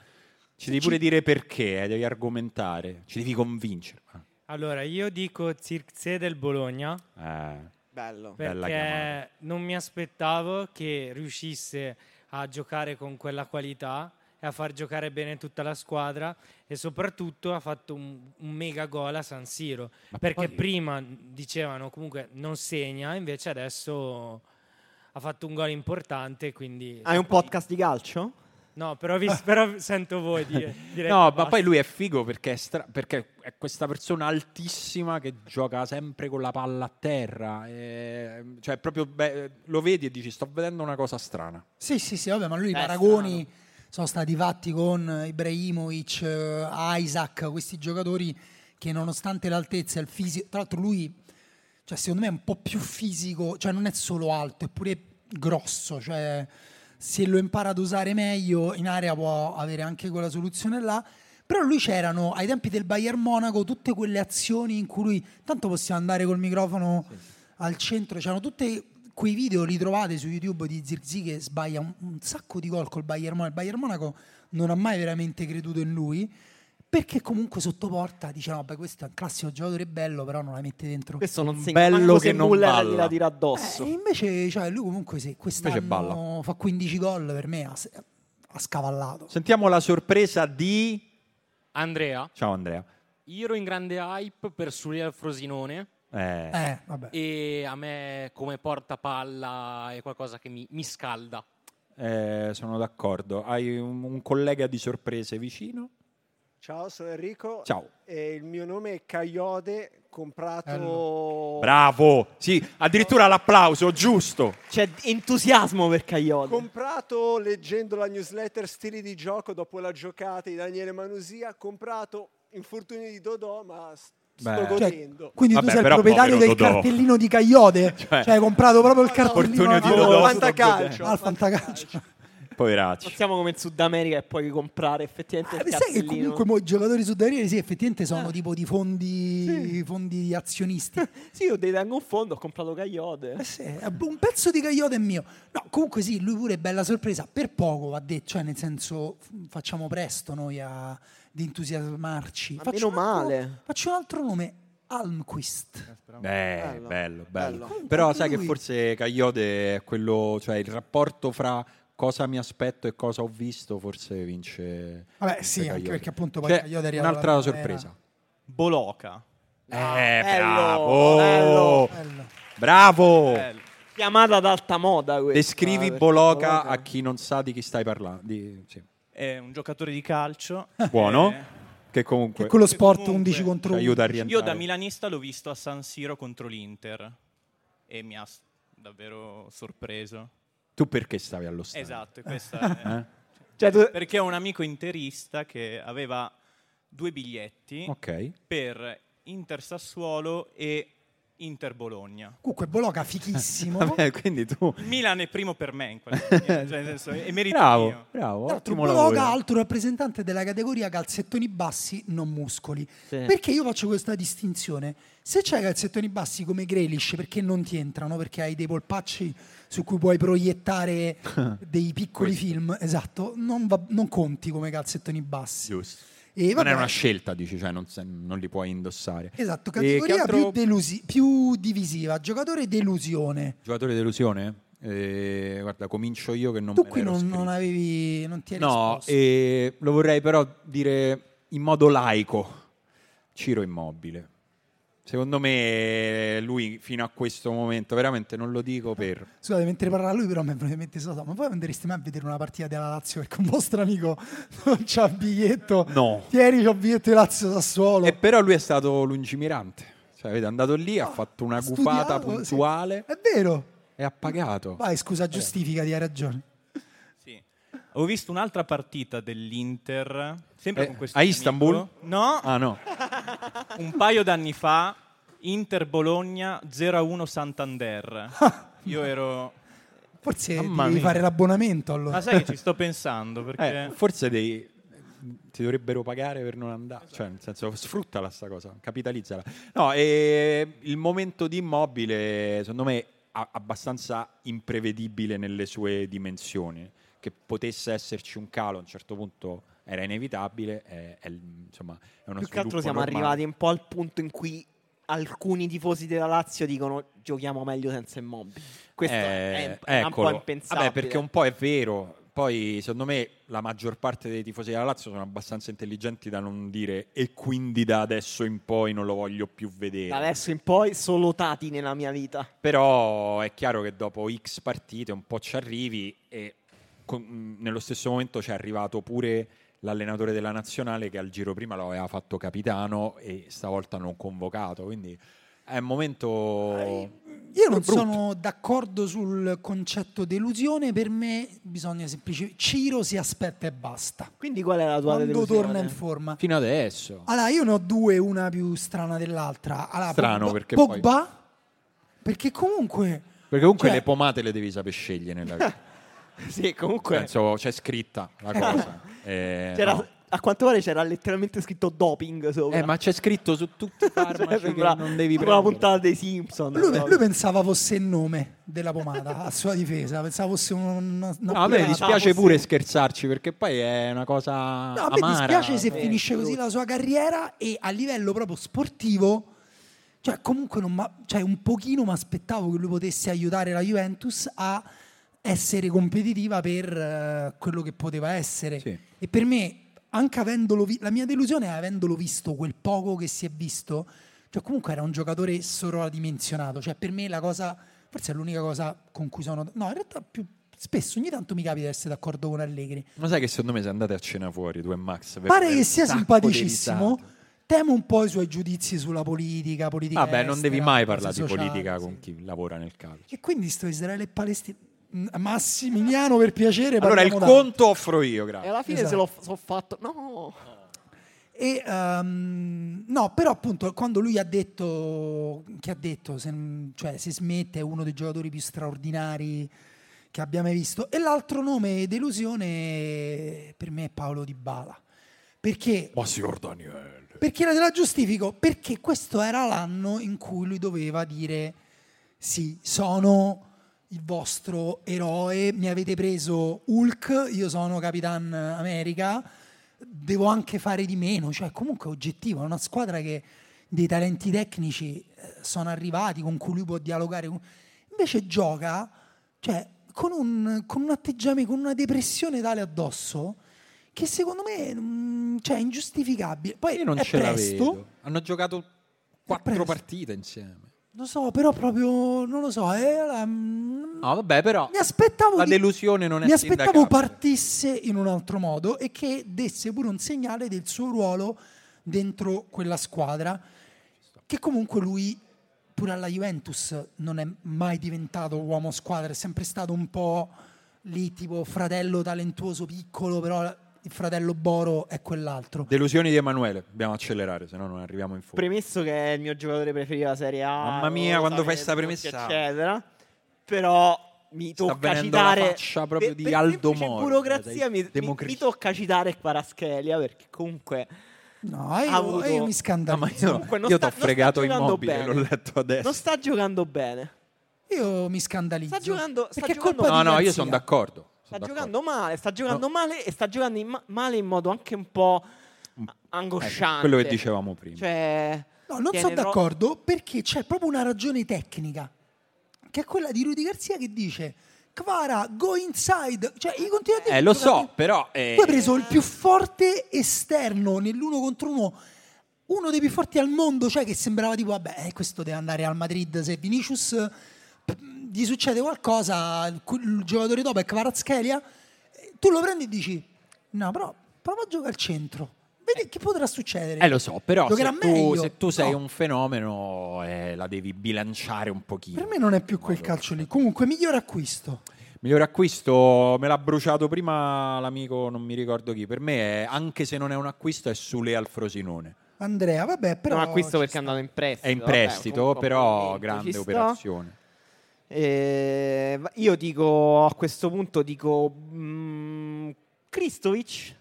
Speaker 1: Ci devi pure dire perché, eh, devi argomentare, ci devi convincere.
Speaker 4: Allora, io dico Circe del Bologna
Speaker 1: Eh,
Speaker 2: Bello.
Speaker 1: Bella chiamata.
Speaker 4: perché non mi aspettavo che riuscisse a giocare con quella qualità e a far giocare bene tutta la squadra e soprattutto ha fatto un, un mega gol a San Siro
Speaker 1: Ma
Speaker 4: perché
Speaker 1: poi-
Speaker 4: prima dicevano comunque non segna invece adesso ha fatto un gol importante quindi
Speaker 1: Ah,
Speaker 2: Hai un podcast di calcio?
Speaker 4: no però, vi- però sento voi dire, dire
Speaker 1: No,
Speaker 4: che
Speaker 1: ma
Speaker 4: basta.
Speaker 1: poi lui è figo perché è, stra- perché è questa persona altissima che gioca sempre con la palla a terra. eh, cioè, è proprio be- lo vedi e dici: Sto vedendo una cosa strana.
Speaker 3: Sì, sì, sì, vabbè, ma lui i
Speaker 2: Beh,
Speaker 3: paragoni sono stati fatti con eh, Ibrahimovic, eh, Isaac, questi giocatori che nonostante l'altezza e il fisico, tra l'altro lui, cioè, secondo me è un po' più fisico, cioè non è solo alto, è pure grosso, cioè se lo impara ad usare meglio in area può avere anche quella soluzione là. Però lui c'erano ai tempi del Bayern Monaco tutte quelle azioni in cui lui tanto possiamo andare col microfono al centro, c'erano tutti quei video li trovate su YouTube di Zirzi che sbaglia un, un sacco di gol col Bayern Monaco. Il Bayern Monaco non ha mai veramente creduto in lui. Perché comunque sotto porta dice no, beh, questo è un classico giocatore bello, però non la mette dentro.
Speaker 2: Questo non
Speaker 1: Un
Speaker 2: segna
Speaker 1: bello
Speaker 2: manco se
Speaker 1: che non
Speaker 2: Muller
Speaker 1: balla.
Speaker 2: gliela tira addosso.
Speaker 3: Eh, invece cioè, lui comunque se quest'anno
Speaker 1: balla.
Speaker 3: fa 15 gol per me ha, ha scavallato.
Speaker 1: Sentiamo la sorpresa di.
Speaker 5: Andrea,
Speaker 1: Ciao, Andrea.
Speaker 5: io ero in grande hype per Suriel Frosinone
Speaker 1: Eh,
Speaker 3: Eh, vabbè.
Speaker 5: e a me come portapalla è qualcosa che mi, mi scalda.
Speaker 1: eh, sono d'accordo. Hai un, un collega di sorprese vicino?
Speaker 6: Ciao, sono Enrico.
Speaker 1: Ciao.
Speaker 6: E il mio nome è Caiode, comprato...
Speaker 1: Bravo! Sì, addirittura l'applauso, giusto.
Speaker 2: C'è entusiasmo per Caglioli.
Speaker 6: Comprato leggendo la newsletter Stili di gioco dopo la giocata di Daniele Manusia, comprato infortuni di Dodò, ma s-
Speaker 1: Beh.
Speaker 6: sto
Speaker 1: Cioè,
Speaker 6: godendo.
Speaker 3: Quindi
Speaker 1: Vabbè,
Speaker 3: tu sei il
Speaker 1: però
Speaker 3: proprietario del
Speaker 1: povero Dodò.
Speaker 3: cartellino di Cagliote,
Speaker 1: Cioè,
Speaker 3: cioè, hai comprato proprio il cartellino
Speaker 1: Fortunio di Eh.
Speaker 3: al-
Speaker 1: Dodò.
Speaker 6: Fantacalcio.
Speaker 3: al fantacalcio.
Speaker 1: Poveraccio.
Speaker 2: Non siamo come in Sud America e puoi comprare effettivamente
Speaker 3: Ah,
Speaker 2: il
Speaker 3: sai che
Speaker 2: cartellino.
Speaker 3: comunque mo i giocatori sudameriani sì, effettivamente sono tipo di fondi, fondi azionisti.
Speaker 2: Sì, io detengo un fondo, ho comprato Cagliode.
Speaker 3: Eh sì, eh, un pezzo di Cagliote è mio. No, comunque sì, lui pure è bella sorpresa. Per poco va detto, cioè nel senso f- facciamo presto noi a, ad entusiasmarci.
Speaker 2: Ma
Speaker 3: Faccio
Speaker 2: meno
Speaker 3: un altro-
Speaker 2: male.
Speaker 3: Faccio un altro nome, Almquist.
Speaker 1: Beh, bello, bello.
Speaker 3: Diciamo. Bello.
Speaker 1: Però
Speaker 3: Anche
Speaker 1: sai che
Speaker 3: lui.
Speaker 1: forse Cagliode è quello, cioè il rapporto fra cosa mi aspetto e cosa ho visto, forse vince.
Speaker 3: Vabbè,
Speaker 1: vince
Speaker 3: sì, anche
Speaker 1: Cagliote.
Speaker 3: perché appunto poi
Speaker 1: C'è
Speaker 3: Cagliote è arrivato
Speaker 1: Un'altra
Speaker 3: alla
Speaker 1: sorpresa.
Speaker 7: Boloca.
Speaker 1: eh,
Speaker 2: bello,
Speaker 1: bravo!
Speaker 2: bello,
Speaker 3: Ah, Bello.
Speaker 1: Bravo!
Speaker 7: Bello.
Speaker 2: Chiamata ad alta moda questa.
Speaker 1: Descrivi
Speaker 2: perché
Speaker 1: Boloca a chi non sa di chi stai parlando. di- sì.
Speaker 7: È un giocatore di calcio.
Speaker 1: Buono,
Speaker 7: Eh,
Speaker 1: che comunque
Speaker 3: Che quello sport
Speaker 7: Comunque,
Speaker 3: 11 contro
Speaker 1: ci
Speaker 3: 11.
Speaker 1: aiuta a rientrare.
Speaker 7: Io da milanista l'ho visto a San Siro contro l'Inter e mi ha s- davvero sorpreso.
Speaker 1: Tu perché stavi allo stadio?
Speaker 7: Esatto, e questa è-
Speaker 1: Eh?
Speaker 2: Cioè, tu-
Speaker 7: perché ho un amico interista che aveva due biglietti
Speaker 1: Ok.
Speaker 7: per Inter Sassuolo e Inter Bologna.
Speaker 3: Comunque Boloca fichissimo.
Speaker 1: Vabbè, quindi tu...
Speaker 7: Milan è primo per me in qualche maniera, cioè, nel senso, è è merito
Speaker 1: Bravo,
Speaker 7: mio.
Speaker 1: bravo,
Speaker 3: Tra l'altro
Speaker 1: ottimo
Speaker 3: Bologa,
Speaker 1: lavoro.
Speaker 3: alto rappresentante della categoria calzettoni bassi, non muscoli.
Speaker 2: Sì.
Speaker 3: Perché io faccio questa distinzione? Se c'hai calzettoni bassi come Grealish, perché non ti entrano? Perché hai dei polpacci su cui puoi proiettare dei piccoli film, esatto, non, va- non conti come calzettoni bassi.
Speaker 1: Giusto.
Speaker 3: E
Speaker 1: non
Speaker 3: vabbè,
Speaker 1: è una scelta, dici, cioè non, se- non li puoi indossare.
Speaker 3: Esatto,
Speaker 1: E che
Speaker 3: categoria
Speaker 1: altro-
Speaker 3: più, delusi- più divisiva, giocatore delusione.
Speaker 1: Giocatore delusione? Eh, guarda, comincio io che non
Speaker 3: Tu
Speaker 1: me
Speaker 3: qui
Speaker 1: l'ero
Speaker 3: non,
Speaker 1: scritto.
Speaker 3: non avevi, non ti eri
Speaker 1: No,
Speaker 3: esposto.
Speaker 1: eh, lo vorrei però dire in modo laico. Ciro Immobile. Secondo me eh, lui fino a questo momento, veramente non lo
Speaker 3: Eh.
Speaker 1: dico per...
Speaker 3: Scusate, mentre parlava lui, però mi è venuto in mente questa cosa. Ma voi andreste mai a vedere una partita della Lazio? Perché un vostro amico non c'ha biglietto.
Speaker 1: No.
Speaker 3: Ieri c'ho biglietto di Lazio Sassuolo.
Speaker 1: E Eh, però lui è stato lungimirante. Cioè, avete andato lì, ha fatto una gufata
Speaker 3: Ah, Studiato, sì.
Speaker 1: puntuale Eh.
Speaker 3: È vero.
Speaker 1: e ha pagato.
Speaker 3: Vai, scusa, giustificati, hai ragione.
Speaker 7: Sì. Ho visto un'altra partita dell'Inter, sempre
Speaker 1: Eh,
Speaker 7: con questo
Speaker 1: a
Speaker 7: amico.
Speaker 1: Istanbul?
Speaker 7: No,
Speaker 1: Ah no,
Speaker 7: un paio d'anni fa, Inter-Bologna 0-1 Santander. Io ero...
Speaker 3: Forse
Speaker 1: Mamma
Speaker 3: devi
Speaker 1: mia.
Speaker 3: fare l'abbonamento allora.
Speaker 7: Ma sai che ci sto pensando,
Speaker 1: Eh,
Speaker 7: perché...
Speaker 1: forse dei- ti dovrebbero pagare per non andare. Cioè, nel senso, sfruttala sta cosa, capitalizzala. No, e il momento di immobile, secondo me, a- abbastanza imprevedibile nelle sue dimensioni. Che potesse esserci un calo a un certo punto era inevitabile, è, è il- insomma, è uno
Speaker 2: Più che altro
Speaker 1: sviluppo
Speaker 2: siamo
Speaker 1: normale.
Speaker 2: arrivati un po' al punto in cui alcuni tifosi della Lazio dicono giochiamo meglio senza Immobile. Questo è,
Speaker 1: Eh,
Speaker 2: è un po'
Speaker 1: eccolo.
Speaker 2: impensabile.
Speaker 1: Vabbè, perché un po' è vero. Poi, secondo me, la maggior parte dei tifosi della Lazio sono abbastanza intelligenti da non dire e quindi da adesso in poi non lo voglio più vedere.
Speaker 2: Da adesso in poi solo Tati nella mia vita.
Speaker 1: Però è chiaro che dopo X partite un po' ci arrivi e con- mh, nello stesso momento ci è arrivato pure l'allenatore della nazionale che al giro prima lo aveva fatto capitano e stavolta non convocato. Quindi è un momento...
Speaker 3: Io non
Speaker 1: brutto.
Speaker 3: sono d'accordo sul concetto delusione, per me bisogna semplicemente... Ciro si aspetta e basta.
Speaker 2: Quindi qual è la tua
Speaker 3: Quando
Speaker 2: delusione?
Speaker 3: torna in forma.
Speaker 1: Fino adesso.
Speaker 3: Allora, io ne ho due, una più strana dell'altra. Allora,
Speaker 1: Strano,
Speaker 3: Pogba,
Speaker 1: perché poi-
Speaker 3: Pogba, perché comunque...
Speaker 1: Perché comunque
Speaker 3: Cioè-
Speaker 1: le pomate le devi sapere scegliere nella vita.
Speaker 2: Sì, comunque
Speaker 1: Penso c'è scritta la cosa. Eh,
Speaker 2: c'era-
Speaker 1: no.
Speaker 2: a quanto pare c'era letteralmente scritto doping sopra.
Speaker 1: Eh, ma c'è scritto su tutti i farmaci
Speaker 2: Cioè,
Speaker 1: che
Speaker 2: sembra
Speaker 1: non devi
Speaker 2: sembra
Speaker 1: prendere.
Speaker 2: una puntata dei Simpson.
Speaker 3: Lui, lui pensava fosse il nome della pomata, a sua difesa, pensava fosse un- una...
Speaker 1: No,
Speaker 3: una
Speaker 1: diciamo a me
Speaker 3: pirata.
Speaker 1: dispiace pure scherzarci perché poi è una cosa
Speaker 3: No, a me
Speaker 1: amara.
Speaker 3: dispiace se finisce così la sua carriera e a livello proprio sportivo, cioè comunque non ma- cioè, un pochino mi aspettavo che lui potesse aiutare la Juventus a essere competitiva per eh, quello che poteva essere.
Speaker 1: Sì.
Speaker 3: E per me, anche avendolo vi- la mia delusione è avendolo visto quel poco che si è visto, cioè comunque era un giocatore sovradimensionato, cioè per me la cosa, forse è l'unica cosa con cui sono... No, in realtà più spesso, ogni tanto mi capita di essere d'accordo con Allegri.
Speaker 1: Ma sai che secondo me se andate a cena fuori tu e Max per
Speaker 3: Pare
Speaker 1: vedere
Speaker 3: che
Speaker 1: un
Speaker 3: sia
Speaker 1: sacco
Speaker 3: simpaticissimo.
Speaker 1: di risate.
Speaker 3: Temo un po' i suoi giudizi sulla politica, politica
Speaker 1: Vabbè, non devi
Speaker 3: estera,
Speaker 1: mai
Speaker 3: cose
Speaker 1: parlare di
Speaker 3: Esatto, sociali,
Speaker 1: politica
Speaker 3: sì.
Speaker 1: con chi lavora nel calcio.
Speaker 3: E quindi sto Israele e Palestina. Mm, Massimiliano, per piacere.
Speaker 1: Allora il
Speaker 3: Cioè, parliamo tanto.
Speaker 1: conto offro io,
Speaker 2: E
Speaker 1: grazie.
Speaker 2: alla fine se
Speaker 3: Esatto.
Speaker 2: l'ho so fatto. No.
Speaker 3: E, ehm, no, però appunto quando lui ha detto, che ha detto, se, cioè se smette è uno dei giocatori più straordinari che abbia mai visto. E l'altro nome delusione per me è Paolo Di Bala. Perché
Speaker 1: Ma signor Daniele.
Speaker 3: Perché te la giustifico? Perché questo era l'anno in cui lui doveva dire sì, sono il vostro eroe, mi avete preso Hulk, io sono Capitan America, devo anche fare di meno, cioè comunque è oggettivo, è una squadra che dei talenti tecnici eh, sono arrivati, con cui lui può dialogare. Invece gioca cioè, con, un, con un atteggiamento, con una depressione tale addosso che secondo me mm, cioè, è ingiustificabile. Poi
Speaker 1: Io non
Speaker 3: è
Speaker 1: ce la
Speaker 3: presto,
Speaker 1: vedo. Hanno giocato quattro
Speaker 3: presto.
Speaker 1: partite insieme.
Speaker 3: lo so, però proprio non lo so. eh, la- mm,
Speaker 1: No, vabbè, però
Speaker 3: mi aspettavo
Speaker 1: la
Speaker 3: di-
Speaker 1: delusione non è
Speaker 3: mi aspettavo
Speaker 1: sindacabile.
Speaker 3: partisse in un altro modo e che desse pure un segnale del suo ruolo dentro quella squadra che comunque lui pure alla Juventus non è mai diventato uomo squadra è sempre stato un po' lì tipo fratello talentuoso piccolo però il fratello Boro è quell'altro
Speaker 1: Delusioni di Emanuele, dobbiamo accelerare, se no non arriviamo in fondo.
Speaker 2: Premesso che è il mio giocatore preferito della Serie A.
Speaker 1: Mamma
Speaker 2: lo
Speaker 1: mia, quando
Speaker 2: sapete
Speaker 1: fai sta
Speaker 2: tutti,
Speaker 1: premessa.
Speaker 2: Eccetera. Però mi
Speaker 1: Sta
Speaker 2: tocca
Speaker 1: avvenendo
Speaker 2: citare.
Speaker 1: la faccia proprio
Speaker 2: per-
Speaker 1: di
Speaker 2: per
Speaker 1: Aldo
Speaker 2: semplice
Speaker 1: Moro, dai,
Speaker 2: burocrazia mi, mi,
Speaker 1: democrazia.
Speaker 2: mi tocca citare Paraschelia perché comunque.
Speaker 3: no
Speaker 2: Ha
Speaker 3: io,
Speaker 2: avuto-
Speaker 3: io mi
Speaker 1: No, ma
Speaker 3: scandalizzo
Speaker 1: io,
Speaker 2: Comunque non
Speaker 1: io
Speaker 2: sta-
Speaker 1: t'ho
Speaker 2: non sta
Speaker 1: fregato
Speaker 2: giocando
Speaker 1: immobile,
Speaker 2: bene.
Speaker 1: l'ho letto
Speaker 3: Eh,
Speaker 1: adesso.
Speaker 2: Non sta giocando bene.
Speaker 3: io mi scandalizzo
Speaker 2: Sta giocando- sta
Speaker 3: perché è
Speaker 2: giocando-
Speaker 3: colpa
Speaker 1: no,
Speaker 3: di
Speaker 1: no, io
Speaker 3: Garzia.
Speaker 1: sono d'accordo.
Speaker 2: Sta
Speaker 1: son d'accordo.
Speaker 2: giocando male, sta giocando
Speaker 1: No.
Speaker 2: male e sta giocando in ma- male in modo anche un po' a- angosciante.
Speaker 1: Ecco, quello che dicevamo prima.
Speaker 2: Cioè,
Speaker 3: No, non
Speaker 2: tiene
Speaker 3: sono
Speaker 2: tro-
Speaker 3: d'accordo perché c'è proprio una ragione tecnica, che è quella di Rudy Garzia che dice Kvara, go inside. Cioè, io continuo a dire...
Speaker 1: eh, lo
Speaker 3: giocatore-
Speaker 1: so, però... eh,
Speaker 3: Tu hai preso il più forte esterno nell'uno contro uno uno dei più forti al mondo, cioè che sembrava tipo, vabbè, eh, questo deve andare al Madrid, se Vinicius eh, p- gli succede qualcosa, il cu- il giocatore dopo è Kvaratskhelia, eh, tu lo prendi e dici, no, però prova a giocare al centro, vedi che potrà succedere.
Speaker 1: Eh lo so, però
Speaker 3: Giocherà
Speaker 1: se tu,
Speaker 3: meglio.
Speaker 1: se tu sei
Speaker 3: No.
Speaker 1: un fenomeno eh, la devi bilanciare un pochino.
Speaker 3: Per me non è più quel calcio lì, comunque miglior acquisto.
Speaker 1: Miglior acquisto, me l'ha bruciato prima l'amico, non mi ricordo chi. Per me, è, anche se non è un acquisto, è Sule al Frosinone.
Speaker 3: Andrea, vabbè, però...
Speaker 2: non acquisto
Speaker 3: ci
Speaker 2: perché è
Speaker 3: sta.
Speaker 2: andato in prestito.
Speaker 1: È in
Speaker 2: vabbè,
Speaker 1: prestito,
Speaker 2: comunque un
Speaker 1: però
Speaker 2: momento, ci
Speaker 1: grande
Speaker 2: sta.
Speaker 1: operazione.
Speaker 2: Eh, va- io dico a questo punto dico mm, Kristovic.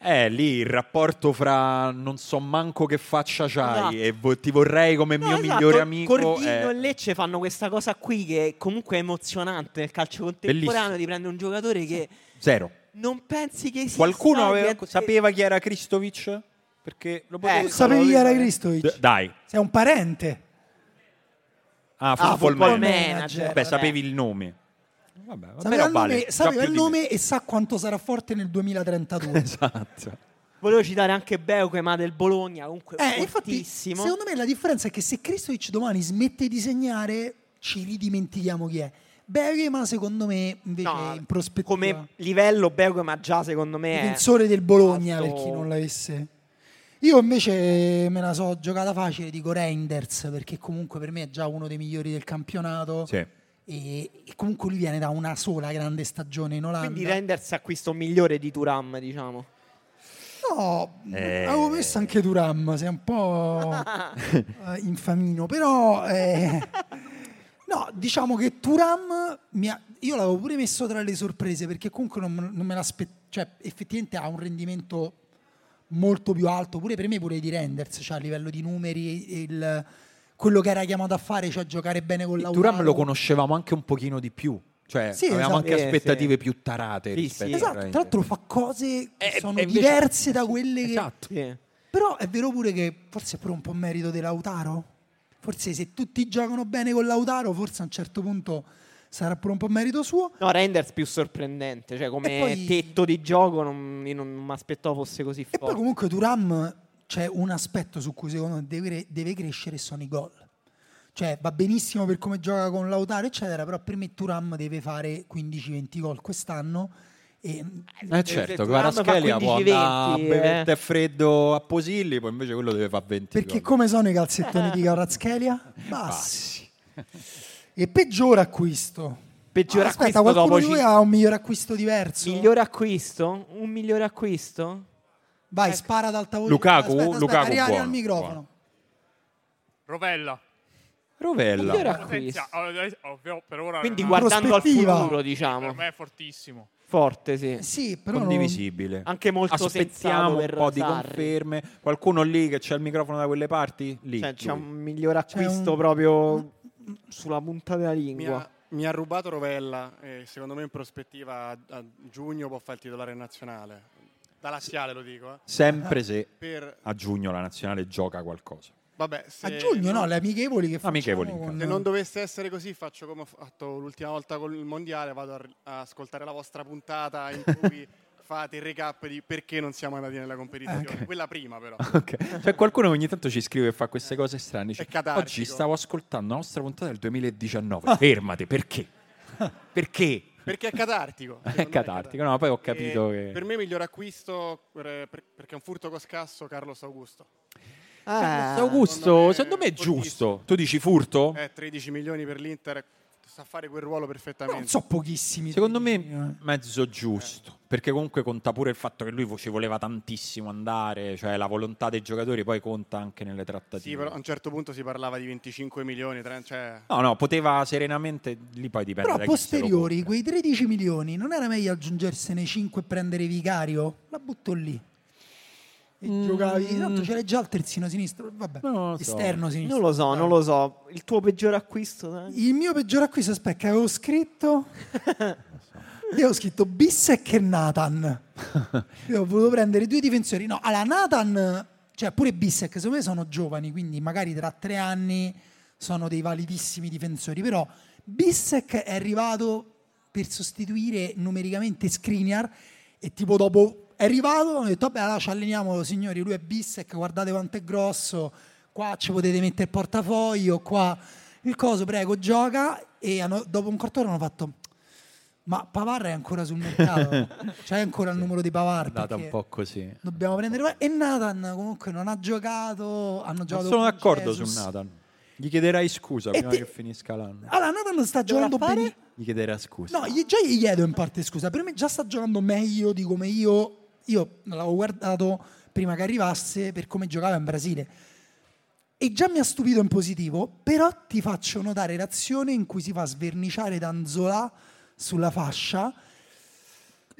Speaker 1: Eh, lì il rapporto fra non so manco che faccia c'hai
Speaker 2: Esatto.
Speaker 1: e vo- ti vorrei come
Speaker 2: No,
Speaker 1: mio
Speaker 2: esatto,
Speaker 1: migliore amico.
Speaker 2: Corvino
Speaker 1: è-
Speaker 2: e Lecce fanno questa cosa qui che comunque è emozionante nel calcio
Speaker 1: Bellissimo.
Speaker 2: contemporaneo di prendere un giocatore che
Speaker 1: Zero.
Speaker 2: non pensi che eh, esista.
Speaker 1: Qualcuno
Speaker 2: che-
Speaker 1: aveva-
Speaker 2: che-
Speaker 1: sapeva chi era Kristovic? Perché lo
Speaker 2: Eh,
Speaker 1: potevo...
Speaker 3: Tu sapevi chi era Cristovic?
Speaker 1: D- dai.
Speaker 3: Sei un parente.
Speaker 1: Ah,
Speaker 2: Ah,
Speaker 1: football,
Speaker 2: football
Speaker 1: manager.
Speaker 2: manager.
Speaker 1: Vabbè, sapevi il nome. Vabbè,
Speaker 2: Eh,
Speaker 1: vabbè,
Speaker 3: Sapeva il
Speaker 1: no, vale,
Speaker 3: nome,
Speaker 1: già
Speaker 3: sapeva
Speaker 1: più
Speaker 3: il
Speaker 1: di me.
Speaker 3: nome e sa quanto sarà forte nel 2032.
Speaker 1: Esatto.
Speaker 2: Volevo citare anche Beuke, ma del Bologna, comunque
Speaker 3: Eh, infatti,
Speaker 2: fortissimo.
Speaker 3: secondo me la differenza è che se Kristovic domani smette di segnare, ci ridimentichiamo chi è. Bergema, secondo me, invece,
Speaker 2: No,
Speaker 3: in prospettiva,
Speaker 2: come livello Beuke, ma già secondo me è
Speaker 3: difensore del Bologna,
Speaker 2: Esatto.
Speaker 3: per chi non l'avesse. Io invece eh, me la so giocata facile, dico Reinders, perché comunque per me è già uno dei migliori del campionato.
Speaker 1: Sì.
Speaker 3: E, e comunque lui viene da una sola grande stagione in Olanda.
Speaker 2: quindi rendersi acquisto migliore di Turam, diciamo.
Speaker 3: No,
Speaker 1: Eh.
Speaker 3: avevo messo anche Turam, sei un po' eh, infamino, però eh, no, diciamo che Turam mi ha- io l'avevo pure messo tra le sorprese perché comunque non, non me l'aspettavo, cioè effettivamente ha un rendimento molto più alto, pure per me pure di Renders, cioè a livello di numeri, il- quello che era chiamato a fare, cioè giocare bene con
Speaker 1: Il
Speaker 3: la
Speaker 1: Turam lo conoscevamo anche un pochino di più. Cioè,
Speaker 3: Sì,
Speaker 1: avevamo
Speaker 3: esatto.
Speaker 1: anche
Speaker 2: Eh,
Speaker 1: aspettative
Speaker 2: sì.
Speaker 1: più tarate
Speaker 2: Sì,
Speaker 1: rispetto
Speaker 2: sì.
Speaker 1: a
Speaker 3: Esatto,
Speaker 1: Reinders.
Speaker 3: tra l'altro fa cose che
Speaker 1: Eh,
Speaker 3: sono
Speaker 1: e invece-
Speaker 3: diverse da quelle che...
Speaker 1: Esatto.
Speaker 2: Sì.
Speaker 3: Però è vero pure che forse è pure un po' merito di Lautaro. Forse se tutti giocano bene con Lautaro, forse a un certo punto sarà pure un po' merito suo.
Speaker 2: No, Renders più sorprendente, cioè come
Speaker 3: E poi-
Speaker 2: tetto di gioco non, io non mi aspettavo fosse così
Speaker 3: E poi
Speaker 2: forte.
Speaker 3: comunque Turam c'è un aspetto su cui secondo me deve, deve crescere sono i gol. Cioè va benissimo per come gioca con Lautaro, eccetera, però per me Turam deve fare 15-20 gol quest'anno. E
Speaker 1: Eh
Speaker 2: Se
Speaker 1: certo,
Speaker 2: Thuram
Speaker 1: Kvaratskhelia
Speaker 2: fa
Speaker 1: può
Speaker 2: 15-20,
Speaker 1: andare a bere
Speaker 2: eh.
Speaker 1: tè freddo a Posilli, poi invece quello deve fare 20
Speaker 3: Perché
Speaker 1: gol.
Speaker 3: come sono i calzettoni di Cavarazzelia? Bassi. E peggior acquisto.
Speaker 2: Peggior
Speaker 3: Ah, Aspetta,
Speaker 2: acquisto
Speaker 3: qualcuno
Speaker 2: dopo
Speaker 3: di voi
Speaker 2: ci-
Speaker 3: ha un miglior acquisto diverso?
Speaker 2: Migliore acquisto? Un migliore acquisto?
Speaker 3: Vai, spara dal tavolino.
Speaker 1: Lukaku?
Speaker 3: aspetta, aspetta,
Speaker 1: Lukaku
Speaker 3: arriva- arriva
Speaker 1: buono,
Speaker 3: al microfono.
Speaker 8: Rovella.
Speaker 1: Rovella.
Speaker 2: Migliore acquisto.
Speaker 8: Potenza- allora, ovvio, per ora
Speaker 2: Quindi
Speaker 8: non-
Speaker 2: guardando al
Speaker 3: Prospettiva.
Speaker 2: futuro,
Speaker 8: per
Speaker 2: diciamo.
Speaker 8: me è fortissimo.
Speaker 2: Forte, sì.
Speaker 3: Eh Sì, però non-
Speaker 1: Condivisibile.
Speaker 2: Anche molto sensato
Speaker 1: Aspettiamo Ah, un
Speaker 2: per
Speaker 1: po' di
Speaker 2: Sarri.
Speaker 1: conferme. Qualcuno lì che c'è il microfono da quelle parti? Lì.
Speaker 2: Cioè, c'è
Speaker 1: lui.
Speaker 2: un miglior
Speaker 3: C'è un-
Speaker 2: acquisto proprio sulla punta della
Speaker 9: Mi
Speaker 2: lingua.
Speaker 9: ha, mi ha rubato Rovella e secondo me in prospettiva a, a giugno può fare il titolare nazionale. Da laziale lo dico. eh.
Speaker 1: Sempre se
Speaker 9: Per-
Speaker 1: a giugno la nazionale gioca qualcosa.
Speaker 9: vabbè, se,
Speaker 3: A giugno no, le amichevoli che facciamo
Speaker 1: Amichevoli,
Speaker 3: con-
Speaker 9: se non dovesse essere così faccio come ho fatto l'ultima volta con il mondiale, vado a, ri- a ascoltare la vostra puntata in cui fate il recap di perché non siamo andati nella competizione.
Speaker 1: Ah,
Speaker 9: Quella prima però.
Speaker 1: Ok. Cioè, qualcuno ogni tanto ci scrive e fa
Speaker 2: Eh.
Speaker 1: queste cose strane. dice,
Speaker 9: È catartico.
Speaker 1: Oggi stavo ascoltando la nostra puntata del 2019. Fermati, perché? perché?
Speaker 9: Perché è catartico. secondo me
Speaker 1: catartico, no, poi ho capito
Speaker 9: E
Speaker 1: che-
Speaker 9: Per me miglior acquisto per- per- perché è un furto coscasso Carlos Augusto.
Speaker 2: Ah,
Speaker 9: secondo
Speaker 1: Augusto,
Speaker 9: me-
Speaker 1: secondo me è
Speaker 9: fortissimo.
Speaker 1: giusto. Tu dici furto?
Speaker 9: Eh, 13 milioni per l'Inter, sa fare quel ruolo perfettamente.
Speaker 3: Non so pochissimi.
Speaker 1: Secondo me
Speaker 3: Eh.
Speaker 1: mezzo giusto, perché comunque conta pure il fatto che lui vo- ci voleva tantissimo andare, cioè la volontà dei giocatori poi conta anche nelle trattative.
Speaker 9: Sì, però a un certo punto si parlava di 25 milioni, tre- cioè,
Speaker 1: No, no, poteva serenamente, lì poi dipende
Speaker 3: Però a
Speaker 1: da chi se lo
Speaker 3: posteriori,
Speaker 1: compra.
Speaker 3: quei 13 milioni, non era meglio aggiungersene 5 e prendere Vicario? La butto lì. E giocavi, tanto c'era già il terzino sinistro, vabbè,
Speaker 1: Non lo so.
Speaker 3: esterno sinistro.
Speaker 2: Non lo so, non lo so. Il tuo peggior acquisto? dai?
Speaker 3: Il mio peggior acquisto, aspetta, che avevo scritto. Io avevo scritto Bissek e Nathan. Io ho voluto prendere due difensori. No, allora Nathan, cioè pure Bissek, secondo me sono giovani, quindi magari tra tre anni sono dei validissimi difensori. Però Bissek è arrivato per sostituire numericamente Skriniar e tipo dopo È arrivato, hanno detto, vabbè, allora ci alleniamo, signori, lui è Bissec, guardate quanto è grosso, qua ci potete mettere il portafoglio, qua il coso, prego, gioca. E hanno- dopo un quarto d'ora hanno fatto, ma Pavarra è ancora sul mercato, c'è ancora il numero di Pavarra.
Speaker 1: È andata un
Speaker 3: perché
Speaker 1: po' così.
Speaker 3: Dobbiamo prendere... E Nathan comunque non ha giocato, hanno
Speaker 1: Non
Speaker 3: giocato...
Speaker 1: sono
Speaker 3: con
Speaker 1: d'accordo
Speaker 3: Jesus.
Speaker 1: su Nathan. Gli chiederai scusa
Speaker 3: E
Speaker 1: prima
Speaker 3: ti-
Speaker 1: che finisca l'anno.
Speaker 3: Allora, Nathan sta giocando bene.
Speaker 1: Gli chiederai scusa.
Speaker 3: No, gli- già gli chiedo in parte scusa. Per me già sta giocando meglio di come io. Io l'avevo guardato prima che arrivasse per come giocava in Brasile. E già mi ha stupito in positivo, però ti faccio notare l'azione in cui si fa sverniciare Danzola sulla fascia.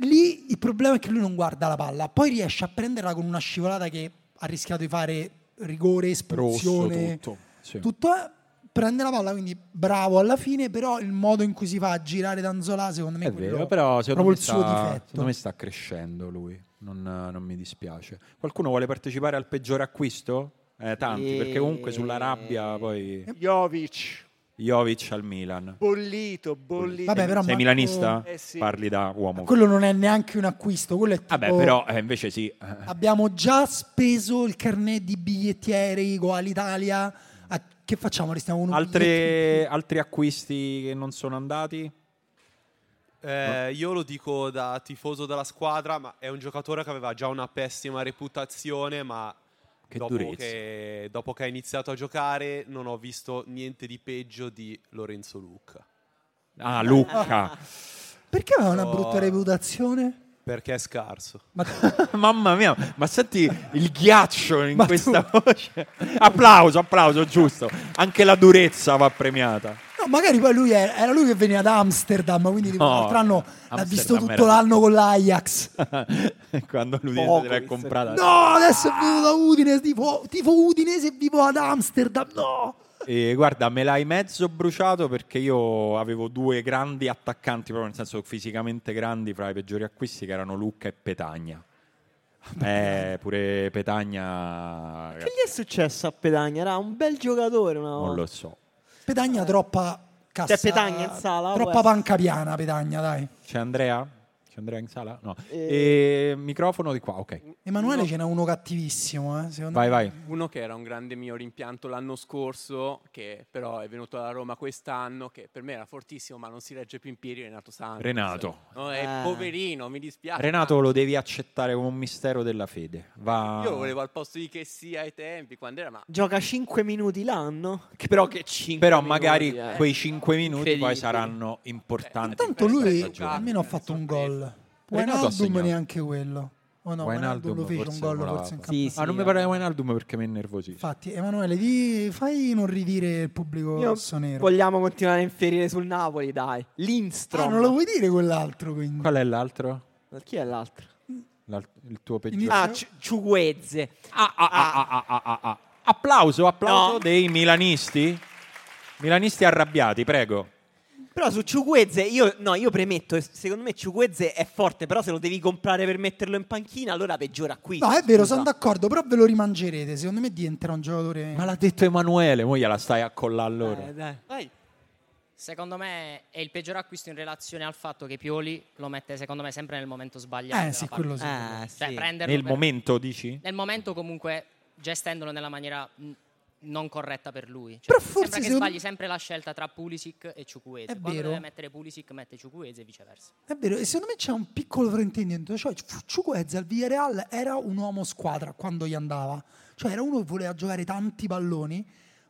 Speaker 3: Lì il problema è che lui non guarda la palla, poi riesce a prenderla con una scivolata che ha rischiato di fare rigore,
Speaker 1: Rosso
Speaker 3: espulsione
Speaker 1: tutto. Sì.
Speaker 3: tutto è- prende la palla, quindi bravo alla fine, però il modo in cui si fa a girare Danzola secondo me
Speaker 1: È
Speaker 3: quello
Speaker 1: vero, però secondo
Speaker 3: proprio
Speaker 1: me,
Speaker 3: il suo
Speaker 1: sta,
Speaker 3: difetto.
Speaker 1: secondo me sta crescendo lui, non, non mi dispiace. Qualcuno vuole partecipare al peggior acquisto? Eh, tanti, perché comunque sulla rabbia poi
Speaker 6: Jovic,
Speaker 1: Jovic al Milan.
Speaker 6: bollito, bollito.
Speaker 3: Vabbè, però
Speaker 1: Sei
Speaker 3: Marco-
Speaker 1: milanista?
Speaker 6: Eh sì.
Speaker 1: Parli da uomo.
Speaker 3: Quello non è neanche un acquisto, quello è tipo,
Speaker 1: Vabbè, però eh, invece sì. eh,
Speaker 3: abbiamo già speso il carnet di bigliettieri con Alitalia, a- che facciamo? Restiamo con un biglietto?
Speaker 1: Altre- altri acquisti che non sono andati?
Speaker 10: Eh, Io lo dico da tifoso della squadra, ma è un giocatore che aveva già una pessima reputazione, ma
Speaker 1: Che
Speaker 10: dopo,
Speaker 1: durezza.
Speaker 10: che, dopo che ha iniziato a giocare non ho visto niente di peggio di Lorenzo Lucca.
Speaker 1: Ah, Lucca.
Speaker 3: Perché aveva una
Speaker 10: Oh.
Speaker 3: brutta reputazione?
Speaker 10: Perché è scarso.
Speaker 1: Mamma mia, ma senti il ghiaccio in questa voce. Applauso, applauso, giusto. Anche la durezza va premiata.
Speaker 3: No, magari poi lui è- era lui che veniva da Amsterdam, quindi tipo,
Speaker 1: No,
Speaker 3: l'altro anno l'ha
Speaker 1: Amsterdam
Speaker 3: visto tutto
Speaker 1: era-
Speaker 3: l'anno con l'Ajax.
Speaker 1: Quando lui
Speaker 3: Poco,
Speaker 1: se l'ha comprata.
Speaker 3: No, adesso è venuto da Udine, tipo, tipo Udinese e vivo ad Amsterdam, no!
Speaker 1: E guarda, me l'hai mezzo bruciato perché io avevo due grandi attaccanti, proprio nel senso fisicamente grandi, fra i peggiori acquisti, che erano Lucca e Petagna. Eh, pure Petagna...
Speaker 2: Che gli è successo a Pedagna? Era un bel giocatore una
Speaker 1: Non
Speaker 2: volta.
Speaker 1: lo so.
Speaker 3: Pedagna troppa cassa.
Speaker 2: C'è Eh. Cioè, Petagna in sala,
Speaker 3: Troppa
Speaker 2: uè.
Speaker 3: panca piana, Pedagna, dai.
Speaker 1: C'è Andrea? C'è Andrea in sala? No.
Speaker 3: Eh.
Speaker 1: E... Microfono di qua, ok.
Speaker 3: Emanuele ce n'è uno cattivissimo, eh, secondo
Speaker 1: Vai,
Speaker 3: me.
Speaker 1: vai.
Speaker 11: Uno che era un grande mio rimpianto l'anno scorso, che però è venuto alla Roma quest'anno, che per me era fortissimo, ma non si regge più in piedi, Renato Santos.
Speaker 1: Renato.
Speaker 11: No, è
Speaker 10: Eh.
Speaker 1: Ah.
Speaker 11: poverino, mi dispiace.
Speaker 1: Renato lo devi accettare come un mistero della fede. Va...
Speaker 11: Io volevo al posto di che sia ai tempi, quando era, ma
Speaker 2: Gioca 5 minuti l'anno. Che però che 5
Speaker 1: Però magari quei 5 minuti poi saranno importanti.
Speaker 3: Tanto lui almeno ha fatto un gol.
Speaker 1: Renato ha
Speaker 3: Wijnaldum
Speaker 1: segnato.
Speaker 3: neanche quello. Oh no, Wijnaldum lo fece un gol forse in campionato.
Speaker 1: Ah, non mi parla di Wijnaldum perché mi innervosisce.
Speaker 3: Infatti, Emanuele, di- fai non ridire il pubblico
Speaker 2: Io-
Speaker 3: rossonero.
Speaker 2: Vogliamo continuare a inferire sul Napoli, dai. Lindstrom.
Speaker 3: Ah, non lo vuoi dire quell'altro, quindi?
Speaker 1: Qual è l'altro?
Speaker 2: Chi è l'altro?
Speaker 1: L'al- il tuo peggiore.
Speaker 2: Ah, Ci- Ciuguezze.
Speaker 1: Ah, ah, ah, ah, ah, ah, ah. Applauso, applauso
Speaker 2: No.
Speaker 1: dei milanisti. Milanisti arrabbiati, prego.
Speaker 2: Però su Ciuguezze, io, no, io premetto, secondo me Ciuguezze è forte, però se lo devi comprare per metterlo in panchina, allora peggiora qui.
Speaker 3: No, è vero, sono d'accordo, però ve lo rimangerete. Secondo me diventerà un giocatore...
Speaker 1: Ma l'ha detto Emanuele, mo gliela stai a collare allora.
Speaker 12: Vai. Secondo me è il peggior acquisto in relazione al fatto che Pioli lo mette, secondo me, sempre nel momento sbagliato.
Speaker 1: Eh, sì,
Speaker 12: della
Speaker 1: quello
Speaker 12: partita.
Speaker 1: sì. Ah,
Speaker 12: Cioè,
Speaker 1: sì.
Speaker 12: prenderlo
Speaker 1: Nel
Speaker 12: per-
Speaker 1: momento, dici?
Speaker 12: Nel momento, comunque, gestendolo nella maniera mh, non corretta per lui. Cioè,
Speaker 3: Però
Speaker 12: sembra
Speaker 3: forse
Speaker 12: che
Speaker 3: secondo-
Speaker 12: sbagli sempre la scelta tra Pulisic e Ciucuese.
Speaker 3: È
Speaker 12: Quando
Speaker 3: vero.
Speaker 12: deve mettere Pulisic, mette Ciucuese e viceversa.
Speaker 3: È vero, e secondo me c'è un piccolo fraintendimento. Cioè, Ciu- Ciuquezza al Villarreal era un uomo squadra quando gli andava. Cioè, era uno che voleva giocare tanti palloni.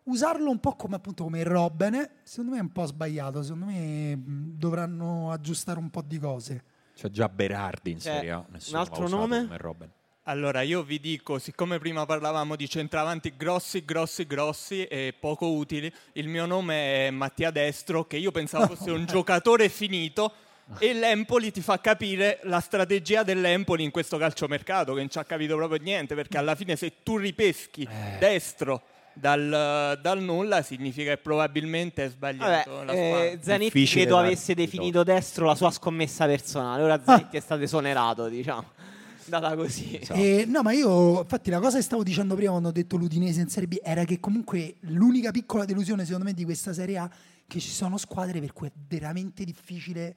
Speaker 3: Usarlo un po' come appunto come Robben, secondo me è un po' sbagliato. Secondo me mh, dovranno aggiustare un po' di cose.
Speaker 1: C'è già Berardi in
Speaker 3: Cioè,
Speaker 1: Serie A.
Speaker 3: un
Speaker 1: Nessuno
Speaker 3: altro
Speaker 1: l'ha usato
Speaker 3: nome?
Speaker 1: come Robben.
Speaker 7: Allora, io vi dico, siccome prima parlavamo di centravanti grossi, grossi, grossi e poco utili, il mio nome è Mattia Destro, che io pensavo fosse un giocatore finito e l'Empoli ti fa capire la strategia dell'Empoli in questo calciomercato, che non ci ha capito proprio niente, perché alla fine se tu ripeschi Destro dal, dal nulla significa che probabilmente è sbagliato
Speaker 2: Vabbè,
Speaker 7: la
Speaker 2: eh,
Speaker 7: squadra.
Speaker 2: Zanetti credo avesse definito destro la sua scommessa personale. Ora Zanetti
Speaker 3: Ah.
Speaker 2: è stato esonerato, diciamo. Data così.
Speaker 1: Esatto.
Speaker 3: E, Eh, no, ma io, infatti, la cosa che stavo dicendo prima quando ho detto l'Udinese in Serie B era che comunque l'unica piccola delusione, secondo me, di questa Serie A è che ci sono squadre per cui è veramente difficile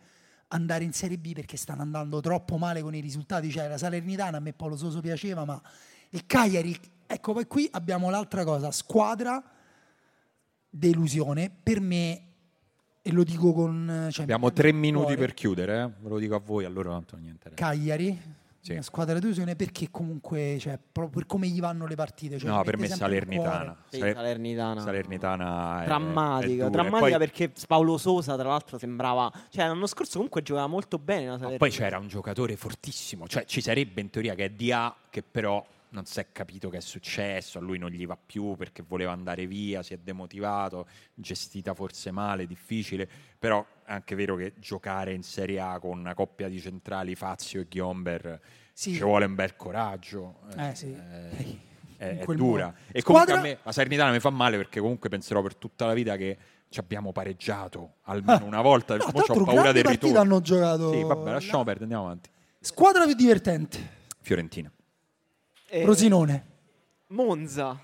Speaker 3: andare in Serie B perché stanno andando troppo male con i risultati. Cioè, la Salernitana a me Paolo Soso piaceva, ma il Cagliari. Ecco, poi qui abbiamo l'altra cosa, squadra delusione. Per me, e lo dico con... Cioè,
Speaker 1: Abbiamo
Speaker 3: mi-
Speaker 1: tre minuti
Speaker 3: cuore.
Speaker 1: per chiudere, eh. ve lo dico a voi, allora tanto non niente.
Speaker 3: Cagliari,
Speaker 1: Sì.
Speaker 3: una squadra di delusione perché comunque, cioè, proprio per come gli vanno le partite. cioè,
Speaker 1: No,
Speaker 3: ci
Speaker 1: per me
Speaker 3: mette sempre il cuore.
Speaker 1: Salernitana.
Speaker 2: Sì,
Speaker 1: Saler-
Speaker 2: Salernitana.
Speaker 1: Salernitana è- Eh, è
Speaker 2: Drammatica,
Speaker 1: dura. E poi-
Speaker 2: drammatica perché Paolo Sosa, tra l'altro, sembrava. Cioè, l'anno scorso comunque giocava molto bene la Salernitana.
Speaker 1: Poi c'era un giocatore fortissimo, cioè ci sarebbe in teoria che è DA che però non si è capito che è successo, a lui non gli va più perché voleva andare via, si è demotivato, gestita forse male, difficile, però è anche vero che giocare in Serie A con una coppia di centrali Fazio e Ghiomber
Speaker 3: Sì.
Speaker 1: ci vuole un bel coraggio.
Speaker 3: Eh, sì.
Speaker 1: è, è
Speaker 3: In quel
Speaker 1: dura.
Speaker 3: modo.
Speaker 1: E
Speaker 3: Squadra-
Speaker 1: comunque a me la Salernitana mi fa male perché comunque penserò per tutta la vita che ci abbiamo pareggiato almeno una volta.
Speaker 3: Ah. No,
Speaker 1: Mo'
Speaker 3: tra
Speaker 1: ho
Speaker 3: l'altro
Speaker 1: paura
Speaker 3: grandi
Speaker 1: del
Speaker 3: partite
Speaker 1: ritorno.
Speaker 3: hanno giocato.
Speaker 1: Sì, vabbè, lasciamo perdere, andiamo avanti.
Speaker 3: Squadra più divertente,
Speaker 1: Fiorentina.
Speaker 2: Eh,
Speaker 3: Rosinone.
Speaker 2: Monza.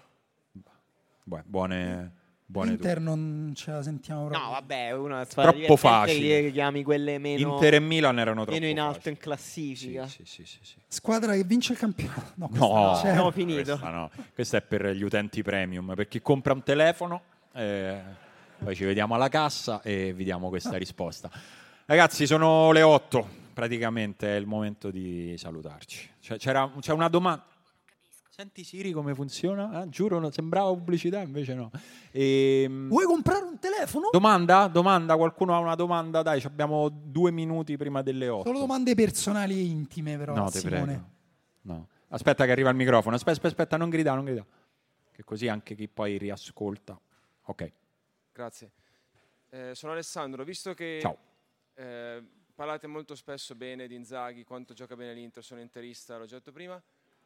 Speaker 1: Buone, buone, buone
Speaker 3: Inter non ce la sentiamo proprio.
Speaker 2: No, vabbè, una
Speaker 1: Troppo facile.
Speaker 2: Che chiami quelle
Speaker 1: due.
Speaker 2: meno.
Speaker 1: Inter e Milan erano troppo.
Speaker 2: meno in alto in classifica.
Speaker 1: Sì, sì, sì, sì.
Speaker 3: Squadra che vince il campionato. No, Cioè, questa
Speaker 1: No,
Speaker 3: c'è.
Speaker 2: abbiamo finito.
Speaker 1: Questa, no. Questa è per gli utenti premium, per chi compra un telefono. eh, poi ci vediamo alla cassa e vi diamo questa risposta. Ragazzi, sono le 8, praticamente è il momento di salutarci. Cioè, c'era, c'è una domanda. Senti Siri come funziona? Eh, giuro, non sembrava pubblicità, invece no. Ehm,
Speaker 3: Vuoi comprare un telefono?
Speaker 1: Domanda? Domanda? Qualcuno ha una domanda? Dai, ci abbiamo due minuti prima delle 8.
Speaker 3: Solo domande personali e intime, però.
Speaker 1: No,
Speaker 3: a
Speaker 1: te
Speaker 3: Simone.
Speaker 1: prego. No. Aspetta che arriva il microfono. Aspetta, aspetta, aspetta, non grida, non grida. Che così anche chi poi riascolta. Ok.
Speaker 13: Grazie. Eh, sono Alessandro, visto che
Speaker 1: Ciao.
Speaker 13: eh, parlate molto spesso bene di Inzaghi, quanto gioca bene l'Inter, sono interista, l'ho già detto prima,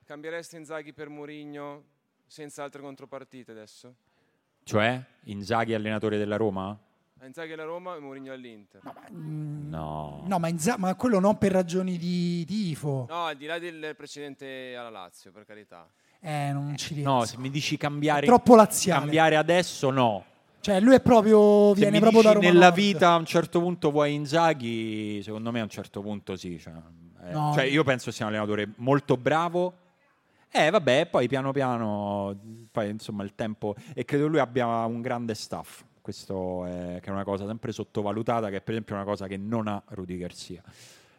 Speaker 13: cambiereste Inzaghi per Mourinho senza altre contropartite adesso?
Speaker 1: Cioè, Inzaghi allenatore della Roma?
Speaker 13: Inzaghi alla Roma e Mourinho all'Inter. No,
Speaker 1: No.
Speaker 3: No, ma, Inza- ma quello non per ragioni di tifo.
Speaker 13: al di là del precedente alla Lazio, per carità.
Speaker 3: Eh, non ci riesco.
Speaker 1: No, se mi dici cambiare
Speaker 3: È troppo laziale.
Speaker 1: Cambiare adesso no.
Speaker 3: Cioè, lui è proprio.
Speaker 1: Se
Speaker 3: Viene
Speaker 1: mi
Speaker 3: proprio da
Speaker 1: dici
Speaker 3: Roma.
Speaker 1: nella
Speaker 3: Nord.
Speaker 1: vita a un certo punto vuoi Inzaghi, secondo me a un certo punto sì. Cioè, eh,
Speaker 3: No.
Speaker 1: cioè, io penso sia un allenatore molto bravo. Eh vabbè, poi piano piano, poi insomma il tempo... E credo lui abbia un grande staff, questo è, che è una cosa sempre sottovalutata, che è per esempio una cosa che non ha Rudy Garcia.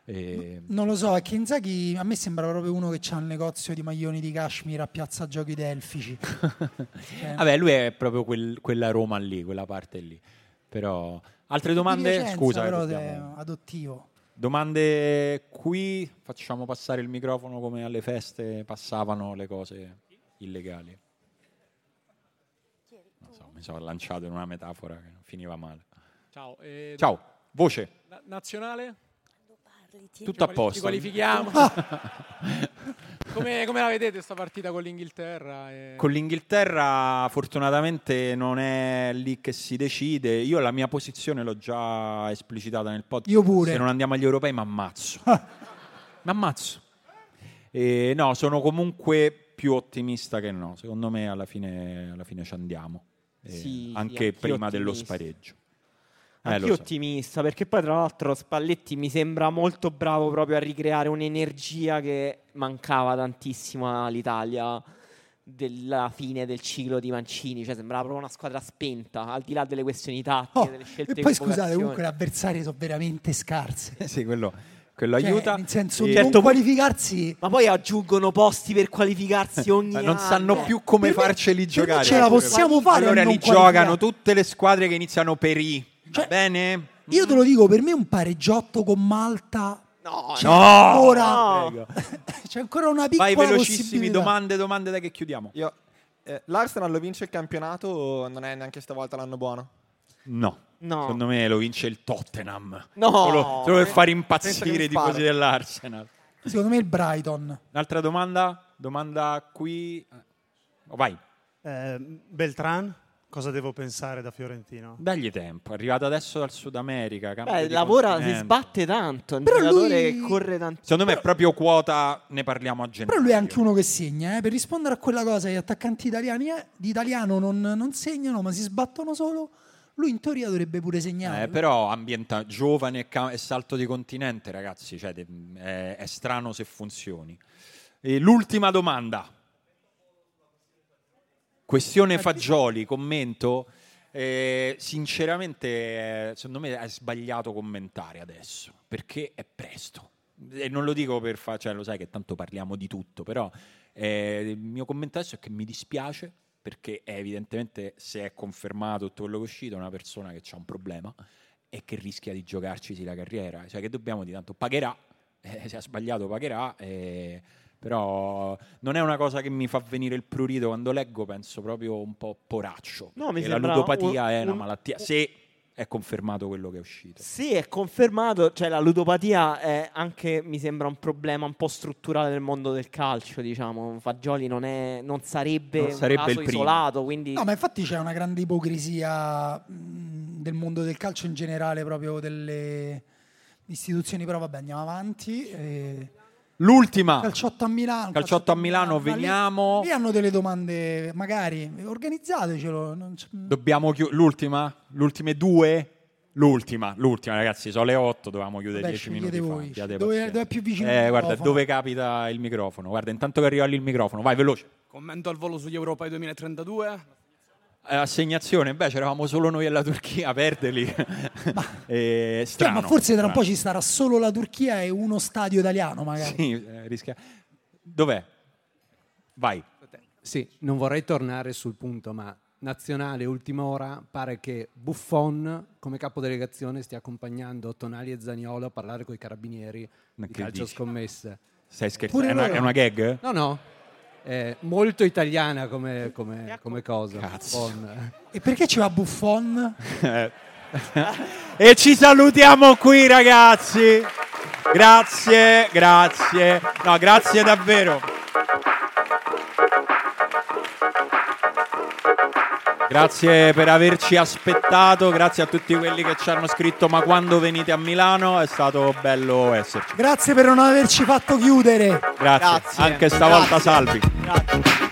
Speaker 1: E-
Speaker 3: Non lo so, è che Inzaghi a me sembra proprio uno che ha un negozio di maglioni di cashmere a Piazza Giochi Delfici. Cioè,
Speaker 1: Vabbè, lui è proprio quel- quella Roma lì, quella parte lì. Però... Altre
Speaker 3: di
Speaker 1: domande?
Speaker 3: Piacenza,
Speaker 1: Scusa, eh,
Speaker 3: però
Speaker 1: dobbiamo-
Speaker 3: se- adottivo.
Speaker 1: Domande qui, facciamo passare il microfono come alle feste passavano le cose illegali. Non so, mi sono lanciato in una metafora che non finiva male.
Speaker 5: Ciao. eh,
Speaker 1: Ciao, voce,
Speaker 5: na- nazionale?
Speaker 1: tutto a
Speaker 5: Ci quali-
Speaker 1: posto.
Speaker 5: Ci qualifichiamo. come, come la vedete sta partita con l'Inghilterra? E-
Speaker 1: Con l'Inghilterra fortunatamente non è lì che si decide. Io la mia posizione l'ho già esplicitata nel podcast.
Speaker 3: Io pure. Ah.
Speaker 1: Se non andiamo agli europei mi ammazzo. mi ammazzo. E no, sono comunque più ottimista che no. Secondo me alla fine, alla fine ci andiamo. E
Speaker 2: Sì, sì,
Speaker 1: anche
Speaker 2: anch'io
Speaker 1: prima dello
Speaker 2: ottimista.
Speaker 1: spareggio. Eh,
Speaker 2: Anch'io
Speaker 1: lo so.
Speaker 2: ottimista, perché poi tra l'altro Spalletti mi sembra molto bravo proprio a ricreare un'energia che mancava tantissimo all'Italia della fine del ciclo di Mancini, cioè sembrava proprio una squadra spenta, al di là delle questioni tattiche,
Speaker 3: Oh,
Speaker 2: delle scelte
Speaker 3: e
Speaker 2: di
Speaker 3: poi scusate,
Speaker 2: convocazione.
Speaker 3: comunque le avversarie sono veramente scarse.
Speaker 1: sì, quello, quello
Speaker 3: Cioè,
Speaker 1: aiuta. Eh, certo,
Speaker 3: Nel senso,
Speaker 1: E-
Speaker 3: non qualificarsi.
Speaker 2: Ma poi aggiungono posti per qualificarsi ogni
Speaker 1: Eh, non
Speaker 2: anno.
Speaker 1: sanno più come farceli giocare. eh, Ecco.
Speaker 3: ce la possiamo fare a
Speaker 1: Allora
Speaker 3: non
Speaker 1: li
Speaker 3: qualificare.
Speaker 1: giocano tutte le squadre che iniziano per I. Va bene?
Speaker 3: Io te lo dico, per me un pareggiotto con Malta.
Speaker 2: No,
Speaker 3: c'è
Speaker 1: no,
Speaker 3: ancora,
Speaker 1: prego.
Speaker 3: c'è ancora una piccola
Speaker 1: Vai velocissimi,
Speaker 3: possibilità.
Speaker 1: domande, domande, dai che chiudiamo.
Speaker 14: Io, eh, L'Arsenal lo vince il campionato, non è neanche stavolta l'anno buono.
Speaker 1: No.
Speaker 14: No.
Speaker 1: Secondo me lo vince il Tottenham.
Speaker 14: No.
Speaker 1: Solo, solo per
Speaker 14: Penso
Speaker 1: far
Speaker 14: che
Speaker 1: impazzire i
Speaker 14: mi sparo.
Speaker 1: tifosi dell'Arsenal.
Speaker 3: Secondo me il Brighton.
Speaker 1: Un'altra domanda? Domanda qui. Oh, vai,
Speaker 15: Eh, Beltran, cosa devo pensare da Fiorentino?
Speaker 1: dagli tempo. È arrivato adesso dal Sud America. cambio
Speaker 2: Beh,
Speaker 1: di
Speaker 2: lavora, si
Speaker 1: continente.
Speaker 2: sbatte tanto, è un
Speaker 3: Però
Speaker 2: giocatore
Speaker 3: lui-
Speaker 2: che corre tanto.
Speaker 1: Secondo me è proprio quota, ne parliamo a gennaio.
Speaker 3: Però lui è anche uno che segna. eh. Per rispondere a quella cosa, gli attaccanti italiani eh, di italiano non, non segnano, ma si sbattono solo. lui in teoria dovrebbe pure segnare.
Speaker 1: Eh, però ambienta giovane e, ca- e salto di continente, ragazzi, cioè, de- è, è strano se funzioni. E l'ultima domanda. Questione Fagioli, commento. Eh, sinceramente, eh, secondo me è sbagliato commentare adesso, perché è presto. E non lo dico per fa- cioè, lo sai che tanto parliamo di tutto, però eh, il mio commento adesso è che mi dispiace perché è evidentemente se è confermato tutto quello che è uscito è una persona che ha un problema e che rischia di giocarcisi la carriera, cioè che dobbiamo di tanto pagherà, eh, se ha sbagliato pagherà, eh, però non è una cosa che mi fa venire il prurito quando leggo, penso proprio un po' poraccio,
Speaker 2: No, mi
Speaker 1: perché la
Speaker 2: sembra
Speaker 1: ludopatia
Speaker 2: un-
Speaker 1: è una
Speaker 2: un-
Speaker 1: malattia, se è confermato quello che è uscito.
Speaker 2: Sì, è confermato, cioè la ludopatia è anche, mi sembra, un problema un po' strutturale del mondo del calcio, diciamo. Fagioli non, è, non sarebbe,
Speaker 1: Non sarebbe
Speaker 2: un caso
Speaker 1: il primo.
Speaker 2: isolato, quindi...
Speaker 3: No, ma infatti c'è una grande ipocrisia mh, del mondo del calcio in generale, proprio delle istituzioni, però vabbè andiamo avanti. eh.
Speaker 1: L'ultima,
Speaker 3: Calciotto a Milano.
Speaker 1: Ah. calciotto a Milano,
Speaker 3: Ma lì-
Speaker 1: veniamo...
Speaker 3: Lì, hanno delle domande, magari, organizzatecelo. non c'è-
Speaker 1: Dobbiamo chiudere l'ultima? Le ultime due? L'ultima, l'ultima ragazzi, sono le 8, dovevamo chiudere
Speaker 3: Vabbè,
Speaker 1: 10
Speaker 3: scegliete
Speaker 1: minuti fa.
Speaker 3: voi.
Speaker 1: Abbiate
Speaker 3: Dove-
Speaker 1: pazienza.
Speaker 3: dove è più vicino
Speaker 1: Eh,
Speaker 3: il
Speaker 1: guarda,
Speaker 3: microfono?
Speaker 1: dove capita il microfono? Guarda, intanto che arriva lì il microfono, vai veloce.
Speaker 16: Commento al volo sugli Europei 2032.
Speaker 1: Eh, assegnazione, beh, c'eravamo solo noi e la Turchia a perderli. Eh,
Speaker 3: Cioè,
Speaker 1: strano.
Speaker 3: ma forse tra un po'
Speaker 1: strano.
Speaker 3: ci sarà solo la Turchia e uno stadio italiano, magari.
Speaker 1: Sì, eh, rischia- Dov'è? Vai.
Speaker 16: Sì, non vorrei tornare sul punto, ma nazionale ultima ora pare che Buffon come capodelegazione stia accompagnando Tonali e Zaniolo a parlare con i carabinieri
Speaker 1: Ma
Speaker 16: di
Speaker 1: che
Speaker 16: calcio
Speaker 1: dici?
Speaker 16: scommesse.
Speaker 1: Stai scherzando? È una- è una gag?
Speaker 16: No, no. È molto italiana come, come- come cosa. Buffon.
Speaker 3: E perché ci va Buffon?
Speaker 1: e ci salutiamo qui, ragazzi. Grazie, grazie. No, grazie davvero. Grazie per averci aspettato, grazie a tutti quelli che ci hanno scritto ma quando venite a Milano è stato bello esserci.
Speaker 3: Grazie per non averci fatto chiudere.
Speaker 1: Grazie, anche stavolta
Speaker 3: Grazie.
Speaker 1: salvi.
Speaker 3: Grazie.